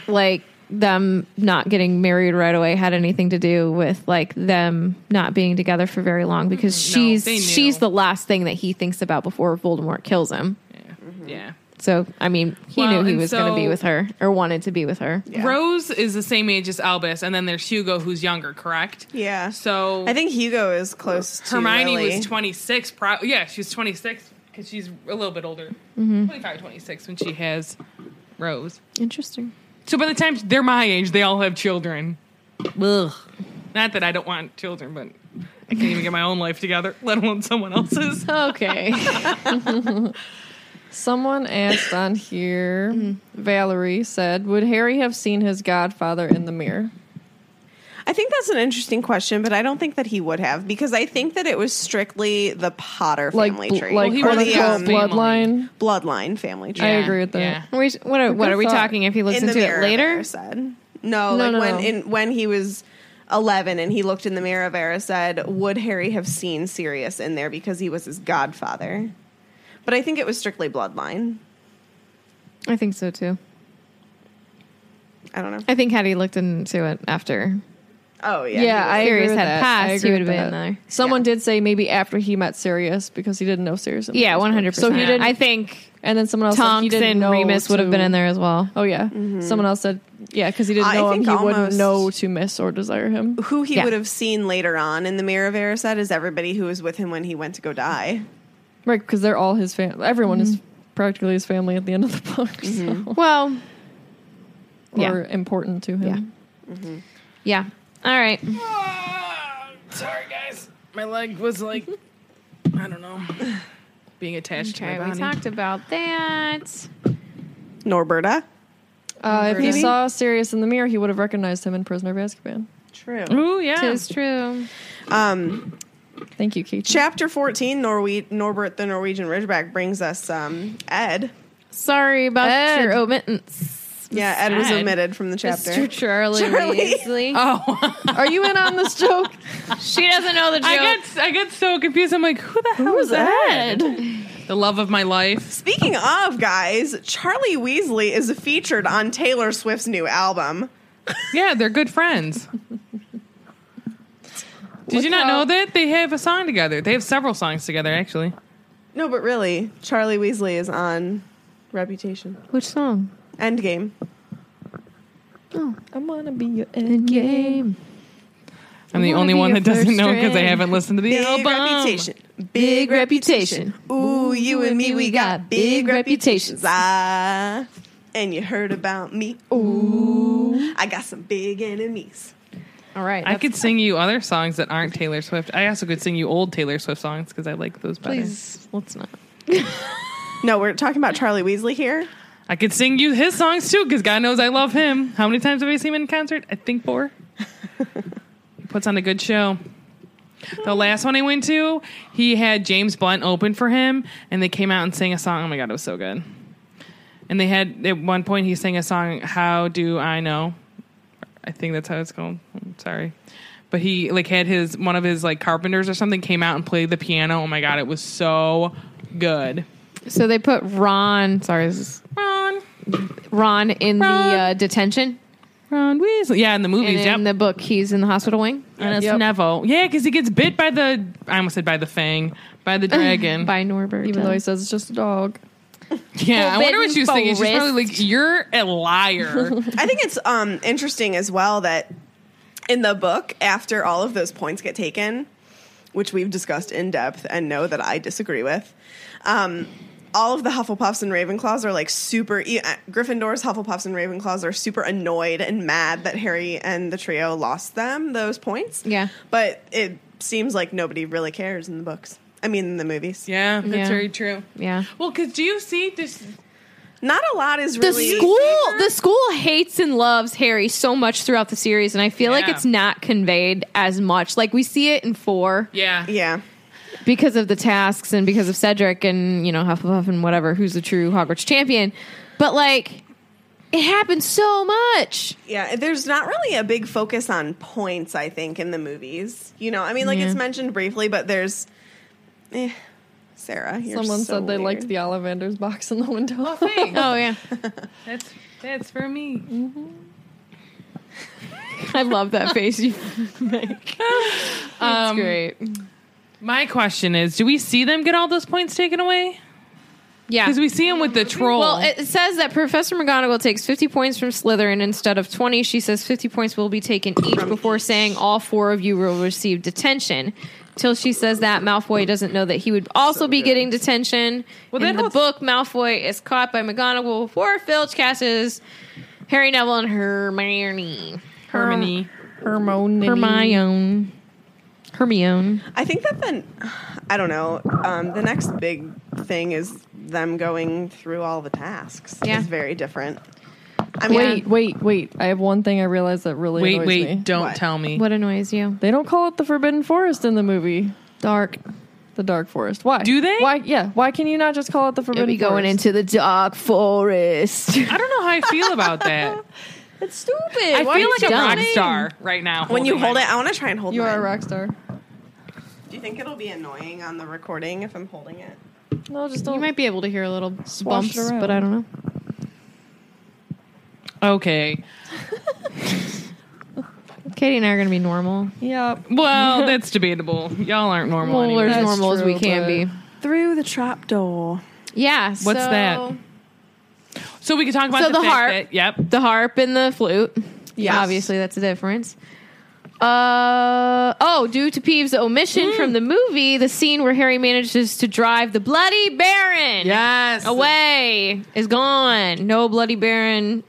[SPEAKER 6] like them not getting married right away had anything to do with like them not being together for very long because
[SPEAKER 2] no,
[SPEAKER 6] she's
[SPEAKER 2] they knew.
[SPEAKER 6] she's the last thing that he thinks about before Voldemort kills him.
[SPEAKER 2] Yeah.
[SPEAKER 4] Mm-hmm.
[SPEAKER 2] Yeah.
[SPEAKER 6] So I mean, he
[SPEAKER 2] Well,
[SPEAKER 6] knew he
[SPEAKER 2] and
[SPEAKER 6] was going to be
[SPEAKER 2] so-
[SPEAKER 6] with her or wanted to be with her.
[SPEAKER 4] Yeah.
[SPEAKER 2] Rose is the same age as Albus, and then there's Hugo, who's younger, correct?
[SPEAKER 4] Yeah.
[SPEAKER 2] So
[SPEAKER 4] I think Hugo is close to
[SPEAKER 2] Hermione
[SPEAKER 4] Lily.
[SPEAKER 2] was 26. Pro- yeah, she was 26 because she's a little bit older.
[SPEAKER 4] Mm-hmm.
[SPEAKER 2] 25, 26 when she has Rose.
[SPEAKER 6] Interesting.
[SPEAKER 2] So by the time they're my age, they all have children. Ugh. Not that I don't want children, but I can't even get my own life together, let alone someone else's.
[SPEAKER 5] Okay. Someone asked on here, Valerie said, Would Harry have seen his godfather in the mirror?
[SPEAKER 4] I think that's an interesting question, but I don't think that he would have because I think that it was strictly the Potter
[SPEAKER 5] Like,
[SPEAKER 4] family
[SPEAKER 5] bl-
[SPEAKER 4] tree,
[SPEAKER 5] like
[SPEAKER 2] he
[SPEAKER 4] or
[SPEAKER 5] quote
[SPEAKER 2] was
[SPEAKER 4] the
[SPEAKER 2] a
[SPEAKER 5] unquote
[SPEAKER 4] um,
[SPEAKER 2] family.
[SPEAKER 5] bloodline.
[SPEAKER 4] bloodline family tree.
[SPEAKER 5] (laughs) I agree with that.
[SPEAKER 2] Yeah.
[SPEAKER 6] Are we, what are, what
[SPEAKER 5] Good
[SPEAKER 6] are we
[SPEAKER 5] thought.
[SPEAKER 6] talking? If he looks into it later,
[SPEAKER 4] of Erised. No, like
[SPEAKER 5] no,
[SPEAKER 4] when
[SPEAKER 5] no.
[SPEAKER 4] in when he was eleven and he looked in the mirror of Erised, would Harry have seen Sirius in there because he was his godfather? But I think it was strictly bloodline.
[SPEAKER 6] I think so too.
[SPEAKER 4] I don't know.
[SPEAKER 6] I think had he looked into it after,
[SPEAKER 4] Oh yeah,
[SPEAKER 5] Yeah,
[SPEAKER 4] he was-
[SPEAKER 5] I agree
[SPEAKER 6] Sirius
[SPEAKER 5] with
[SPEAKER 6] had
[SPEAKER 5] that.
[SPEAKER 6] passed,
[SPEAKER 5] I
[SPEAKER 6] he
[SPEAKER 5] agree
[SPEAKER 6] would've
[SPEAKER 5] with
[SPEAKER 6] been
[SPEAKER 5] that.
[SPEAKER 6] there.
[SPEAKER 5] Someone did say maybe after he met Sirius because he didn't know Sirius. in the
[SPEAKER 6] yeah,
[SPEAKER 5] first
[SPEAKER 6] one hundred
[SPEAKER 5] place. So
[SPEAKER 6] percent.
[SPEAKER 5] he didn't.
[SPEAKER 6] I think
[SPEAKER 5] and then someone else said he
[SPEAKER 6] Tonks
[SPEAKER 5] didn't
[SPEAKER 6] and
[SPEAKER 5] know
[SPEAKER 6] Remus would have been
[SPEAKER 5] to-
[SPEAKER 6] in there Mm-hmm. as well.
[SPEAKER 5] Oh yeah, someone else said yeah because he didn't
[SPEAKER 4] I
[SPEAKER 5] know him.
[SPEAKER 4] think
[SPEAKER 5] He wouldn't
[SPEAKER 4] almost-
[SPEAKER 5] know to miss or desire him.
[SPEAKER 4] who he
[SPEAKER 6] Yeah.
[SPEAKER 4] would have seen later on in the mirror of Erised is everybody who was with him when he went to go die.
[SPEAKER 5] Right, because they're all his family. Everyone
[SPEAKER 6] Mm-hmm.
[SPEAKER 5] is practically his family at the end of the book, (laughs) so.
[SPEAKER 6] Well, Mm-hmm. Yeah.
[SPEAKER 5] or important to him.
[SPEAKER 6] Yeah. yeah. All right.
[SPEAKER 2] Ah, sorry, guys. My leg was like, I don't know, being attached
[SPEAKER 6] Okay,
[SPEAKER 2] to my body.
[SPEAKER 6] we talked about that.
[SPEAKER 4] Norberta.
[SPEAKER 5] Uh, if he
[SPEAKER 6] Maybe.
[SPEAKER 5] Uh, saw Sirius in the mirror, he would have recognized him in Prisoner of Azkaban.
[SPEAKER 4] True.
[SPEAKER 2] Ooh, yeah.
[SPEAKER 6] Tis true.
[SPEAKER 5] Thank you, Kate.
[SPEAKER 4] Chapter 14, Norwe- Norbert the Norwegian Ridgeback brings us um, Ed.
[SPEAKER 6] Sorry about
[SPEAKER 5] Ed.
[SPEAKER 6] your omittance,
[SPEAKER 4] Yeah, Ed was
[SPEAKER 2] Ed.
[SPEAKER 4] omitted from the chapter.
[SPEAKER 6] Mr. Charlie,
[SPEAKER 4] Charlie.
[SPEAKER 6] Weasley.
[SPEAKER 2] Oh, (laughs)
[SPEAKER 5] Are you in on this joke?
[SPEAKER 6] she doesn't know the joke.
[SPEAKER 2] I get I get so confused. I'm like, who the hell
[SPEAKER 5] Who's
[SPEAKER 2] is that?
[SPEAKER 5] Ed?
[SPEAKER 2] The love of my life.
[SPEAKER 4] Speaking of guys, Charlie Weasley is featured on Taylor Swift's new album.
[SPEAKER 2] Yeah, they're good friends. Did you not know that they have a song together? They have several songs together, actually.
[SPEAKER 4] No, but really, Charlie Weasley is on Reputation.
[SPEAKER 6] Which song?
[SPEAKER 4] Endgame.
[SPEAKER 5] I wanna be your
[SPEAKER 6] Endgame.
[SPEAKER 2] I'm the
[SPEAKER 6] wanna
[SPEAKER 2] only
[SPEAKER 6] be
[SPEAKER 2] one
[SPEAKER 6] your
[SPEAKER 2] that doesn't
[SPEAKER 6] first
[SPEAKER 2] know because I
[SPEAKER 6] friend.
[SPEAKER 2] haven't listened to the
[SPEAKER 4] Big
[SPEAKER 2] album.
[SPEAKER 4] reputation. Big reputation. Ooh, you and me, we got big reputations. Ah, and you heard about me. Ooh, I got some big enemies.
[SPEAKER 6] All right.
[SPEAKER 2] I could sing you other songs that aren't Taylor Swift. I also could sing you old Taylor Swift songs because I like those better.
[SPEAKER 6] please. Let's not.
[SPEAKER 4] No, we're talking about Charlie Weasley here.
[SPEAKER 2] I could sing you his songs too because God knows I love him. How many times have I seen him in concert? I think four. he puts on a good show. The last one I went to, he had James Blunt open for him, and they came out and sang a song. Oh my God, it was so good. And they had at one point he sang a song, "How Do I Know?" I think that's how it's called. I'm sorry, but he like had his one of his like carpenters or something came out and played the piano. Oh my God, it was so good.
[SPEAKER 6] So they put Ron. Sorry, this is
[SPEAKER 2] Ron,
[SPEAKER 6] Ron in
[SPEAKER 2] Ron.
[SPEAKER 6] the uh, detention,
[SPEAKER 2] Ron Weasley. Yeah, in the movies.
[SPEAKER 6] and
[SPEAKER 2] yep.
[SPEAKER 6] in the book he's in the hospital wing.
[SPEAKER 2] And it's
[SPEAKER 5] Yep.
[SPEAKER 2] Neville. Yeah, because he gets bit by the. I almost said by the fang, by the dragon.
[SPEAKER 6] (laughs) By
[SPEAKER 5] (laughs)
[SPEAKER 6] Norbert.
[SPEAKER 5] Even though he says it's just a dog.
[SPEAKER 2] yeah, I wonder what
[SPEAKER 6] forbidden
[SPEAKER 2] she was thinking. She's probably
[SPEAKER 6] forest.
[SPEAKER 2] like, "You're a
[SPEAKER 6] (laughs)
[SPEAKER 2] liar."
[SPEAKER 4] I think it's um interesting as well that in the book, after all of those points get taken, which we've discussed in depth and know that I disagree with, um, all of the Hufflepuffs and Ravenclaws are like super. e- uh, Gryffindors, Hufflepuffs, and Ravenclaws are super annoyed and mad that Harry and the trio lost them those points.
[SPEAKER 6] Yeah.
[SPEAKER 4] but it seems like nobody really cares in the books. I mean, in the movies,
[SPEAKER 2] yeah, that's
[SPEAKER 6] Yeah.
[SPEAKER 2] very true.
[SPEAKER 6] yeah.
[SPEAKER 2] Well, because do you see this?
[SPEAKER 4] not a lot is
[SPEAKER 6] The
[SPEAKER 4] really
[SPEAKER 6] school, the school hates and loves Harry so much throughout the series, and I feel like
[SPEAKER 2] Yeah.
[SPEAKER 6] it's not conveyed as much. Like we see it in four
[SPEAKER 2] Yeah,
[SPEAKER 4] Yeah,
[SPEAKER 6] because of the tasks and because of Cedric and you know Hufflepuff and whatever, who's the true Hogwarts champion. But like, it happens so much.
[SPEAKER 4] Yeah, there's not really a big focus on points, I think, in the movies. You know, I mean, like
[SPEAKER 6] Yeah.
[SPEAKER 4] it's mentioned briefly, but there's. Eh, Sarah, you're
[SPEAKER 5] Someone
[SPEAKER 4] so
[SPEAKER 5] said they
[SPEAKER 4] weird.
[SPEAKER 5] liked the Ollivander's box in the window.
[SPEAKER 6] (laughs) Oh yeah,
[SPEAKER 2] that's that's for me.
[SPEAKER 6] I love that face you (laughs) make.
[SPEAKER 2] Um,
[SPEAKER 6] That's great.
[SPEAKER 2] My question is, do we see them get all those points taken away?
[SPEAKER 6] Yeah.
[SPEAKER 2] Because we see him with the troll.
[SPEAKER 6] Well, it says that Professor McGonagall takes 50 points from Slytherin instead of 20. She says 50 points will be taken each before saying all four of you will receive detention. Till she says that Malfoy doesn't know that he would also be getting detention.
[SPEAKER 2] Well,
[SPEAKER 6] In
[SPEAKER 2] that
[SPEAKER 6] the
[SPEAKER 2] whole-
[SPEAKER 6] book, Malfoy is caught by McGonagall before Filch catches Harry Neville and Hermione.
[SPEAKER 2] Harmony.
[SPEAKER 5] Hermione.
[SPEAKER 6] Hermione. Hermione.
[SPEAKER 4] I think that then, I don't know. Um, the next big thing is them going through all the tasks.
[SPEAKER 6] Yeah.
[SPEAKER 4] is very different. I mean,
[SPEAKER 5] Wait, wait, wait. I have one thing I realized that really
[SPEAKER 2] Wait,
[SPEAKER 5] annoys
[SPEAKER 2] wait,
[SPEAKER 5] me.
[SPEAKER 2] don't
[SPEAKER 4] What?
[SPEAKER 2] tell me.
[SPEAKER 6] What annoys you?
[SPEAKER 5] They don't call it the Forbidden Forest in the movie.
[SPEAKER 6] Dark.
[SPEAKER 5] The Dark Forest. Why?
[SPEAKER 2] Do they?
[SPEAKER 5] Why yeah. Why can you not just call it the Forbidden
[SPEAKER 6] be going
[SPEAKER 5] Forest?
[SPEAKER 6] into the dark forest. (laughs)
[SPEAKER 2] I don't know how I feel about that.
[SPEAKER 5] It's stupid.
[SPEAKER 2] I
[SPEAKER 6] Why
[SPEAKER 2] feel
[SPEAKER 6] are
[SPEAKER 2] like
[SPEAKER 6] you
[SPEAKER 2] a rock
[SPEAKER 6] dumb?
[SPEAKER 2] star right now.
[SPEAKER 4] when you
[SPEAKER 2] holding
[SPEAKER 4] hold
[SPEAKER 2] my-
[SPEAKER 4] it, I want to try and hold.
[SPEAKER 5] you are
[SPEAKER 4] mine.
[SPEAKER 5] a rock star.
[SPEAKER 4] Do you think it'll be annoying on the recording if I'm holding it?
[SPEAKER 5] No, just don't
[SPEAKER 6] You might be able to hear a little
[SPEAKER 5] Swash it
[SPEAKER 6] bumps,
[SPEAKER 5] around.
[SPEAKER 6] but I don't know.
[SPEAKER 2] Okay.
[SPEAKER 6] Katie and I are going to be normal.
[SPEAKER 5] Yeah.
[SPEAKER 2] Well, that's debatable. Y'all aren't normal.
[SPEAKER 6] Well,
[SPEAKER 2] anyway.
[SPEAKER 6] as
[SPEAKER 5] That's
[SPEAKER 6] normal as we
[SPEAKER 5] true,
[SPEAKER 6] can
[SPEAKER 5] but-
[SPEAKER 6] be.
[SPEAKER 4] Through the trapdoor.
[SPEAKER 6] Yeah.
[SPEAKER 2] What's
[SPEAKER 6] so-
[SPEAKER 2] that? So we could talk about
[SPEAKER 6] So
[SPEAKER 2] the,
[SPEAKER 6] the
[SPEAKER 2] fact
[SPEAKER 6] harp-
[SPEAKER 2] that- yep.
[SPEAKER 6] The harp and the flute. Yeah. Obviously, that's a difference. Uh oh! Due to Peeves' omission
[SPEAKER 5] Hmm.
[SPEAKER 6] from the movie, the scene where Harry manages to drive the bloody Baron
[SPEAKER 2] Yes.
[SPEAKER 6] away is gone. No bloody Baron.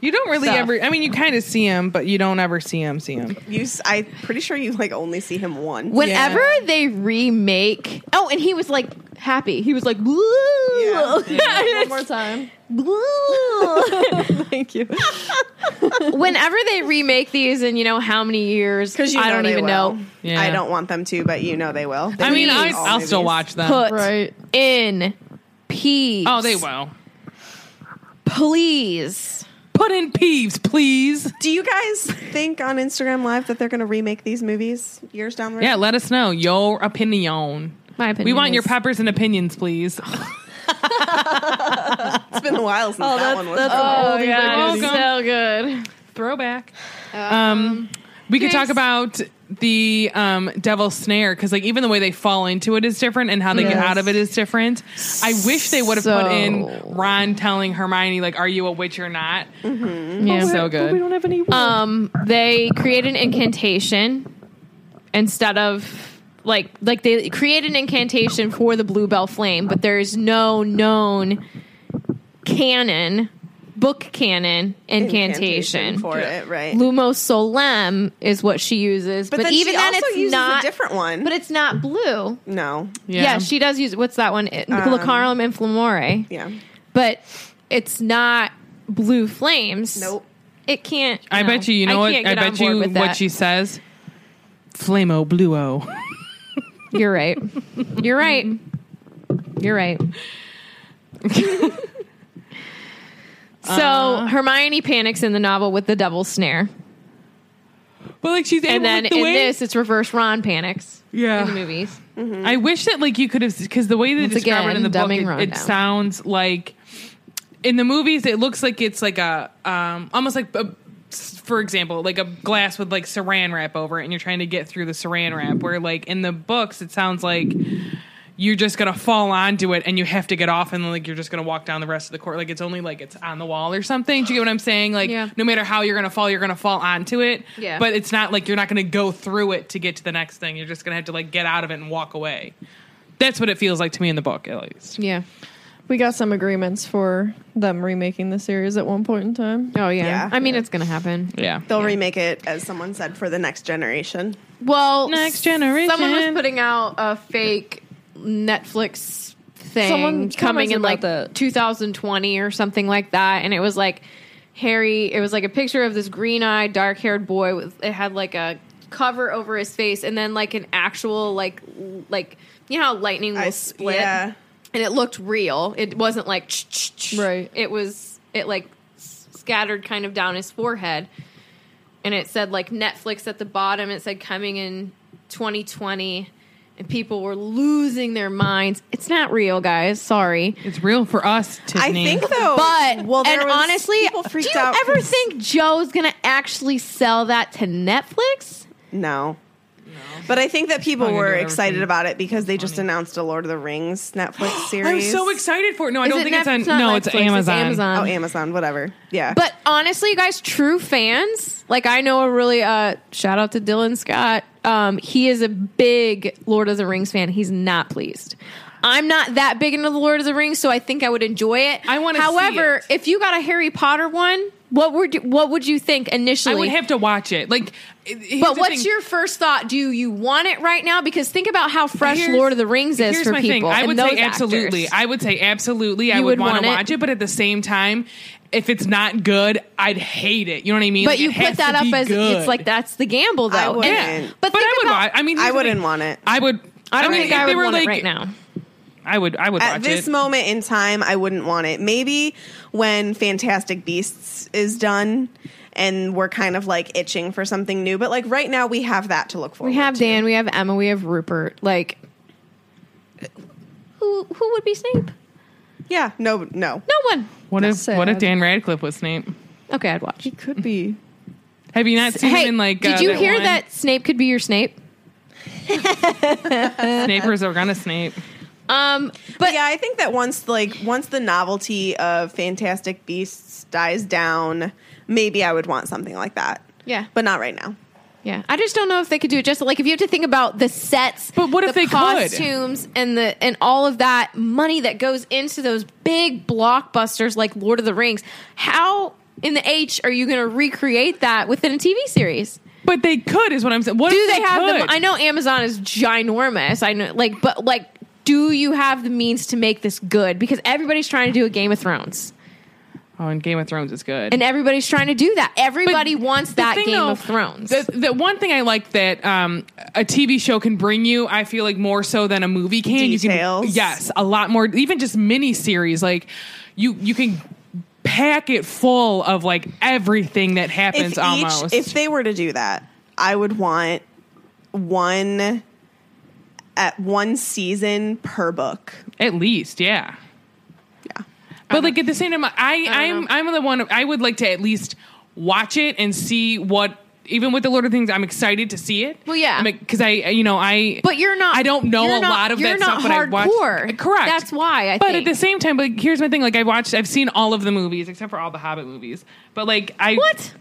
[SPEAKER 2] You don't really
[SPEAKER 6] Stuff.
[SPEAKER 2] ever. I mean, you kind of see him, but you don't ever see him. See him.
[SPEAKER 4] You, s- I'm pretty sure you like only see him once.
[SPEAKER 6] Whenever they remake, oh, and he was like happy. He was like, "Woo!"
[SPEAKER 4] Yeah.
[SPEAKER 5] (laughs)
[SPEAKER 6] (laughs)
[SPEAKER 5] One more time. Thank you.
[SPEAKER 6] Whenever they remake these, and you know how many years?
[SPEAKER 4] Because you
[SPEAKER 6] I
[SPEAKER 4] know
[SPEAKER 6] don't
[SPEAKER 4] they
[SPEAKER 6] even
[SPEAKER 4] will.
[SPEAKER 6] know.
[SPEAKER 2] Yeah.
[SPEAKER 4] I don't want them to, but you know they will. They
[SPEAKER 2] I mean, I,
[SPEAKER 4] release all
[SPEAKER 2] I'll still
[SPEAKER 4] movies.
[SPEAKER 2] watch them.
[SPEAKER 6] Put
[SPEAKER 5] Right.
[SPEAKER 6] in peace.
[SPEAKER 2] Oh, they will.
[SPEAKER 6] Please.
[SPEAKER 2] Put in Peeves, please.
[SPEAKER 4] Do you guys think on Instagram Live that they're going to remake these movies years down the road?
[SPEAKER 2] Yeah, let us know your opinion.
[SPEAKER 6] My opinion.
[SPEAKER 2] We want
[SPEAKER 6] is-
[SPEAKER 2] your peppers and opinions,
[SPEAKER 6] (laughs)
[SPEAKER 2] please.
[SPEAKER 4] it's been a while since that, one was.
[SPEAKER 6] Oh yeah,
[SPEAKER 2] Welcome.
[SPEAKER 6] it's so good.
[SPEAKER 2] Throwback. Um, we could talk
[SPEAKER 6] next.
[SPEAKER 2] about the um, devil snare because, like, even the way they fall into it is different, and how they get
[SPEAKER 5] Yes.
[SPEAKER 2] out of it is different. I wish they would have put in
[SPEAKER 6] So-
[SPEAKER 2] Ron telling Hermione, like, "Are you a witch or not?"
[SPEAKER 6] Yeah.
[SPEAKER 2] So
[SPEAKER 5] we
[SPEAKER 2] good.
[SPEAKER 5] don't have any.
[SPEAKER 6] um they create an incantation instead of like like they create an incantation for the bluebell flame but there's no known canon book canon incantation,
[SPEAKER 4] for it, right?
[SPEAKER 6] Lumos Solem is what she uses, but,
[SPEAKER 4] but then
[SPEAKER 6] even
[SPEAKER 4] she
[SPEAKER 6] then
[SPEAKER 4] also
[SPEAKER 6] it's
[SPEAKER 4] uses
[SPEAKER 6] not.
[SPEAKER 4] a different one.
[SPEAKER 6] but it's not blue.
[SPEAKER 4] no,
[SPEAKER 6] Yeah. she does use what's that one?
[SPEAKER 4] Um,
[SPEAKER 6] Glucarum and Flamore,
[SPEAKER 4] yeah,
[SPEAKER 6] but it's not blue flames.
[SPEAKER 4] nope.
[SPEAKER 6] It can't.
[SPEAKER 2] I
[SPEAKER 6] no.
[SPEAKER 2] bet you. You know what?
[SPEAKER 6] can't
[SPEAKER 2] I
[SPEAKER 6] get on
[SPEAKER 2] bet
[SPEAKER 6] board
[SPEAKER 2] you
[SPEAKER 6] with
[SPEAKER 2] what
[SPEAKER 6] that.
[SPEAKER 2] she says. Flamo bluo.
[SPEAKER 6] You're right. You're right.
[SPEAKER 2] (laughs)
[SPEAKER 6] You're right. so
[SPEAKER 2] Uh.
[SPEAKER 6] Hermione panics in the novel with the double snare,
[SPEAKER 2] (laughs) But like she's able
[SPEAKER 6] and then
[SPEAKER 2] like, the
[SPEAKER 6] in
[SPEAKER 2] way,
[SPEAKER 6] this, it's reverse Ron panics.
[SPEAKER 2] Yeah.
[SPEAKER 6] in the movies.
[SPEAKER 2] I wish that like you could have because the way they
[SPEAKER 6] Mm-hmm. Once
[SPEAKER 2] describe it
[SPEAKER 6] again,
[SPEAKER 2] in the book,
[SPEAKER 6] dumbing
[SPEAKER 2] it,
[SPEAKER 6] Ron
[SPEAKER 2] it
[SPEAKER 6] down.
[SPEAKER 2] sounds like in the movies it looks like it's like a um almost like a, for example like a glass with like saran wrap over it, and you're trying to get through the saran wrap. Where like in the books it sounds like you're just gonna fall onto it and you have to get off and like you're just gonna walk down the rest of the court like it's only like it's on the wall or something do you get what i'm saying like
[SPEAKER 6] Yeah.
[SPEAKER 2] no matter how you're gonna fall you're gonna fall onto it
[SPEAKER 6] Yeah.
[SPEAKER 2] but it's not like you're not gonna go through it to get to the next thing you're just gonna have to like get out of it and walk away that's what it feels like to me in the book at least
[SPEAKER 6] Yeah.
[SPEAKER 5] we got some agreements for them remaking the series at one point in time.
[SPEAKER 6] Oh yeah.
[SPEAKER 4] Yeah.
[SPEAKER 6] I mean, it's gonna happen.
[SPEAKER 2] yeah
[SPEAKER 4] They'll remake it, as someone said, for the next generation.
[SPEAKER 6] Well,
[SPEAKER 2] Next generation.
[SPEAKER 6] Someone was putting out a fake Netflix thing
[SPEAKER 5] Someone
[SPEAKER 6] coming
[SPEAKER 5] commented
[SPEAKER 6] in
[SPEAKER 5] about
[SPEAKER 6] like
[SPEAKER 5] that.
[SPEAKER 6] 2020 or something like that, and it was like Harry. It was like a picture of this green-eyed, dark-haired boy. With, it had like a cover over his face, and then like an actual like l- like you know how lightning will
[SPEAKER 4] I s-
[SPEAKER 6] split,
[SPEAKER 4] yeah.
[SPEAKER 6] and it looked real. It wasn't like ch- ch- ch-
[SPEAKER 5] Right.
[SPEAKER 6] It was it like s- scattered kind of down his forehead and it said like Netflix at the bottom. It said coming in 2020, and people were losing their minds. It's not real, guys. Sorry,
[SPEAKER 2] it's real for us
[SPEAKER 4] I
[SPEAKER 2] Tiffany.
[SPEAKER 4] think though,
[SPEAKER 6] but
[SPEAKER 4] well, there
[SPEAKER 6] and
[SPEAKER 4] was-
[SPEAKER 6] honestly,
[SPEAKER 4] people
[SPEAKER 6] do
[SPEAKER 4] freaked
[SPEAKER 6] you
[SPEAKER 4] out
[SPEAKER 6] ever
[SPEAKER 4] 'cause-
[SPEAKER 6] think Joe's gonna actually sell that to Netflix?
[SPEAKER 4] No. But I think that people
[SPEAKER 2] Probably gonna
[SPEAKER 4] were
[SPEAKER 2] do
[SPEAKER 4] excited
[SPEAKER 2] everything
[SPEAKER 4] about it because they just announced a Lord of the
[SPEAKER 6] (gasps)
[SPEAKER 4] Rings Netflix series.
[SPEAKER 2] i'm so excited for it no i
[SPEAKER 6] Is
[SPEAKER 2] don't
[SPEAKER 6] it
[SPEAKER 2] think it's
[SPEAKER 6] Netflix?
[SPEAKER 2] on
[SPEAKER 6] not
[SPEAKER 2] no it's
[SPEAKER 6] Netflix,
[SPEAKER 2] amazon.
[SPEAKER 6] Amazon.
[SPEAKER 4] Oh, Amazon, whatever. Yeah.
[SPEAKER 6] Um, But honestly, you guys, true fans, like I know a really uh shout out to Dylan Scott. Um, he is a big Lord of the Rings fan. He's not pleased. I'm not that big into the Lord of the Rings, so I think I would enjoy it.
[SPEAKER 2] I wanna see
[SPEAKER 6] However,
[SPEAKER 2] it.
[SPEAKER 6] if you got a Harry Potter one, what would you, what would you think
[SPEAKER 2] i
[SPEAKER 6] initially?
[SPEAKER 2] would have to watch it like it- here's
[SPEAKER 6] but
[SPEAKER 2] the
[SPEAKER 6] what's
[SPEAKER 2] thing.
[SPEAKER 6] your first thought? Do you want it right now? Because think about how fresh
[SPEAKER 2] Here's-
[SPEAKER 6] Lord of the Rings is
[SPEAKER 2] here's
[SPEAKER 6] for
[SPEAKER 2] my
[SPEAKER 6] people.
[SPEAKER 2] Thing. I
[SPEAKER 6] and
[SPEAKER 2] would
[SPEAKER 6] those
[SPEAKER 2] say absolutely.
[SPEAKER 6] actors.
[SPEAKER 2] I would say absolutely. I
[SPEAKER 6] You
[SPEAKER 2] would,
[SPEAKER 6] would
[SPEAKER 2] want
[SPEAKER 6] want
[SPEAKER 2] to
[SPEAKER 6] it.
[SPEAKER 2] watch it, but at the same time, if it's not good, I'd hate it. You know what I mean?
[SPEAKER 6] but
[SPEAKER 2] Like,
[SPEAKER 6] you
[SPEAKER 2] it has
[SPEAKER 6] put that
[SPEAKER 2] to
[SPEAKER 6] up
[SPEAKER 2] be
[SPEAKER 6] as
[SPEAKER 2] good.
[SPEAKER 6] it's like that's the gamble though.
[SPEAKER 4] I
[SPEAKER 6] And-
[SPEAKER 4] wouldn't.
[SPEAKER 2] But
[SPEAKER 6] but think
[SPEAKER 2] I would
[SPEAKER 6] about,
[SPEAKER 2] watch. I mean,
[SPEAKER 4] I
[SPEAKER 2] here's the
[SPEAKER 4] wouldn't
[SPEAKER 2] thing.
[SPEAKER 4] want it.
[SPEAKER 2] I would.
[SPEAKER 6] I don't
[SPEAKER 2] mean,
[SPEAKER 6] think
[SPEAKER 2] if
[SPEAKER 6] I
[SPEAKER 2] they
[SPEAKER 6] would
[SPEAKER 2] were
[SPEAKER 6] want
[SPEAKER 2] like,
[SPEAKER 6] it right now.
[SPEAKER 2] I would. I would
[SPEAKER 4] At
[SPEAKER 2] watch
[SPEAKER 4] this
[SPEAKER 2] it.
[SPEAKER 4] moment in time, I wouldn't want it. Maybe when Fantastic Beasts is done and we're kind of like itching for something new. But like right now, we have that to look for.
[SPEAKER 6] We have Dan, we have Emma, we have Rupert. Like, who who would be Snape?
[SPEAKER 4] Yeah. No, no.
[SPEAKER 6] No one.
[SPEAKER 2] what if
[SPEAKER 5] That's
[SPEAKER 2] What if
[SPEAKER 5] sad.
[SPEAKER 2] Dan Radcliffe was Snape?
[SPEAKER 6] Okay, I'd watch.
[SPEAKER 5] It could be.
[SPEAKER 2] Have you not seen him in like?
[SPEAKER 6] did
[SPEAKER 2] uh,
[SPEAKER 6] you hear
[SPEAKER 2] one?
[SPEAKER 6] that Snape could be your Snape?
[SPEAKER 2] Snapers are gonna Snape?
[SPEAKER 6] Um, but
[SPEAKER 4] yeah, I think that once like once the novelty of Fantastic Beasts dies down, maybe I would want something like that.
[SPEAKER 6] Yeah.
[SPEAKER 4] But not right now.
[SPEAKER 6] yeah, I just don't know if they could do it. Just like if you have to think about the sets,
[SPEAKER 2] But what
[SPEAKER 6] the
[SPEAKER 2] if they could?
[SPEAKER 6] costumes and the and all of that money that goes into those big blockbusters like Lord of the Rings, how in the H are you going to recreate that within a TV series?
[SPEAKER 2] But they could, is what I'm saying. What
[SPEAKER 6] do
[SPEAKER 2] if
[SPEAKER 6] they have
[SPEAKER 2] could?
[SPEAKER 6] the i know amazon is ginormous i know like but like do you have the means to make this good because everybody's trying to do a game of thrones
[SPEAKER 2] Oh, and Game of Thrones is good.
[SPEAKER 6] And everybody's trying to do that. Everybody
[SPEAKER 2] But
[SPEAKER 6] wants
[SPEAKER 2] the
[SPEAKER 6] that
[SPEAKER 2] thing,
[SPEAKER 6] Game
[SPEAKER 2] though,
[SPEAKER 6] of Thrones.
[SPEAKER 2] The, the one thing I like that um, a TV show can bring you, I feel like more so than a movie can. You
[SPEAKER 4] Details.
[SPEAKER 2] can, yes, a lot more. Even just mini series, like you, you can pack it full of like everything that happens.
[SPEAKER 4] if
[SPEAKER 2] almost.
[SPEAKER 4] Each, if they were to do that, I would want one at one season per book.
[SPEAKER 2] At least, yeah. Yeah. But like at the same time, I, I am I'm the one I would like to at least watch it and see what even with the Lord of Things, I'm excited to see it.
[SPEAKER 6] Well, yeah.
[SPEAKER 2] because I, you know, I.
[SPEAKER 6] But you're not-
[SPEAKER 2] I don't know
[SPEAKER 6] you're
[SPEAKER 2] a
[SPEAKER 6] not-
[SPEAKER 2] lot of that
[SPEAKER 6] you're not
[SPEAKER 2] stuff. But I
[SPEAKER 6] hardcore.
[SPEAKER 2] watched. Correct.
[SPEAKER 6] That's why I
[SPEAKER 2] But
[SPEAKER 6] think.
[SPEAKER 2] at the same time, like here's my thing. Like I watched, I've seen all of the movies except for all the Hobbit movies. But like I.
[SPEAKER 6] what?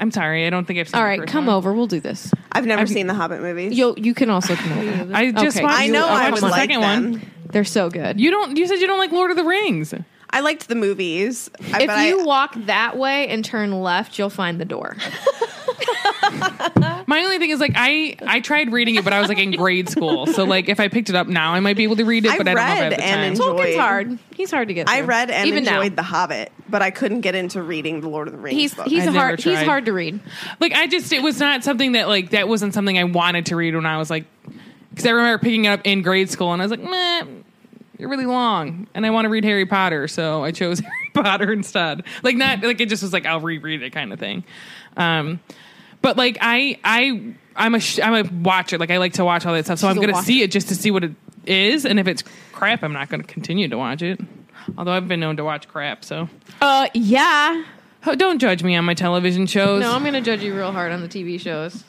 [SPEAKER 2] I'm sorry. I don't think I've seen.
[SPEAKER 6] All
[SPEAKER 2] the
[SPEAKER 6] right,
[SPEAKER 2] first
[SPEAKER 6] come
[SPEAKER 2] one.
[SPEAKER 6] over. We'll do this.
[SPEAKER 4] I've never seen the Hobbit movies.
[SPEAKER 6] You you can also come
[SPEAKER 2] (laughs)
[SPEAKER 6] over.
[SPEAKER 2] I just
[SPEAKER 6] Okay,
[SPEAKER 2] watched.
[SPEAKER 4] I know
[SPEAKER 2] I
[SPEAKER 4] I
[SPEAKER 2] watched
[SPEAKER 4] would
[SPEAKER 2] the
[SPEAKER 4] like
[SPEAKER 2] second
[SPEAKER 4] them.
[SPEAKER 2] one.
[SPEAKER 6] They're so good.
[SPEAKER 2] You don't. You said you don't like Lord of the Rings.
[SPEAKER 4] I liked the movies. I,
[SPEAKER 6] if
[SPEAKER 4] but
[SPEAKER 6] you
[SPEAKER 4] I,
[SPEAKER 6] walk that way and turn left, you'll find the door.
[SPEAKER 2] My only thing is like I I tried reading it, but I was like in grade school, so like if I picked it up now, I might be able to read it,
[SPEAKER 4] I
[SPEAKER 2] but I, don't know if I have
[SPEAKER 4] read
[SPEAKER 2] the
[SPEAKER 4] and
[SPEAKER 2] time.
[SPEAKER 4] enjoyed-
[SPEAKER 6] Tolkien's hard. He's hard to get.
[SPEAKER 4] I
[SPEAKER 6] through.
[SPEAKER 4] read and
[SPEAKER 6] Even now.
[SPEAKER 4] enjoyed The Hobbit, but I couldn't get into reading the Lord of the Rings.
[SPEAKER 6] He's
[SPEAKER 4] book.
[SPEAKER 6] he's
[SPEAKER 2] I've never
[SPEAKER 6] hard. He's
[SPEAKER 2] tried.
[SPEAKER 6] hard to read.
[SPEAKER 2] like I just it was not something that like that wasn't something I wanted to read when I was like because I remember picking it up in grade school and I was like, meh, you're really long, and I want to read Harry Potter, so I chose (laughs) Harry Potter instead. Like not like it just was like I'll reread it kind of thing. Um, but like I I I'm a sh- I'm a watcher. Like I like to watch all that stuff, so
[SPEAKER 6] She's
[SPEAKER 2] I'm
[SPEAKER 6] a
[SPEAKER 2] gonna
[SPEAKER 6] watcher.
[SPEAKER 2] see it just to see what it is, and if it's crap, I'm not gonna continue to watch it. Although I've been known to watch crap, so
[SPEAKER 6] Uh, yeah.
[SPEAKER 2] oh, don't judge me on my television shows.
[SPEAKER 6] No, I'm gonna judge you real hard on the TV shows.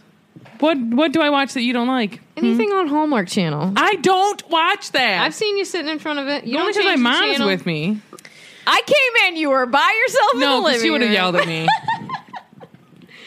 [SPEAKER 2] What what do I watch that you don't like?
[SPEAKER 6] Anything on Hallmark Channel.
[SPEAKER 2] I don't watch that.
[SPEAKER 6] I've seen you sitting in front of it. You
[SPEAKER 2] only
[SPEAKER 6] don't
[SPEAKER 2] because
[SPEAKER 6] change
[SPEAKER 2] my
[SPEAKER 6] the
[SPEAKER 2] mom's
[SPEAKER 6] channel.
[SPEAKER 2] with me.
[SPEAKER 6] I came in. You were by yourself in
[SPEAKER 2] No,
[SPEAKER 6] the living
[SPEAKER 2] because she would have
[SPEAKER 6] room.
[SPEAKER 2] yelled at
[SPEAKER 6] (laughs)
[SPEAKER 2] me.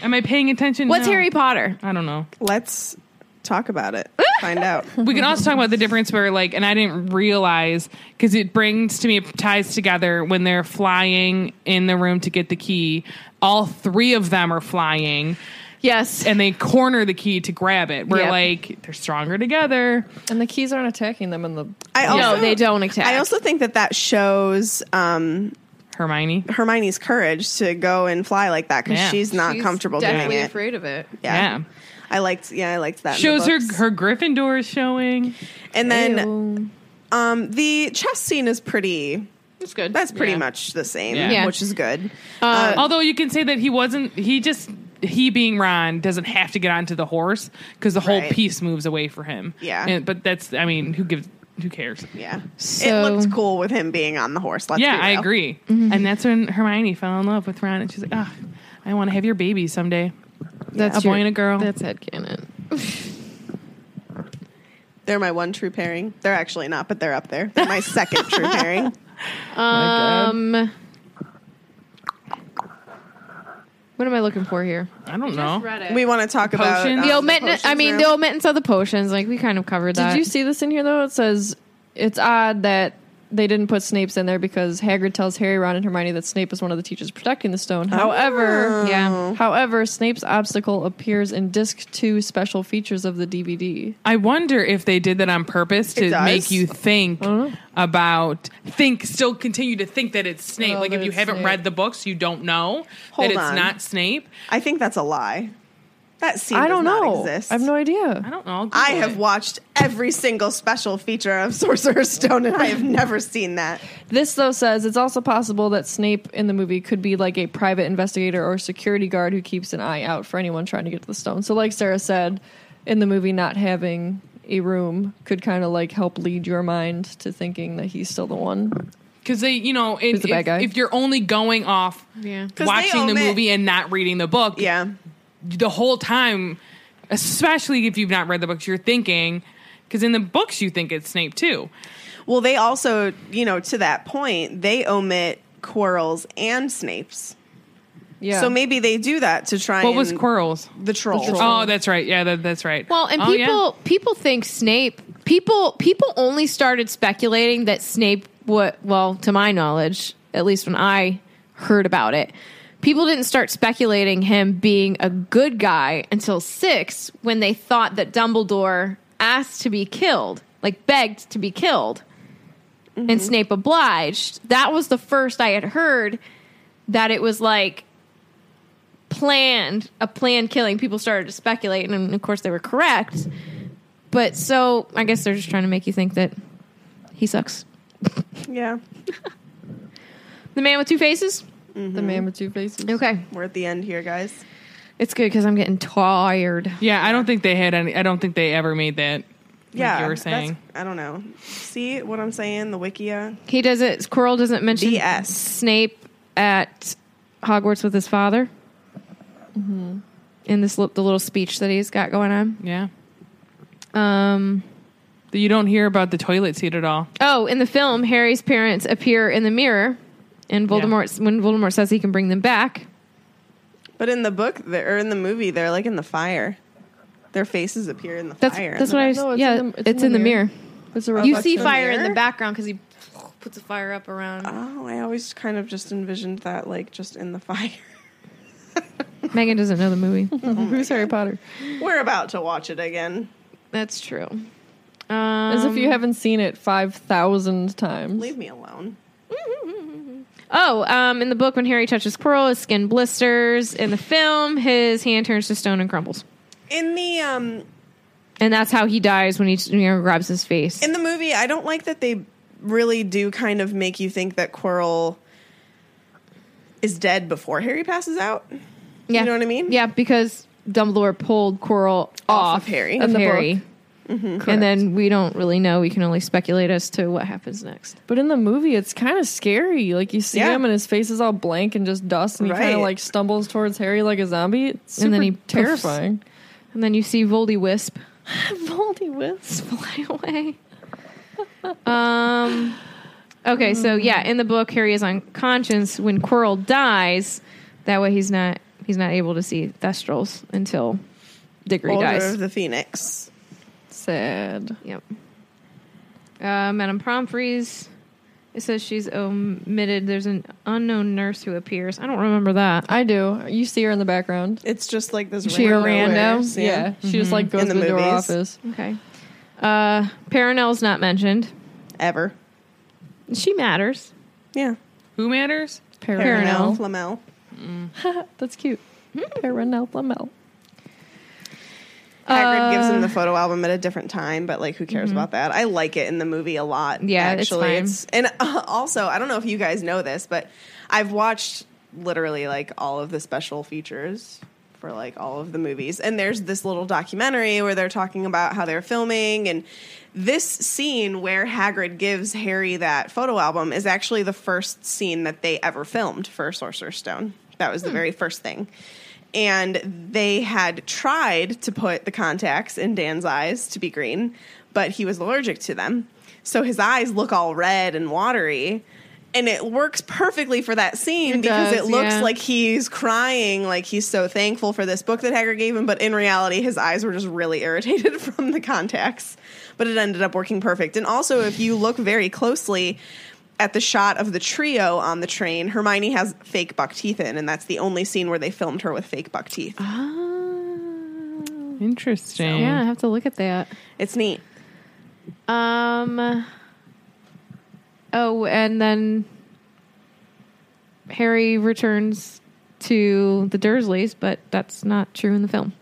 [SPEAKER 2] Am I paying attention?
[SPEAKER 6] What's
[SPEAKER 2] No.
[SPEAKER 6] Harry Potter?
[SPEAKER 2] I don't know.
[SPEAKER 4] Let's talk about
[SPEAKER 6] (laughs)
[SPEAKER 4] it. Find out.
[SPEAKER 2] We can also talk about the difference where, like, and I didn't realize because it brings to me it ties together when they're flying in the room to get the key. All three of them are flying,
[SPEAKER 6] Yes.
[SPEAKER 2] and they corner the key to grab it. We're
[SPEAKER 6] Yep.
[SPEAKER 2] like, they're stronger together.
[SPEAKER 5] And the keys aren't attacking them in the.
[SPEAKER 4] I also,
[SPEAKER 6] no, they don't attack.
[SPEAKER 4] I also think that that shows um,
[SPEAKER 2] Hermione.
[SPEAKER 4] Hermione's courage to go and fly like that because
[SPEAKER 2] Yeah.
[SPEAKER 4] she's not
[SPEAKER 6] She's
[SPEAKER 4] comfortable doing
[SPEAKER 6] definitely
[SPEAKER 4] it.
[SPEAKER 6] afraid of it.
[SPEAKER 4] Yeah. I liked. Yeah, I liked that. in the
[SPEAKER 2] Shows her
[SPEAKER 4] books.
[SPEAKER 2] her Gryffindor is showing.
[SPEAKER 4] and then um, the chess scene is pretty.
[SPEAKER 6] It's good.
[SPEAKER 4] That's pretty
[SPEAKER 2] Yeah.
[SPEAKER 4] much the same,
[SPEAKER 2] Yeah.
[SPEAKER 6] Yeah.
[SPEAKER 4] which is good. Uh,
[SPEAKER 2] Although you can say that he wasn't, he just, he being Ron doesn't have to get onto the horse because the whole
[SPEAKER 4] Right.
[SPEAKER 2] piece moves away for him.
[SPEAKER 4] Yeah.
[SPEAKER 2] And, but that's, I mean, who gives, who cares?
[SPEAKER 4] Yeah,
[SPEAKER 6] So-
[SPEAKER 4] it looked cool with him being on the horse. Let's
[SPEAKER 2] yeah,
[SPEAKER 4] be
[SPEAKER 2] I
[SPEAKER 4] real.
[SPEAKER 2] agree. And that's when Hermione fell in love with Ron and she's like, ah, I want to have your baby someday.
[SPEAKER 6] That's
[SPEAKER 2] a boy and a girl.
[SPEAKER 6] That's headcanon.
[SPEAKER 4] They're my one true pairing. They're actually not, but they're up there. They're my second true pairing.
[SPEAKER 6] Um, what am I looking for here?
[SPEAKER 2] I don't know.
[SPEAKER 4] We want to talk about
[SPEAKER 2] Potions?
[SPEAKER 4] um,
[SPEAKER 6] The omitment.
[SPEAKER 4] potions
[SPEAKER 6] I mean,
[SPEAKER 4] room.
[SPEAKER 6] the omittance of the potions. Like we kind of covered that.
[SPEAKER 5] Did you see this in here though? It says it's odd that they didn't put Snape's in there because Hagrid tells Harry, Ron, and Hermione that Snape is one of the teachers protecting the stone. However,
[SPEAKER 6] Oh. Yeah.
[SPEAKER 5] However, Snape's obstacle appears in disc 2 special features of the DVD.
[SPEAKER 2] I wonder if they did that on purpose to
[SPEAKER 4] It does.
[SPEAKER 2] make you think about think still continue to think that it's Snape.
[SPEAKER 5] Oh,
[SPEAKER 2] like
[SPEAKER 5] that
[SPEAKER 2] if you
[SPEAKER 5] it's
[SPEAKER 2] haven't
[SPEAKER 5] Snape.
[SPEAKER 2] read the books, you don't know that
[SPEAKER 4] Hold
[SPEAKER 2] it's
[SPEAKER 4] on.
[SPEAKER 2] not Snape.
[SPEAKER 4] I think that's a lie. That scene
[SPEAKER 5] I don't
[SPEAKER 4] does not
[SPEAKER 5] know.
[SPEAKER 4] exist.
[SPEAKER 5] I have no
[SPEAKER 2] I
[SPEAKER 5] idea.
[SPEAKER 2] don't know. I'll
[SPEAKER 4] I
[SPEAKER 2] Google
[SPEAKER 4] have
[SPEAKER 2] it.
[SPEAKER 4] watched every single special feature of (laughs) Sorcerer's Stone, and I have never seen that.
[SPEAKER 5] This though says it's also possible that Snape in the movie could be like a private investigator or security guard who keeps an eye out for anyone trying to get to the stone. So like Sarah said, in the movie not having a room could kind of like help lead your mind to thinking that he's still the one.
[SPEAKER 2] Because they, you know, in,
[SPEAKER 5] the bad
[SPEAKER 2] if,
[SPEAKER 5] guy?
[SPEAKER 2] if you're only going off
[SPEAKER 6] Yeah.
[SPEAKER 4] 'Cause they
[SPEAKER 2] watching the
[SPEAKER 4] omit-
[SPEAKER 2] movie and not reading the book,
[SPEAKER 4] Yeah,
[SPEAKER 2] the whole time, especially if you've not read the books, you're thinking, because in the books you think it's Snape too.
[SPEAKER 4] Well, they also, you know, to that point, they omit Quirrell's and Snape's.
[SPEAKER 5] Yeah.
[SPEAKER 4] So maybe they do that to try.
[SPEAKER 2] What
[SPEAKER 4] and
[SPEAKER 2] was Quirrell's?
[SPEAKER 4] The troll.
[SPEAKER 2] Oh, that's right. Yeah, that, that's right.
[SPEAKER 6] Well, and
[SPEAKER 2] Oh, yeah.
[SPEAKER 6] people people think Snape. People people only started speculating that Snape. What? Well, to my knowledge, at least when I heard about it, people didn't start speculating him being a good guy until six, when they thought that Dumbledore asked to be killed, like begged to be
[SPEAKER 2] Mm-hmm.
[SPEAKER 6] killed, and Snape obliged. That was the first I had heard that it was like planned, a planned killing. People started to speculate, and of course they were correct. But so I guess they're just trying to make you think that he sucks.
[SPEAKER 4] Yeah.
[SPEAKER 6] The man with two faces.
[SPEAKER 5] The man with two faces.
[SPEAKER 6] Okay,
[SPEAKER 4] We're at the end here, guys.
[SPEAKER 6] it's good because I'm getting tired.
[SPEAKER 2] Yeah, I don't think they had any. I don't think they ever made that.
[SPEAKER 4] Yeah.
[SPEAKER 2] you were
[SPEAKER 4] that's-
[SPEAKER 2] saying.
[SPEAKER 4] I don't know. See what I'm saying? The Wikia.
[SPEAKER 6] He doesn't. Quirrell doesn't mention
[SPEAKER 4] BS.
[SPEAKER 6] Snape at Hogwarts with his father. In this li- the little speech that he's got going on.
[SPEAKER 2] Yeah,
[SPEAKER 6] Um,
[SPEAKER 2] That you don't hear about the toilet seat at all.
[SPEAKER 6] oh, in the film, Harry's parents appear in the mirror, and Voldemort when Voldemort says he can bring them back.
[SPEAKER 4] But in the book, they're, or in the movie, they're like in the fire. Their faces appear in the
[SPEAKER 6] That's
[SPEAKER 4] fire.
[SPEAKER 6] that's what I.
[SPEAKER 5] No, it's
[SPEAKER 6] yeah,
[SPEAKER 5] in the-
[SPEAKER 6] it's, in the mirror.
[SPEAKER 5] It's a
[SPEAKER 6] You see
[SPEAKER 5] reflection.
[SPEAKER 6] fire in Oh, the
[SPEAKER 4] mirror?
[SPEAKER 6] background because he puts a fire up around.
[SPEAKER 4] Oh, I always kind of just envisioned that, like, just in the (laughs) fire.
[SPEAKER 6] (laughs) Megan doesn't know the movie.
[SPEAKER 5] (laughs) Who's Harry Potter?
[SPEAKER 4] We're about to watch it again.
[SPEAKER 6] (laughs) That's true. Uh,
[SPEAKER 5] As if you
[SPEAKER 6] Um,
[SPEAKER 5] haven't seen it five thousand times.
[SPEAKER 4] Leave me alone.
[SPEAKER 6] Oh, um, in the book, when Harry touches Quirrell, his skin blisters. In the film, his hand turns to stone and crumbles.
[SPEAKER 4] In the um,
[SPEAKER 6] And that's how he dies when he you know, grabs his face.
[SPEAKER 4] in the movie, I don't like that they really do kind of make you think that Quirrell is dead before Harry passes out.
[SPEAKER 6] yeah.
[SPEAKER 4] know what I mean?
[SPEAKER 6] Yeah, because Dumbledore pulled Quirrell off,
[SPEAKER 4] of Harry.
[SPEAKER 6] Of
[SPEAKER 5] In the
[SPEAKER 6] Harry.
[SPEAKER 5] book.
[SPEAKER 4] Mm-hmm.
[SPEAKER 6] And then we don't really know. We can only speculate as to what happens next.
[SPEAKER 5] But in the movie, it's kind of scary. Like you see
[SPEAKER 4] Yeah.
[SPEAKER 5] him, and his face is all blank and just dust, and he kind
[SPEAKER 4] Right.
[SPEAKER 5] of like stumbles towards Harry like a zombie. It's
[SPEAKER 6] And then
[SPEAKER 5] super
[SPEAKER 6] he poofs.
[SPEAKER 5] terrifying.
[SPEAKER 6] And then you see Voldy Wisp
[SPEAKER 4] (laughs)
[SPEAKER 5] Voldy Wisp.
[SPEAKER 6] (laughs) fly away. um, okay, so
[SPEAKER 4] Hmm.
[SPEAKER 6] yeah, in the book, Harry is unconscious when Quirrell dies. That way, he's not he's not able to see Thestrals until Diggory
[SPEAKER 4] Order
[SPEAKER 6] dies.
[SPEAKER 4] of the Phoenix.
[SPEAKER 5] Sad.
[SPEAKER 6] yep. Uh, Madame Pomfrey's. It says she's omitted. There's an unknown nurse who appears. I don't remember that.
[SPEAKER 5] I do. You see her in the background.
[SPEAKER 4] It's just like this
[SPEAKER 6] She a rando?
[SPEAKER 4] nurse,
[SPEAKER 5] Yeah, she just like goes
[SPEAKER 4] Mm-hmm. In the
[SPEAKER 5] to the door
[SPEAKER 4] movies.
[SPEAKER 5] office.
[SPEAKER 6] Okay. Uh, Paranel's not mentioned.
[SPEAKER 4] ever.
[SPEAKER 6] She matters.
[SPEAKER 4] Yeah,
[SPEAKER 2] Who matters?
[SPEAKER 4] Paranel, Flamel.
[SPEAKER 5] That's cute.
[SPEAKER 4] Hmm.
[SPEAKER 5] Paranel Flamel.
[SPEAKER 4] Hagrid gives
[SPEAKER 6] Uh,
[SPEAKER 4] him the photo album at a different time, but like, who cares about that? I like it in the movie a lot.
[SPEAKER 6] Mm-hmm. Yeah, it's
[SPEAKER 4] actually,
[SPEAKER 6] fine.
[SPEAKER 4] and (laughs) uh, also I don't know if you guys know this, but I've watched literally like all of the special features for like all of the movies, and there's this little documentary where they're talking about how they're filming and. This scene where Hagrid gives Harry that photo album is actually the first scene that they ever filmed for Sorcerer's Stone. That was the
[SPEAKER 6] Hmm.
[SPEAKER 4] very first thing and they had tried to put the contacts in Dan's eyes to be green, but he was allergic to them. So his eyes look all red and watery. And it works perfectly for that scene because
[SPEAKER 6] does,
[SPEAKER 4] it looks
[SPEAKER 6] yeah.
[SPEAKER 4] like he's crying, like he's so thankful for this book that Hagrid gave him. But in reality, his eyes were just really irritated (laughs) from the contacts. But it ended up working perfect. And also, if you look very closely, at the shot of the trio on the train, Hermione has fake buck teeth in, and that's the only scene where they filmed her with fake buck teeth.
[SPEAKER 6] Uh-huh. Ah.
[SPEAKER 2] Interesting.
[SPEAKER 6] Yeah, I have to look at that.
[SPEAKER 4] It's neat.
[SPEAKER 6] Um. Oh, and then Harry returns to the Dursleys, but that's not true in the film.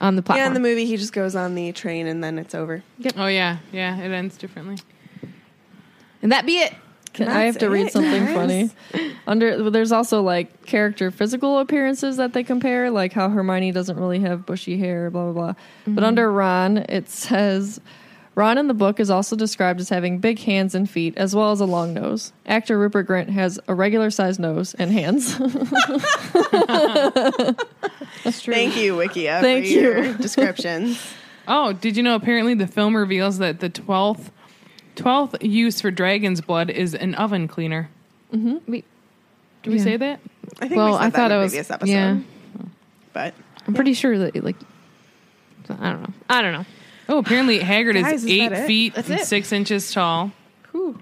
[SPEAKER 6] On the
[SPEAKER 4] Yeah,
[SPEAKER 6] platform.
[SPEAKER 4] in the movie, he just goes on the train and then it's over.
[SPEAKER 2] Oh yeah, yeah. It ends differently.
[SPEAKER 6] and that be it.
[SPEAKER 5] Can, I have to
[SPEAKER 4] That's
[SPEAKER 5] read
[SPEAKER 4] it,
[SPEAKER 5] something
[SPEAKER 4] guys.
[SPEAKER 5] funny.
[SPEAKER 4] (laughs)
[SPEAKER 5] Under there's also like character physical appearances that they compare, like how Hermione doesn't really have bushy hair, blah blah blah.
[SPEAKER 4] Mm-hmm.
[SPEAKER 5] But under Ron, it says Ron in the book is also described as having big hands and feet, as well as a long nose. Actor Rupert Grint has a regular sized nose and hands. (laughs)
[SPEAKER 4] Thank you,
[SPEAKER 6] (laughs)
[SPEAKER 4] Wikia.
[SPEAKER 5] Thank
[SPEAKER 4] for
[SPEAKER 5] you.
[SPEAKER 4] Your (laughs) descriptions.
[SPEAKER 2] Oh, did you know? Apparently, the film reveals that the twelfth twelfth use for dragon's blood is an oven cleaner.
[SPEAKER 6] We,
[SPEAKER 2] Mm-hmm. Did we
[SPEAKER 6] Yeah.
[SPEAKER 2] say that?
[SPEAKER 4] I think
[SPEAKER 6] well,
[SPEAKER 4] we said
[SPEAKER 6] I
[SPEAKER 4] that
[SPEAKER 6] thought
[SPEAKER 4] in
[SPEAKER 6] it
[SPEAKER 4] the
[SPEAKER 6] was.
[SPEAKER 4] previous episode.
[SPEAKER 6] Yeah,
[SPEAKER 4] But
[SPEAKER 6] I'm pretty sure that like. I don't know. I don't know.
[SPEAKER 2] Oh, apparently Haggard is,
[SPEAKER 4] Guys, is that
[SPEAKER 2] eight
[SPEAKER 4] it?
[SPEAKER 2] feet
[SPEAKER 6] That's
[SPEAKER 2] and
[SPEAKER 6] it.
[SPEAKER 2] six inches tall.
[SPEAKER 4] oh,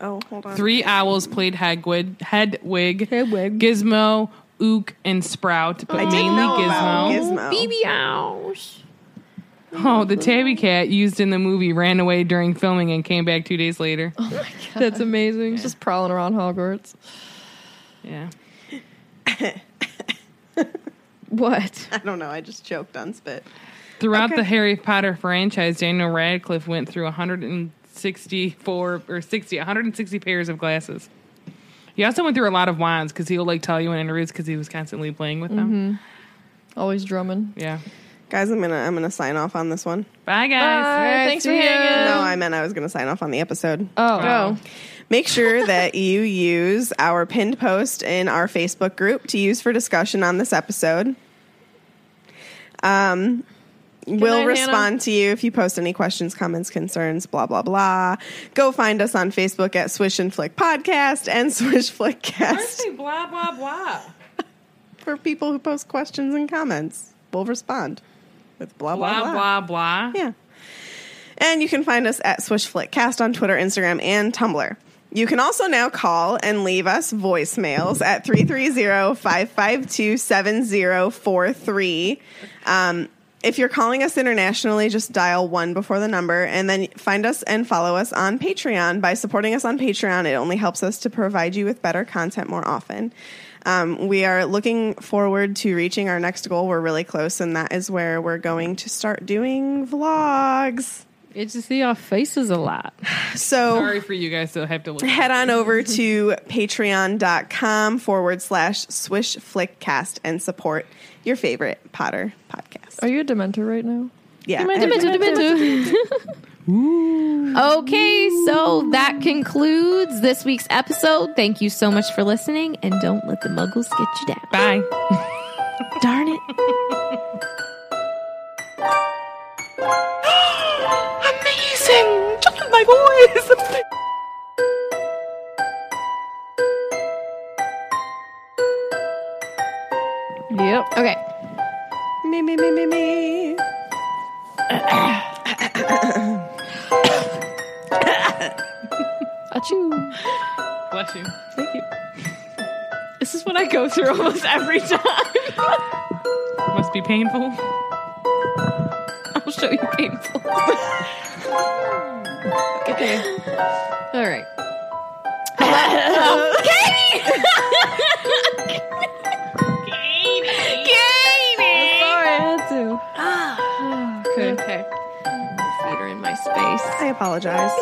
[SPEAKER 4] hold on.
[SPEAKER 2] Three owls played Hagwid, Hedwig, Gizmo, Ook, and Sprout, but
[SPEAKER 4] I didn't
[SPEAKER 2] mainly
[SPEAKER 4] know about
[SPEAKER 2] Gizmo.
[SPEAKER 4] Gizmo.
[SPEAKER 6] BB Ouch.
[SPEAKER 2] Oh, the tabby cat used in the movie ran away during
[SPEAKER 4] Oh
[SPEAKER 2] filming and came back two days later.
[SPEAKER 6] That's amazing.
[SPEAKER 5] Just prowling around Hogwarts.
[SPEAKER 2] Yeah.
[SPEAKER 6] What?
[SPEAKER 4] I don't know. I just choked on spit.
[SPEAKER 2] Throughout
[SPEAKER 4] Okay.
[SPEAKER 2] the Harry Potter franchise, Daniel Radcliffe went through 164 or 60, 160 pairs of glasses. He also went through a lot of wands because he'll like tell you in interviews because he was constantly playing with them.
[SPEAKER 5] Always drumming.
[SPEAKER 4] Mm-hmm.
[SPEAKER 2] Yeah.
[SPEAKER 4] Guys, I'm gonna I'm gonna sign off on this one.
[SPEAKER 2] Bye guys.
[SPEAKER 5] All right, thanks for
[SPEAKER 6] see ya.
[SPEAKER 5] hanging.
[SPEAKER 4] No, I meant I was gonna sign off on the episode.
[SPEAKER 5] Oh,
[SPEAKER 2] Oh.
[SPEAKER 4] Make sure that you use our pinned post in our Facebook group to use for discussion on this episode. Um, we'll
[SPEAKER 5] night,
[SPEAKER 4] respond to you if you post any questions, comments, concerns, blah, blah, blah. Go find us on Facebook at Swish and Flick Podcast and (laughs) Swish Flickcast
[SPEAKER 2] blah blah blah.
[SPEAKER 4] for people who post questions and comments. We'll respond with blah, blah,
[SPEAKER 2] Blah blah
[SPEAKER 4] blah.
[SPEAKER 2] blah.
[SPEAKER 4] Yeah. And you can find us at SwishFlickCast on Twitter, Instagram, and Tumblr. You can also now call and leave us voicemails at 330-552-7043. Um, if you're calling us internationally, just dial 1 before the number and then find us and follow us on Patreon. By supporting us on Patreon, it only helps us to provide you with better content more often. Um, we are looking forward to reaching our next goal. We're really close, and that is where we're going to start doing vlogs.
[SPEAKER 6] Get to see our faces a lot.
[SPEAKER 4] So
[SPEAKER 2] Sorry for you guys to have
[SPEAKER 4] (laughs)
[SPEAKER 2] to look.
[SPEAKER 4] head on over to patreon.com forward slash swish flickcast and support your favorite Potter podcast.
[SPEAKER 5] Are you a dementor right now?
[SPEAKER 4] yeah.
[SPEAKER 6] (laughs) okay, so that concludes this week's episode. Thank you so much for listening, and don't let the muggles get you down.
[SPEAKER 2] Bye.
[SPEAKER 6] Darn it.
[SPEAKER 2] Amazing. my voice.
[SPEAKER 5] Yep.
[SPEAKER 6] Okay.
[SPEAKER 4] Me, me, me, me, me.
[SPEAKER 5] Achoo.
[SPEAKER 2] Bless you.
[SPEAKER 5] Thank you.
[SPEAKER 6] This is what I go through (laughs) almost every time.
[SPEAKER 2] Must be painful.
[SPEAKER 6] I'll show you painful. All right.
[SPEAKER 5] Sorry, I had to. okay.
[SPEAKER 6] Okay. Feet are in my space.
[SPEAKER 4] I apologize.